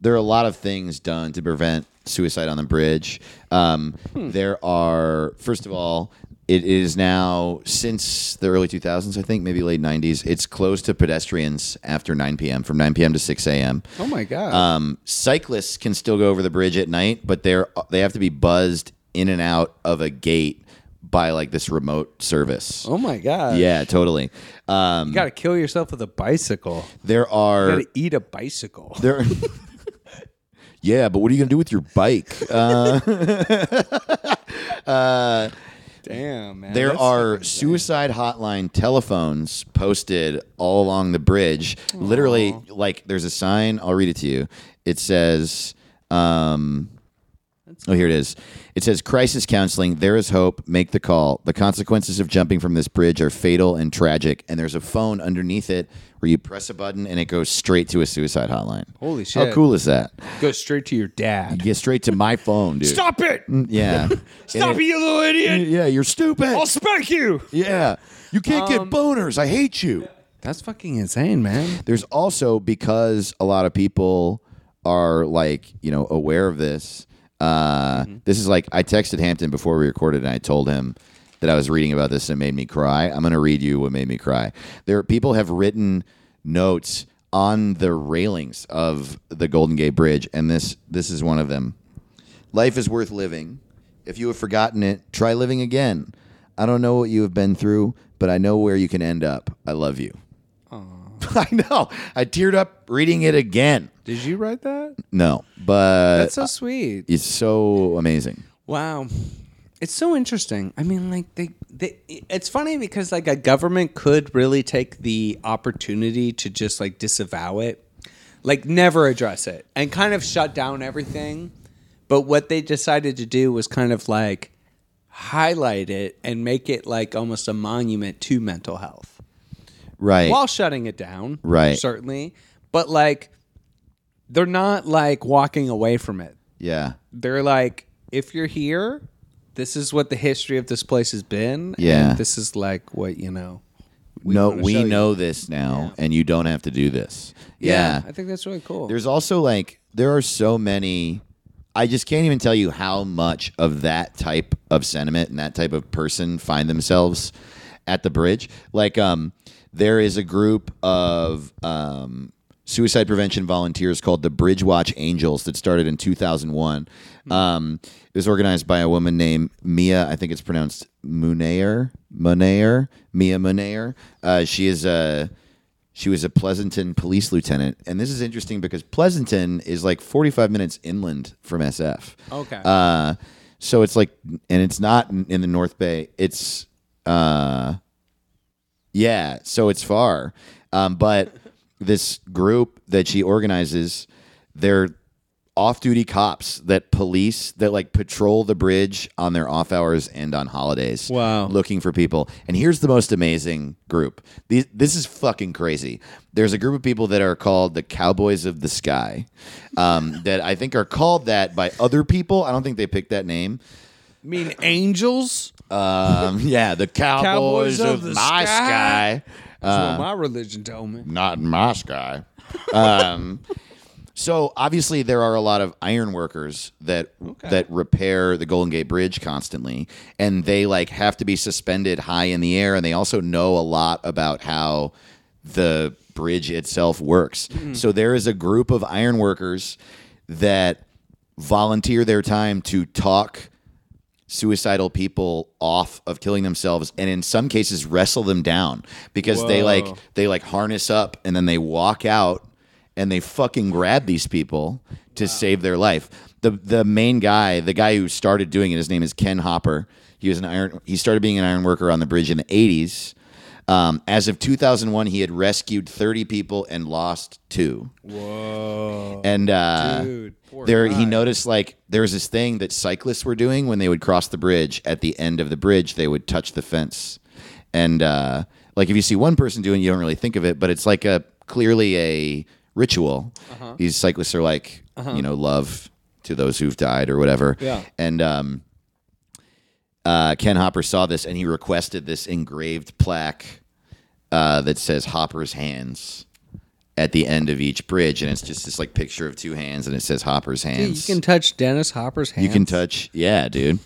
[SPEAKER 1] there are a lot of things done to prevent suicide on the bridge. Um, There are, first of all, it is now since the early 2000s, I think, maybe late 90s. It's closed to pedestrians after 9 p.m. from 9 p.m. to 6 a.m.
[SPEAKER 3] Oh my god.
[SPEAKER 1] Um, cyclists can still go over the bridge at night, but they're they have to be buzzed in and out of a gate by like this remote service.
[SPEAKER 3] oh my god.
[SPEAKER 1] Yeah, totally. Um,
[SPEAKER 3] You gotta kill yourself with a bicycle.
[SPEAKER 1] there
[SPEAKER 3] You
[SPEAKER 1] are
[SPEAKER 3] gotta eat a bicycle.
[SPEAKER 1] there. yeah, but what are you gonna do with your bike? Uh,
[SPEAKER 3] Damn, man.
[SPEAKER 1] there
[SPEAKER 3] That's-
[SPEAKER 1] are suicide hotline telephones posted all along the bridge. Literally, like there's a sign. I'll read it to you. It says. Um, Oh, here it is. It says crisis counseling. There is hope. Make the call. The consequences of jumping from this bridge are fatal and tragic. And there's a phone underneath it where you press a button and it goes straight to a suicide hotline.
[SPEAKER 3] Holy
[SPEAKER 1] How
[SPEAKER 3] shit.
[SPEAKER 1] cool is that?
[SPEAKER 3] Go straight to your dad.
[SPEAKER 1] Get straight to my phone, dude.
[SPEAKER 4] Stop it!
[SPEAKER 1] Yeah.
[SPEAKER 4] Stop it,
[SPEAKER 1] And
[SPEAKER 4] you little
[SPEAKER 1] it-
[SPEAKER 4] idiot!
[SPEAKER 1] Mm, Yeah, you're stupid.
[SPEAKER 4] I'll spank you!
[SPEAKER 1] Yeah. You can't get boners. I hate you.
[SPEAKER 3] That's fucking insane, man.
[SPEAKER 1] There's also because a lot of people are like, you know, aware of this. Uh, This is like I texted Hampton before we recorded, and I told him that I was reading about this and it made me cry. I'm going to read you what made me cry. There, people have written notes on the railings of the Golden Gate Bridge, and this this is one of them. Life is worth living. If you have forgotten it, try living again. I don't know what you have been through, but I know where you can end up. I love you. I know. I teared up reading it again.
[SPEAKER 3] Did you write that?
[SPEAKER 1] No, but
[SPEAKER 3] That's so sweet.
[SPEAKER 1] it's so amazing.
[SPEAKER 3] Wow. It's so interesting. I mean, like they, they it's funny because like a government could really take the opportunity to just like disavow it. Like never address it and kind of shut down everything. But what they decided to do was kind of like highlight it and make it like almost a monument to mental health.
[SPEAKER 1] Right.
[SPEAKER 3] while shutting it down,
[SPEAKER 1] Right.
[SPEAKER 3] Certainly, but like they're not like walking away from it.
[SPEAKER 1] yeah.
[SPEAKER 3] They're like, if you're here, this is what the history of this place has been.
[SPEAKER 1] Yeah.
[SPEAKER 3] and this is like what you know.
[SPEAKER 1] no,
[SPEAKER 3] wanna
[SPEAKER 1] we
[SPEAKER 3] show you.
[SPEAKER 1] know this now, and you don't have to do this. yeah.
[SPEAKER 3] I think that's really cool.
[SPEAKER 1] There's also like there are so many. I just can't even tell you how much of that type of sentiment and that type of person find themselves at the bridge. Like, um, there is a group of um, suicide prevention volunteers called the Bridge Watch Angels that started in 2001. Um, it was organized by a woman named Mia. I think it's pronounced Munayer. Munayer. Mia Munayer. Uh, she is a she was a Pleasanton police lieutenant. And this is interesting because Pleasanton is like 45 minutes inland from SF.
[SPEAKER 3] okay,
[SPEAKER 1] Uh, so it's like, and it's not in, in the North Bay. It's, uh, yeah, so it's far. Um, but this group that she organizes, they're off duty cops that police, that like patrol the bridge on their off hours and on holidays.
[SPEAKER 3] Wow.
[SPEAKER 1] Looking for people. And here's the most amazing group. These, this is fucking crazy. There's a group of people that are called the Cowboys of the Sky um, that I think are called that by other people. I don't think they picked that name.
[SPEAKER 3] I mean angels.
[SPEAKER 1] Um, yeah, the Cowboys,
[SPEAKER 3] Cowboys of
[SPEAKER 1] of,
[SPEAKER 3] the
[SPEAKER 1] my
[SPEAKER 3] Sky.
[SPEAKER 1] sky. uh,
[SPEAKER 3] That's what my religion told me.
[SPEAKER 1] not in my sky. Um, so obviously there are a lot of iron workers that that repair the Golden Gate Bridge constantly, and they like have to be suspended high in the air, and they also know a lot about how the bridge itself works. So there is a group of iron workers that volunteer their time to talk suicidal people off of killing themselves and in some cases wrestle them down because they like they like harness up and then they walk out and they fucking grab these people to save their life. The the main guy, the guy who started doing it, his name is Ken Hopper. He was an iron he started being an iron worker on the bridge in the 80s. Um, as of 2001, he had rescued 30 people and lost two.
[SPEAKER 3] Whoa,
[SPEAKER 1] And uh,
[SPEAKER 3] dude, poor
[SPEAKER 1] there
[SPEAKER 3] guy.
[SPEAKER 1] he noticed like there was this thing that cyclists were doing when they would cross the bridge at the end of the bridge they would touch the fence and uh, like if you see one person doing it, you don't really think of it but it's like a clearly a ritual
[SPEAKER 3] Uh-huh.
[SPEAKER 1] these cyclists are like you know love to those who've died or whatever
[SPEAKER 3] Yeah.
[SPEAKER 1] and um, uh, ken hopper saw this and he requested this engraved plaque uh, that says hopper's hands at the end of each bridge, and it's just this like picture of two hands, and it says Hopper's
[SPEAKER 3] Dude,
[SPEAKER 1] hands.
[SPEAKER 3] you can touch Dennis Hopper's hands.
[SPEAKER 1] You can touch, yeah, dude.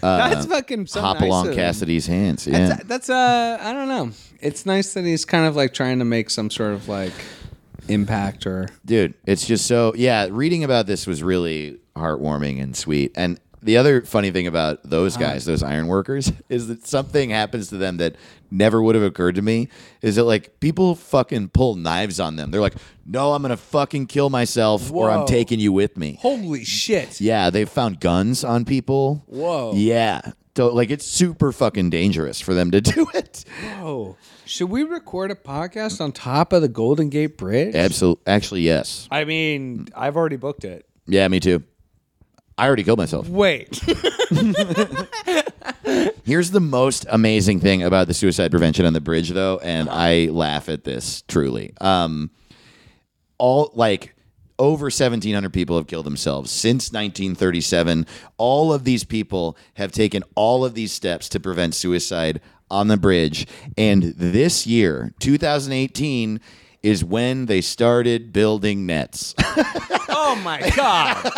[SPEAKER 3] that's fucking so
[SPEAKER 1] Hop
[SPEAKER 3] nice
[SPEAKER 1] along
[SPEAKER 3] of him.
[SPEAKER 1] Cassidy's hands, yeah.
[SPEAKER 3] That's, that's uh, I don't know. It's nice that he's kind of like trying to make some sort of like impact or
[SPEAKER 1] dude it's just so yeah reading about this was really heartwarming and sweet and the other funny thing about those
[SPEAKER 3] Uh-huh.
[SPEAKER 1] guys those iron workers is that something happens to them that never would have occurred to me is that like people fucking pull knives on them they're like no i'm gonna fucking kill myself or i'm
[SPEAKER 3] Whoa.
[SPEAKER 1] taking you with me
[SPEAKER 3] holy shit.
[SPEAKER 1] yeah they found guns on people
[SPEAKER 3] Whoa.
[SPEAKER 1] yeah so, like it's super fucking dangerous for them to do it
[SPEAKER 3] Whoa. Should we record a podcast on top of the Golden Gate Bridge?
[SPEAKER 1] absolutely actually yes
[SPEAKER 3] I mean, I've already booked it.
[SPEAKER 1] yeah me too I already killed myself.
[SPEAKER 3] Wait.
[SPEAKER 1] Here's the most amazing thing about the suicide prevention on the bridge, though, and I laugh at this truly. Um, all like over 1,700 people have killed themselves since 1937. All of these people have taken all of these steps to prevent suicide on the bridge, and this year, 2018, is when they started building nets.
[SPEAKER 3] Oh my god.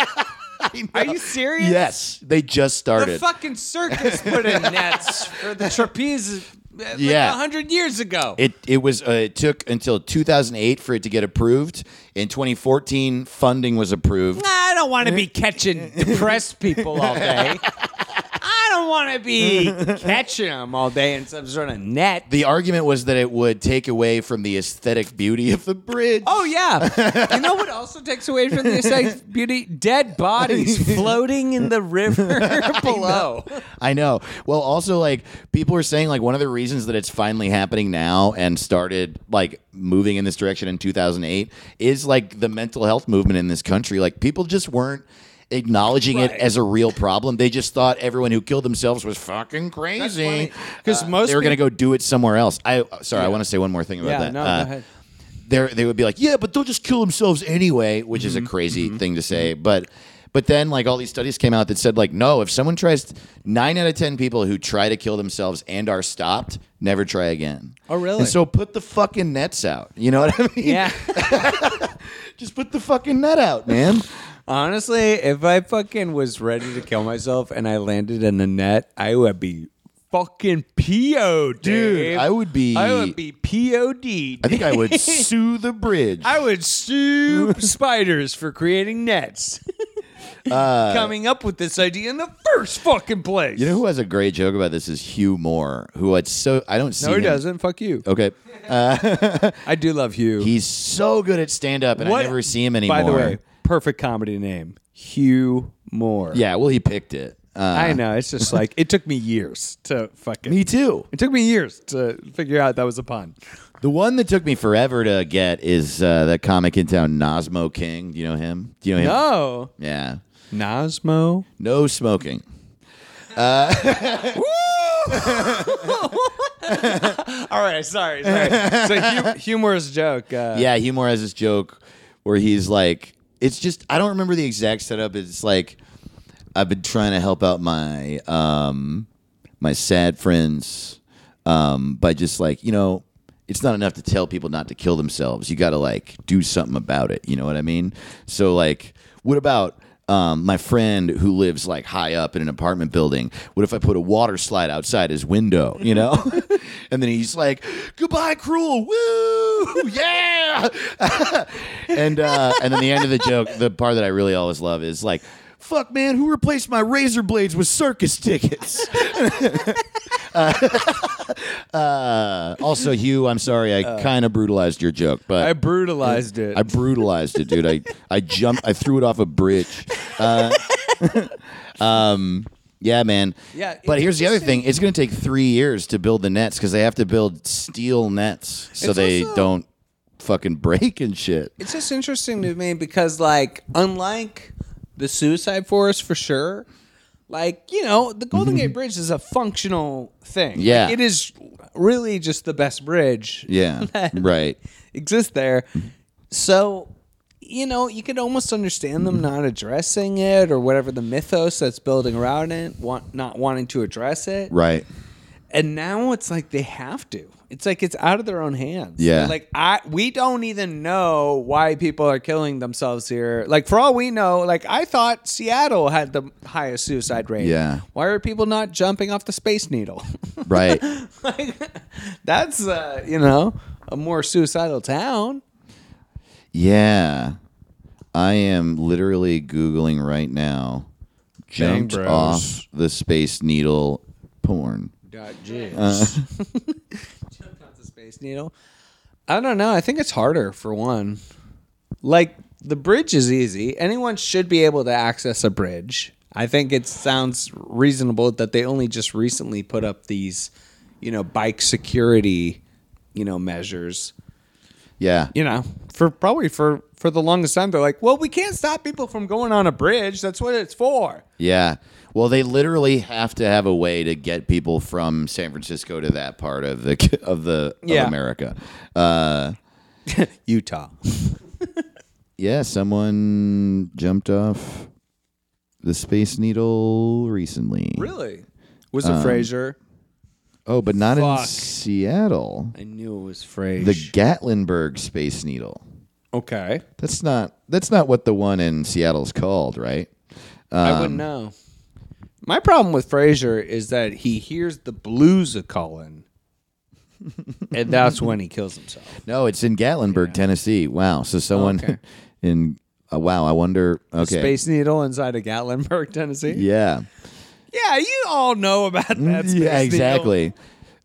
[SPEAKER 3] Are you serious?
[SPEAKER 1] yes, they just started.
[SPEAKER 3] The fucking circus put in nets for the trapeze uh, like
[SPEAKER 1] Yeah.
[SPEAKER 3] 100 years ago.
[SPEAKER 1] It it was uh, it took until 2008 for it to get approved. In 2014, funding was approved.
[SPEAKER 3] I don't want to be catching depressed people all day. I don't want to be catching them all day in some sort of net.
[SPEAKER 1] The argument was that it would take away from the aesthetic beauty of the bridge.
[SPEAKER 3] Oh yeah. You know what also takes away from the aesthetic beauty? Dead bodies floating in the river below.
[SPEAKER 1] I know. Well, also like people were saying like one of the reasons that it's finally happening now and started like moving in this direction in 2008 is like the mental health movement in this country. Like people just weren't acknowledging it
[SPEAKER 3] Right.
[SPEAKER 1] as a real problem. They just thought everyone who killed themselves was fucking crazy
[SPEAKER 3] funny. 'Cause
[SPEAKER 1] Uh,
[SPEAKER 3] most
[SPEAKER 1] they were going to
[SPEAKER 3] peop-
[SPEAKER 1] go do it somewhere else. I sorry, I want to say one more thing about
[SPEAKER 3] Yeah,
[SPEAKER 1] that.
[SPEAKER 3] no,
[SPEAKER 1] Uh,
[SPEAKER 3] go ahead.
[SPEAKER 1] they're- they would be like, yeah, but they'll just kill themselves anyway, which is a
[SPEAKER 3] Mm-hmm.
[SPEAKER 1] crazy thing to say. But but then like all these studies came out that said like no, if someone tries nine out of ten people who try to kill themselves and are stopped, never try again.
[SPEAKER 3] Oh, really?
[SPEAKER 1] And so put the fucking nets out. You know what I mean?
[SPEAKER 3] Yeah.
[SPEAKER 1] just put the fucking net out, man.
[SPEAKER 3] Honestly, if I fucking was ready to kill myself and I landed in the net, I would be fucking PO'd. Dude,
[SPEAKER 1] I would be-
[SPEAKER 3] I would be POD.
[SPEAKER 1] I think I would sue the bridge.
[SPEAKER 3] I would sue spiders for creating nets. Coming up with this idea in the first fucking place.
[SPEAKER 1] Uh, you know who has a great joke about this is Hugh Moore, who I'd so I don't see.
[SPEAKER 3] no, he
[SPEAKER 1] him.
[SPEAKER 3] doesn't. Fuck you.
[SPEAKER 1] Okay,
[SPEAKER 3] I do love Hugh.
[SPEAKER 1] he's so good at stand up, and I never see him anymore.
[SPEAKER 3] By the way, perfect comedy name, Hugh Moore.
[SPEAKER 1] yeah, well, he picked it. Uh,
[SPEAKER 3] I know. It's just like it took me years to fucking.
[SPEAKER 1] me too.
[SPEAKER 3] It took me years to figure out that was a pun.
[SPEAKER 1] The one that took me forever to get is uh, that comic in town, Nosmo King. Do you know him? Do you know him?
[SPEAKER 3] No,
[SPEAKER 1] Yeah.
[SPEAKER 3] Nasmo.
[SPEAKER 1] No smoking.
[SPEAKER 3] All right, sorry, sorry. so hu- humorous joke. Uh,
[SPEAKER 1] Yeah, Humor has this joke where he's like, it's just, I don't remember the exact setup. It's like, I've been trying to help out my um, my sad friends um, by just like, you know, it's not enough to tell people not to kill themselves. You got to like do something about it. You know what I mean? So like, what about um, my friend who lives like high up in an apartment building? What if I put a water slide outside his window? You know? and then he's like, "Goodbye, cruel. Woo, yeah." and uh, and then the end of the joke, the part that I really always love is like, "Fuck, man, who replaced my razor blades with circus tickets?" Uh, also, Hugh, I'm sorry, I kind of brutalized your joke, but
[SPEAKER 3] Uh. I brutalized it.
[SPEAKER 1] I brutalized it, dude. I I jumped. I threw it off a bridge. Uh, um. Yeah, man.
[SPEAKER 3] Yeah, it's
[SPEAKER 1] but here's the other thing: it's going to take three years to build the nets because they have to build steel nets so
[SPEAKER 3] It's
[SPEAKER 1] they
[SPEAKER 3] also-
[SPEAKER 1] don't fucking break and shit.
[SPEAKER 3] it's just interesting to me because, like, unlike the Suicide Forest for sure, like you know, the Golden Gate Bridge is a functional thing.
[SPEAKER 1] Mm-hmm. Yeah.
[SPEAKER 3] Like, it is really just the best bridge.
[SPEAKER 1] Yeah, right.
[SPEAKER 3] exist there. So, you know, you could almost understand them not addressing it or whatever the mythos that's building around it, want, not wanting to address it.
[SPEAKER 1] Right.
[SPEAKER 3] And now it's like they have to. It's like it's out of their own hands.
[SPEAKER 1] Yeah.
[SPEAKER 3] They're Like I we don't even know why people are killing themselves here. Like for all we know, like I thought Seattle had the highest suicide rate.
[SPEAKER 1] Yeah.
[SPEAKER 3] Why are people not jumping off the space needle?
[SPEAKER 1] Right.
[SPEAKER 3] like that's uh, you know, a more suicidal town.
[SPEAKER 1] Yeah. I am literally Googling right now.
[SPEAKER 3] Bang
[SPEAKER 1] Jumped
[SPEAKER 3] Bros.
[SPEAKER 1] off the space needle porn.
[SPEAKER 3] Dot Jumped off Uh. the space needle. I don't know. I think it's harder for one. Like the bridge is easy. Anyone should be able to access a bridge. I think it sounds reasonable that they only just recently put up these, you know, bike security, you know, measures.
[SPEAKER 1] Yeah.
[SPEAKER 3] you know, for probably for for the longest time, they're like, well, we can't stop people from going on a bridge. That's what it's for.
[SPEAKER 1] Yeah. Well, they literally have to have a way to get people from San Francisco to that part of the of the
[SPEAKER 3] Yeah.
[SPEAKER 1] of America. Uh,
[SPEAKER 3] Utah.
[SPEAKER 1] yeah, someone jumped off the Space Needle recently.
[SPEAKER 3] Really? Was it Fraser?
[SPEAKER 1] Oh, but not in
[SPEAKER 3] Fuck.
[SPEAKER 1] Seattle.
[SPEAKER 3] I knew it was Fraser.
[SPEAKER 1] The Gatlinburg Space Needle.
[SPEAKER 3] okay,
[SPEAKER 1] That's not that's not what the one in Seattle's called, right?
[SPEAKER 3] I
[SPEAKER 1] Um,
[SPEAKER 3] wouldn't know. My problem with Fraser is that he hears the blues a calling, and that's when he kills himself.
[SPEAKER 1] No, it's in Gatlinburg, Tennessee. Wow. So someone
[SPEAKER 3] Okay.
[SPEAKER 1] in uh, wow, I wonder okay.
[SPEAKER 3] Space Needle inside of Gatlinburg, Tennessee.
[SPEAKER 1] yeah. Mm,
[SPEAKER 3] Yeah, you all know about that. Space
[SPEAKER 1] yeah,
[SPEAKER 3] Needle.
[SPEAKER 1] exactly.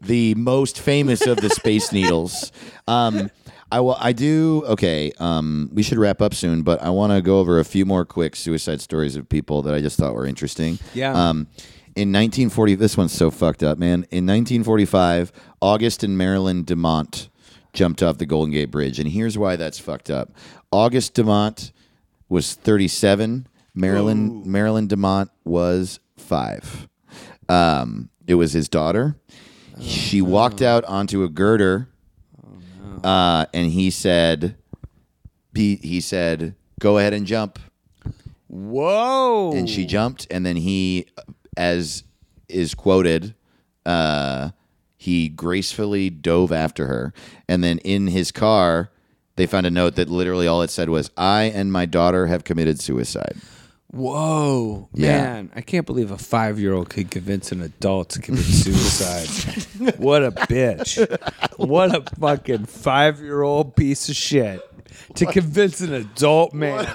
[SPEAKER 1] The most famous of the space needles. Um, I will. I do. Okay. Um, we should wrap up soon, but I want to go over a few more quick suicide stories of people that I just thought were interesting.
[SPEAKER 3] Yeah.
[SPEAKER 1] Um, in 1940, this one's so fucked up, man. In 1945, August and Marilyn DeMont jumped off the Golden Gate Bridge, and here's why that's fucked up. August DeMont was 37. Marilyn Marilyn DeMont was five. Um, it was his daughter. she walked out onto a girder, uh, and he said, he, he said, go ahead and jump.
[SPEAKER 3] Whoa.
[SPEAKER 1] And she jumped, and then he, as is quoted, uh, he gracefully dove after her. And then in his car, they found a note that literally all it said was, I and my daughter have committed suicide.
[SPEAKER 3] Whoa,
[SPEAKER 1] Yeah.
[SPEAKER 3] man! I can't believe a five-year-old could convince an adult to commit suicide. what a bitch! What a fucking five-year-old piece of shit to convince an adult man.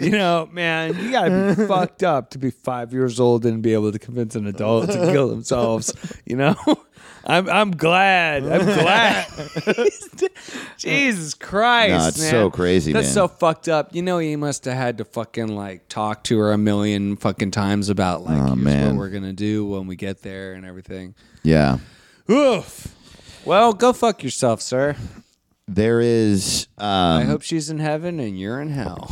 [SPEAKER 3] You know, man, you gotta be fucked up to be five years old and be able to convince an adult to kill themselves. You know, I'm I'm glad. I'm glad. Jesus Christ!
[SPEAKER 1] No, it's
[SPEAKER 3] man.
[SPEAKER 1] so crazy,
[SPEAKER 3] That's
[SPEAKER 1] man.
[SPEAKER 3] so fucked up. You know, he must have had to fucking like talk to her a million fucking times about like here's
[SPEAKER 1] Oh, man.
[SPEAKER 3] what we're gonna do when we get there and everything.
[SPEAKER 1] Yeah.
[SPEAKER 3] Oof. Well, go fuck yourself, sir.
[SPEAKER 1] There is.
[SPEAKER 3] I
[SPEAKER 1] Um,
[SPEAKER 3] hope she's in heaven and you're in hell.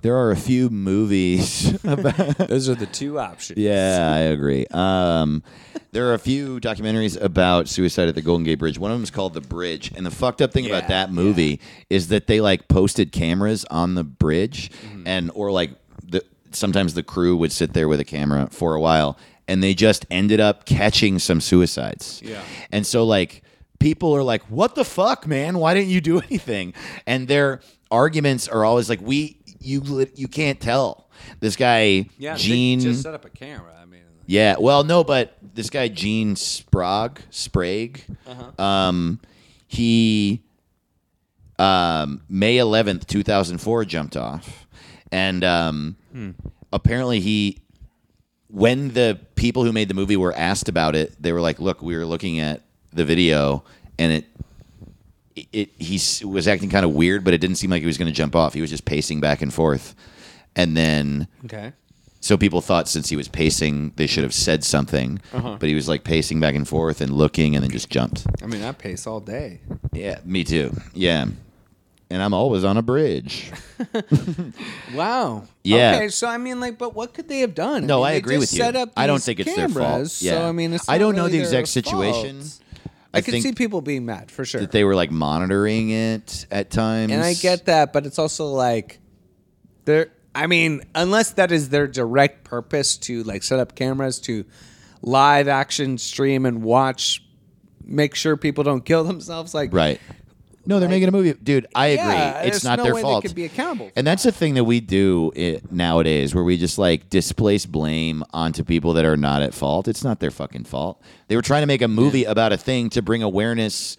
[SPEAKER 1] There are a few movies
[SPEAKER 3] Those are the two options.
[SPEAKER 1] Yeah, I agree. Um, there are a few documentaries about suicide at the Golden Gate Bridge. One of them is called The Bridge, and the fucked up thing about
[SPEAKER 3] Yeah,
[SPEAKER 1] that movie is that they like posted cameras on the bridge,
[SPEAKER 3] Mm-hmm.
[SPEAKER 1] and or like the sometimes the crew would sit there with a camera for a while, and they just ended up catching some suicides.
[SPEAKER 3] Yeah.
[SPEAKER 1] and so like people are like, "What the fuck, man? Why didn't you do anything?" And their arguments are always like, "We you lit- you can't tell." This guy
[SPEAKER 3] Yeah. they
[SPEAKER 1] Gene
[SPEAKER 3] just set up a camera. I mean,
[SPEAKER 1] yeah, well, no, but this guy Gene Sprague, Sprague, um, he um, May eleventh, two thousand four, jumped off, and um, apparently he, when the people who made the movie were asked about it, they were like, "Look, we were looking at the video, and it." It, he s- was acting kind of weird, but it didn't seem like he was going to jump off. He was just pacing back and forth, and then
[SPEAKER 3] okay.
[SPEAKER 1] so people thought since he was pacing, they should have said something.
[SPEAKER 3] Uh-huh.
[SPEAKER 1] But he was like pacing back and forth and looking, and then just jumped.
[SPEAKER 3] I mean, I pace all day.
[SPEAKER 1] Yeah, me too. Yeah, and I'm always on a bridge.
[SPEAKER 3] Wow.
[SPEAKER 1] Yeah.
[SPEAKER 3] Okay, so I mean, like, but what could they have done?
[SPEAKER 1] No,
[SPEAKER 3] mean,
[SPEAKER 1] I
[SPEAKER 3] they
[SPEAKER 1] agree
[SPEAKER 3] just
[SPEAKER 1] with you.
[SPEAKER 3] Set up
[SPEAKER 1] I don't
[SPEAKER 3] these
[SPEAKER 1] think it's their
[SPEAKER 3] cameras,
[SPEAKER 1] fault.
[SPEAKER 3] So
[SPEAKER 1] Yeah.
[SPEAKER 3] I mean, it's
[SPEAKER 1] I
[SPEAKER 3] not
[SPEAKER 1] don't know
[SPEAKER 3] really
[SPEAKER 1] the
[SPEAKER 3] their
[SPEAKER 1] exact situation.
[SPEAKER 3] fault.
[SPEAKER 1] I
[SPEAKER 3] I, could
[SPEAKER 1] think-
[SPEAKER 3] see people being mad for sure.
[SPEAKER 1] That they were like monitoring it at times.
[SPEAKER 3] and I get that, but it's also like there. I mean, unless that is their direct purpose to like set up cameras to live action stream and watch, make sure people don't kill themselves. Like,
[SPEAKER 1] right. No, they're making a movie, dude. I agree.
[SPEAKER 3] Yeah,
[SPEAKER 1] it's
[SPEAKER 3] there's
[SPEAKER 1] not
[SPEAKER 3] no
[SPEAKER 1] their
[SPEAKER 3] way they
[SPEAKER 1] fault.
[SPEAKER 3] could be accountable for
[SPEAKER 1] And that's the thing that we do it nowadays, where we just like displace blame onto people that are not at fault. It's not their fucking fault. They were trying to make a movie about a thing to bring awareness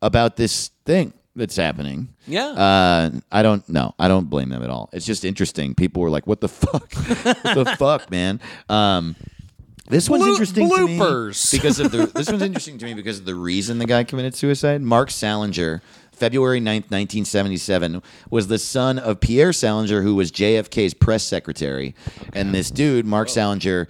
[SPEAKER 1] about this thing that's happening.
[SPEAKER 3] Yeah.
[SPEAKER 1] Uh, I don't know. I don't blame them at all. It's just interesting. People were like, "What the fuck? what the fuck, man?" Um, this one's
[SPEAKER 3] Bloo-
[SPEAKER 1] interesting to me
[SPEAKER 3] bloopers.
[SPEAKER 1] because of the. This one's interesting to me because of the reason the guy committed suicide. Mark Salinger, February 9th, 1977, was the son of Pierre Salinger, who was JFK's press secretary, and this dude, Mark Salinger.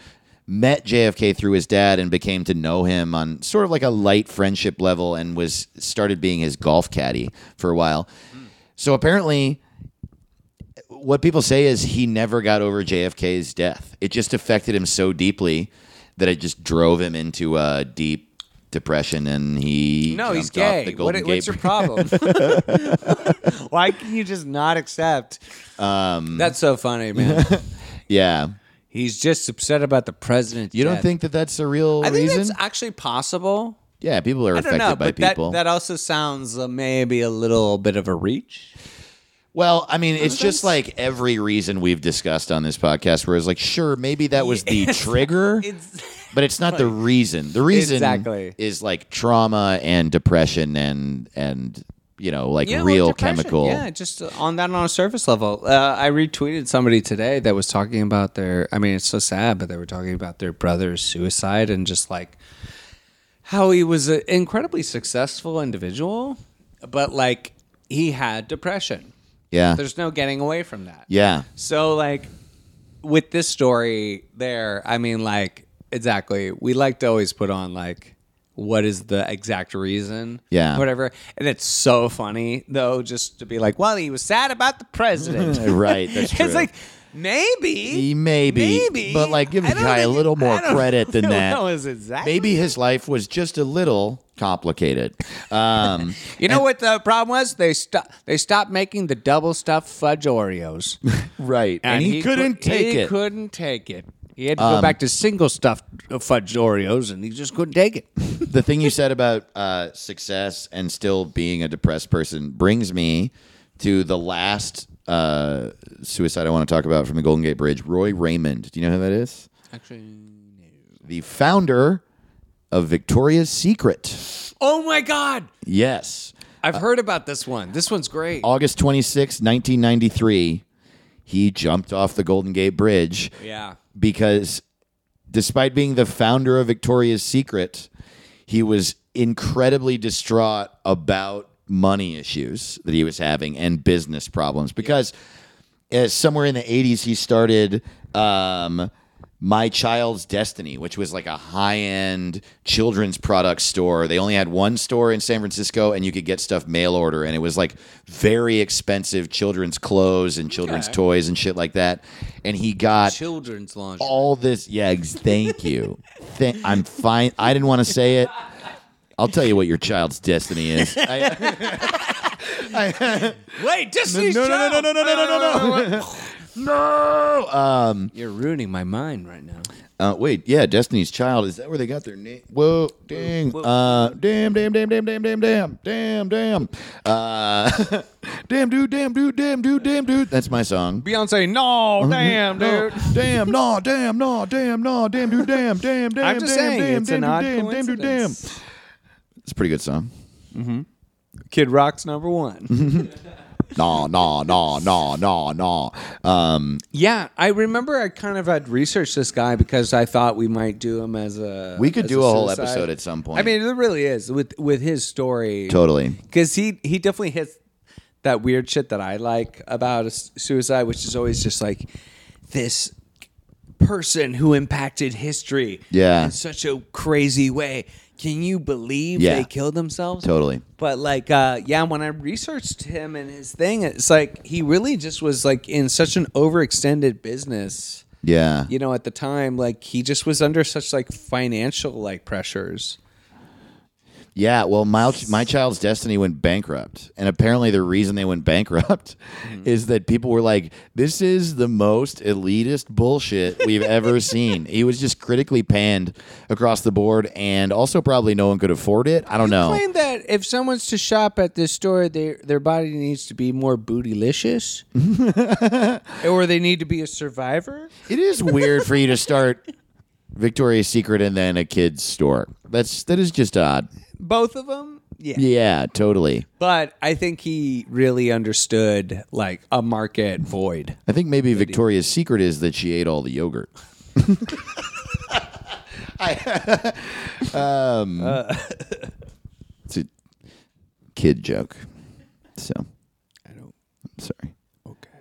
[SPEAKER 1] met JFK through his dad and became to know him on sort of like a light friendship level and was started being his golf caddy for a while. So apparently what people say is he never got over JFK's death. It just affected him so deeply that it just drove him into a deep depression and he
[SPEAKER 3] No, he's
[SPEAKER 1] jumped off
[SPEAKER 3] gay.
[SPEAKER 1] the
[SPEAKER 3] What,
[SPEAKER 1] Golden
[SPEAKER 3] what's
[SPEAKER 1] Gate
[SPEAKER 3] your problem? Why can you just not accept? Um, That's so funny, man.
[SPEAKER 1] Yeah.
[SPEAKER 3] He's just upset about the president.
[SPEAKER 1] You don't think that that's a real
[SPEAKER 3] I think
[SPEAKER 1] reason?
[SPEAKER 3] that's actually possible.
[SPEAKER 1] yeah, people are
[SPEAKER 3] I don't
[SPEAKER 1] affected
[SPEAKER 3] know,
[SPEAKER 1] by
[SPEAKER 3] but that,
[SPEAKER 1] people.
[SPEAKER 3] that also sounds uh, maybe a little bit of a reach.
[SPEAKER 1] well, I mean, it's just like every reason we've discussed on this podcast where it's like, sure, maybe that was the trigger,
[SPEAKER 3] It's
[SPEAKER 1] but it's not the reason. The reason
[SPEAKER 3] Exactly.
[SPEAKER 1] is like trauma and depression and and you know, like
[SPEAKER 3] Yeah, well,
[SPEAKER 1] real
[SPEAKER 3] depression.
[SPEAKER 1] chemical.
[SPEAKER 3] Yeah, just uh, on that on a surface level. Uh, I retweeted somebody today that was talking about their. I mean, it's so sad, but they were talking about their brother's suicide and just like how he was an incredibly successful individual, but like he had depression.
[SPEAKER 1] Yeah.
[SPEAKER 3] There's no getting away from that.
[SPEAKER 1] yeah.
[SPEAKER 3] So like with this story there, I mean like exactly. We like to always put on like what is the exact reason?
[SPEAKER 1] Yeah.
[SPEAKER 3] Whatever. And it's so funny though, just to be like, well, he was sad about the president.
[SPEAKER 1] Right, that's true.
[SPEAKER 3] it's like maybe
[SPEAKER 1] He maybe,
[SPEAKER 3] maybe
[SPEAKER 1] but like give
[SPEAKER 3] I
[SPEAKER 1] the
[SPEAKER 3] don't
[SPEAKER 1] guy a
[SPEAKER 3] think-
[SPEAKER 1] little more
[SPEAKER 3] I don't
[SPEAKER 1] credit than
[SPEAKER 3] know
[SPEAKER 1] that.
[SPEAKER 3] what was exactly.
[SPEAKER 1] Maybe his life was just a little complicated. Um,
[SPEAKER 3] you know what the problem was? They stopped. They stopped making the double stuffed fudge Oreos.
[SPEAKER 1] right, and, he,
[SPEAKER 3] cou-
[SPEAKER 1] couldn't take
[SPEAKER 3] he
[SPEAKER 1] it. Um,
[SPEAKER 3] couldn't take it. He had to go back to single stuffed uh, fudge Oreos, and he just couldn't take it.
[SPEAKER 1] the thing you said about uh, success and still being a depressed person brings me to the last uh, suicide I want to talk about from the Golden Gate Bridge. Roy Raymond. Do you know who that is?
[SPEAKER 3] Actually,
[SPEAKER 1] The founder of Victoria's Secret.
[SPEAKER 3] oh my god,
[SPEAKER 1] Yes.
[SPEAKER 3] I've heard about this one. This one's great.
[SPEAKER 1] August 26, 1993, he jumped off the Golden Gate Bridge
[SPEAKER 3] yeah,
[SPEAKER 1] because despite being the founder of Victoria's Secret, he was incredibly distraught about money issues that he was having and business problems because as somewhere in the 80s he started um, my child's destiny which was like a high-end children's product store they only had one store in san francisco and you could get stuff mail order and it was like very expensive children's clothes and children's toys and shit like that and he got
[SPEAKER 3] children's lingerie.
[SPEAKER 1] all this. Yeah, ex- thank you. Th- I'm fine. I didn't want to say it. I'll tell you what your child's destiny is. I,
[SPEAKER 3] Wait, Disney's
[SPEAKER 1] no, no, no, no, no, no, no,
[SPEAKER 3] no, no,
[SPEAKER 1] no. Um.
[SPEAKER 3] You're ruining my mind right now.
[SPEAKER 1] Uh, wait. Yeah. Destiny's Child. Is that where they got their name? Whoa. Dang. Uh. Damn. Damn. Damn. Damn. Damn. Damn. Damn. Damn. Damn. Uh. damn. Dude. Damn. Dude. Damn. Dude. Damn. Dude. That's my song.
[SPEAKER 3] Beyonce, Oh, no, damn,
[SPEAKER 1] No,
[SPEAKER 3] dude.
[SPEAKER 1] damn, no, damn, no, damn, no, damn, dude, damn, damn, damn,
[SPEAKER 3] I'm just
[SPEAKER 1] damn,
[SPEAKER 3] saying,
[SPEAKER 1] damn,
[SPEAKER 3] it's
[SPEAKER 1] damn, dude,
[SPEAKER 3] an odd
[SPEAKER 1] damn, damn, dude, damn.
[SPEAKER 3] coincidence.
[SPEAKER 1] It's a pretty good song.
[SPEAKER 3] Kid Rock's number
[SPEAKER 1] Mm-hmm.
[SPEAKER 3] one.
[SPEAKER 1] No, no, no, no, no, no. Um,
[SPEAKER 3] yeah, I remember I kind of had researched this guy because I thought we might do him as a.
[SPEAKER 1] we could
[SPEAKER 3] as
[SPEAKER 1] do a whole
[SPEAKER 3] suicide.
[SPEAKER 1] episode at some point.
[SPEAKER 3] I mean, it really is with with his story.
[SPEAKER 1] totally.
[SPEAKER 3] because he he definitely hits that weird shit that I like about a s- suicide, which is always just like this person who impacted history,
[SPEAKER 1] Yeah.
[SPEAKER 3] in such a crazy way. Can you believe
[SPEAKER 1] Yeah.
[SPEAKER 3] they killed themselves?
[SPEAKER 1] Totally.
[SPEAKER 3] But like, uh, yeah, when I researched him and his thing, it's like he really just was like in such an overextended business.
[SPEAKER 1] Yeah.
[SPEAKER 3] You know, at the time, like he just was under such like financial like pressures.
[SPEAKER 1] Yeah. Well, my, my child's destiny went bankrupt. And apparently, the reason they went bankrupt
[SPEAKER 3] Mm-hmm.
[SPEAKER 1] is that people were like, this is the most elitist bullshit we've ever seen. He was just critically panned across the board. And also, probably no one could afford it. I don't know.
[SPEAKER 3] claim that if someone's to shop at this store, their their body needs to be more bootylicious, or they need to be a survivor.
[SPEAKER 1] It is weird for you to start Victoria's Secret and then a kid's store. That's that is just odd.
[SPEAKER 3] Both of them, yeah.
[SPEAKER 1] Yeah, totally.
[SPEAKER 3] But I think he really understood like a market void.
[SPEAKER 1] I think maybe Victoria's Secret is that she ate all the yogurt. I- um, Uh, it's a kid joke. So
[SPEAKER 3] I don't.
[SPEAKER 1] I'm sorry.
[SPEAKER 3] Okay.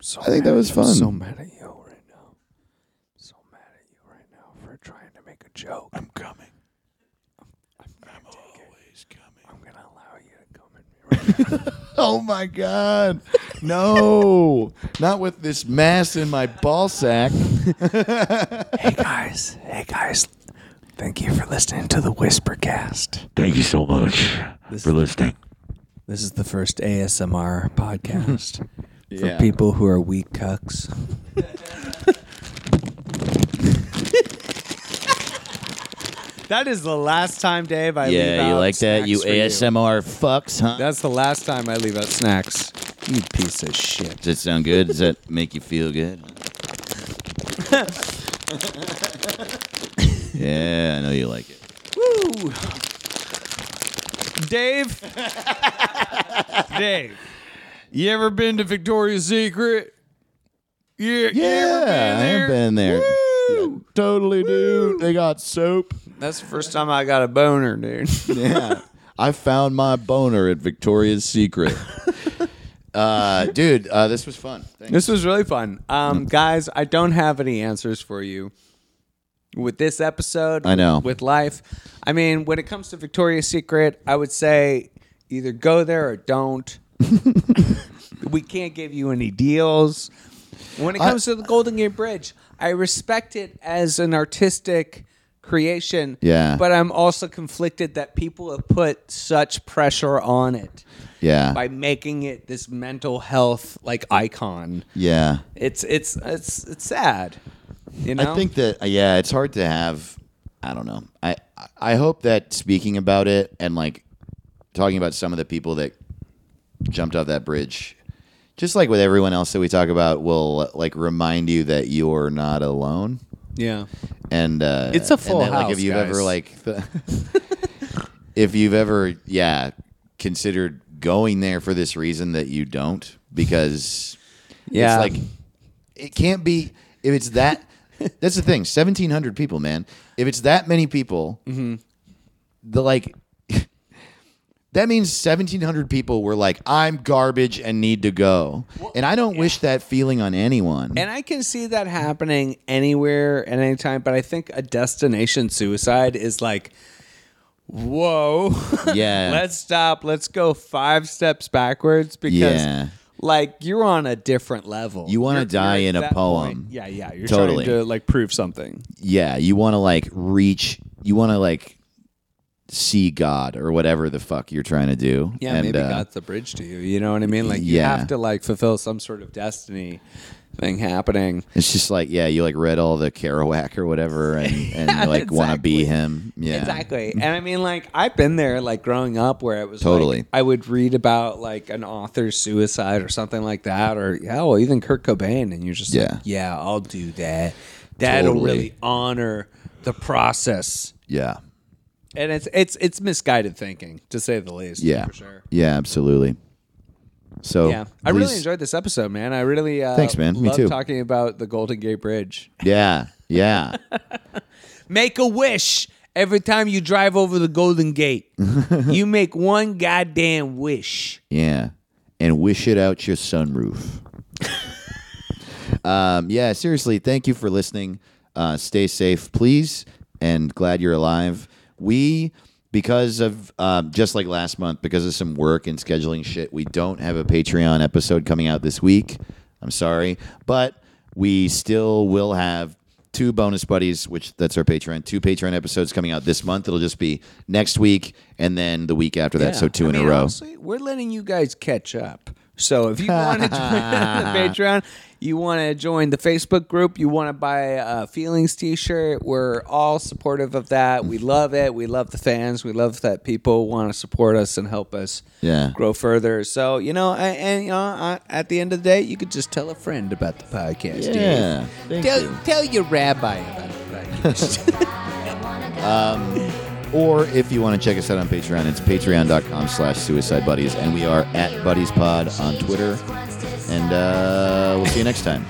[SPEAKER 3] So
[SPEAKER 1] I think that was fun.
[SPEAKER 3] So mad at you right now. So
[SPEAKER 4] a joke. I'm coming. I'm, always coming. I'm gonna allow you to come at me. Right
[SPEAKER 1] Oh my God. No. Not with this mass in my ball sack.
[SPEAKER 4] hey guys, hey guys. Thank you for listening to the Whispercast.
[SPEAKER 5] Thank you so much for listening.
[SPEAKER 4] This is the first ASMR podcast for
[SPEAKER 1] Yeah.
[SPEAKER 4] people who are weak cucks.
[SPEAKER 3] That is the last time, Dave. I leave
[SPEAKER 1] Yeah, you
[SPEAKER 3] out
[SPEAKER 1] like that?
[SPEAKER 3] snacks
[SPEAKER 1] You
[SPEAKER 3] for you.
[SPEAKER 1] ASMR fucks, huh?
[SPEAKER 3] That's the last time I leave out snacks. You piece of shit.
[SPEAKER 1] Does it sound good? Does that make you feel good? yeah, I know you like it.
[SPEAKER 3] Woo, Dave. Dave, you ever been to Victoria's Secret? Yeah, you ever
[SPEAKER 1] Yeah, I have been there.
[SPEAKER 3] Woo!
[SPEAKER 1] Totally, dude. They got soap.
[SPEAKER 3] That's the first time I got a boner, dude.
[SPEAKER 1] Yeah. I found my boner at Victoria's Secret. uh, dude, uh, this was fun. Thanks.
[SPEAKER 3] This was really fun. Um,
[SPEAKER 1] Mm.
[SPEAKER 3] guys, I don't have any answers for you with this episode.
[SPEAKER 1] I know.
[SPEAKER 3] With life. I mean, when it comes to Victoria's Secret, I would say either go there or don't. we can't give you any deals. When it comes to the Golden Gate Bridge, I respect it as an artistic creation.
[SPEAKER 1] Yeah.
[SPEAKER 3] But I'm also conflicted that people have put such pressure on it
[SPEAKER 1] Yeah.
[SPEAKER 3] by making it this mental health like icon.
[SPEAKER 1] Yeah.
[SPEAKER 3] It's it's it's it's sad. You know?
[SPEAKER 1] I think that uh, yeah, it's hard to have. I don't know. I I hope that speaking about it and like talking about some of the people that jumped off that bridge, just like with everyone else that we talk about, will like remind you that you're not alone.
[SPEAKER 3] yeah.
[SPEAKER 1] And uh,
[SPEAKER 3] It's a
[SPEAKER 1] and
[SPEAKER 3] full
[SPEAKER 1] that, Like if
[SPEAKER 3] house,
[SPEAKER 1] you've ever
[SPEAKER 3] guys.
[SPEAKER 1] like, th- if you've ever yeah considered going there for this reason that you don't because
[SPEAKER 3] Yeah.
[SPEAKER 1] it's like it can't be if it's that. that's the thing. Seventeen hundred people, man. If it's that many people,
[SPEAKER 3] Mm-hmm.
[SPEAKER 1] the like. That means 1,700 people were like, I'm garbage and need to go. and I don't wish that feeling on anyone.
[SPEAKER 3] and I can see that happening anywhere at any time, but I think a destination suicide is like whoa.
[SPEAKER 1] Yeah.
[SPEAKER 3] let's stop. Let's go five steps backwards because
[SPEAKER 1] Yeah.
[SPEAKER 3] like you're on a different level.
[SPEAKER 1] You wanna
[SPEAKER 3] You're-
[SPEAKER 1] die
[SPEAKER 3] you're at
[SPEAKER 1] in a
[SPEAKER 3] that
[SPEAKER 1] poem.
[SPEAKER 3] point. Yeah, yeah. You're
[SPEAKER 1] Totally.
[SPEAKER 3] trying to like prove something.
[SPEAKER 1] yeah, you want to like reach, you want to like see God or whatever the fuck you're trying to do.
[SPEAKER 3] Yeah,
[SPEAKER 1] And,
[SPEAKER 3] maybe
[SPEAKER 1] uh,
[SPEAKER 3] God's the bridge to you. You know what I mean? Like you
[SPEAKER 1] yeah.
[SPEAKER 3] have to like fulfill some sort of destiny thing happening.
[SPEAKER 1] It's just like yeah, you like read all the Kerouac or whatever, and and you, like want to be
[SPEAKER 3] exactly.
[SPEAKER 1] him. Yeah,
[SPEAKER 3] Exactly. And I mean like I've been there like growing up where it was
[SPEAKER 1] Totally.
[SPEAKER 3] like, I would read about like an author's suicide or something like that or yeah, well even Kurt Cobain and you're just yeah.
[SPEAKER 1] Yeah.
[SPEAKER 3] like, Yeah, I'll do that. That'll
[SPEAKER 1] Totally.
[SPEAKER 3] really honor the process.
[SPEAKER 1] Yeah,
[SPEAKER 3] And it's it's it's misguided thinking, to say the least.
[SPEAKER 1] yeah,
[SPEAKER 3] For sure.
[SPEAKER 1] yeah, absolutely. So
[SPEAKER 3] Yeah, I really
[SPEAKER 1] please-
[SPEAKER 3] enjoyed this episode, man. I really uh,
[SPEAKER 1] Thanks, man. Me
[SPEAKER 3] love
[SPEAKER 1] too.
[SPEAKER 3] talking about the Golden Gate Bridge.
[SPEAKER 1] Yeah, yeah,
[SPEAKER 3] Make a wish every time you drive over the Golden Gate. you make one goddamn wish.
[SPEAKER 1] yeah, and wish it out your sunroof. um, yeah, seriously, thank you for listening. Uh, stay safe, please, and glad you're alive. We, because of um, just like last month, because of some work and scheduling shit, we don't have a Patreon episode coming out this week. I'm sorry, but we still will have two bonus buddies, which that's our Patreon. Two Patreon episodes coming out this month. It'll just be next week and then the week after that. So two
[SPEAKER 3] I
[SPEAKER 1] in
[SPEAKER 3] mean,
[SPEAKER 1] a row.
[SPEAKER 3] honestly, we're letting you guys catch up. So if you want to join the Patreon, you want to join the Facebook group, you want to buy a feelings T-shirt, we're all supportive of that. We love it. We love the fans. We love that people want to support us and help us
[SPEAKER 1] Yeah.
[SPEAKER 3] grow further. So you know, I, and you know, I, at the end of the day, you could just tell a friend about the podcast. Dave.
[SPEAKER 1] Yeah, thank
[SPEAKER 3] tell
[SPEAKER 1] you.
[SPEAKER 3] tell your rabbi about the podcast.
[SPEAKER 1] Or if you want to check us out on Patreon, it's patreon.com slash suicide buddies. And we are at buddies pod on Twitter. And uh, we'll see you next time.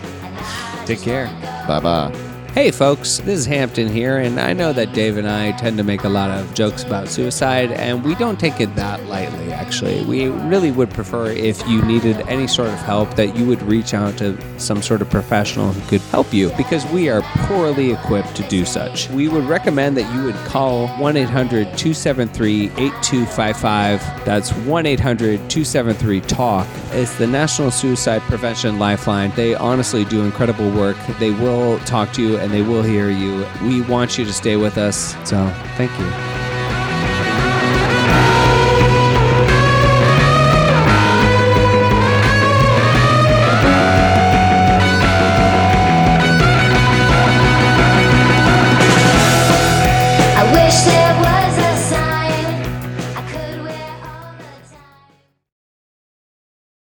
[SPEAKER 3] Take care.
[SPEAKER 1] Bye bye.
[SPEAKER 3] Hey, folks, this is Hampton here, and I know that Dave and I tend to make a lot of jokes about suicide, and we don't take it that lightly, actually. We really would prefer if you needed any sort of help that you would reach out to some sort of professional who could help you, because we are poorly equipped to do such. We would recommend that you would call 1 800 273 8255. That's 1 800 273 TALK. It's the National Suicide Prevention Lifeline. They honestly do incredible work. They will talk to you and they will hear you. We want you to stay with us. So, thank you.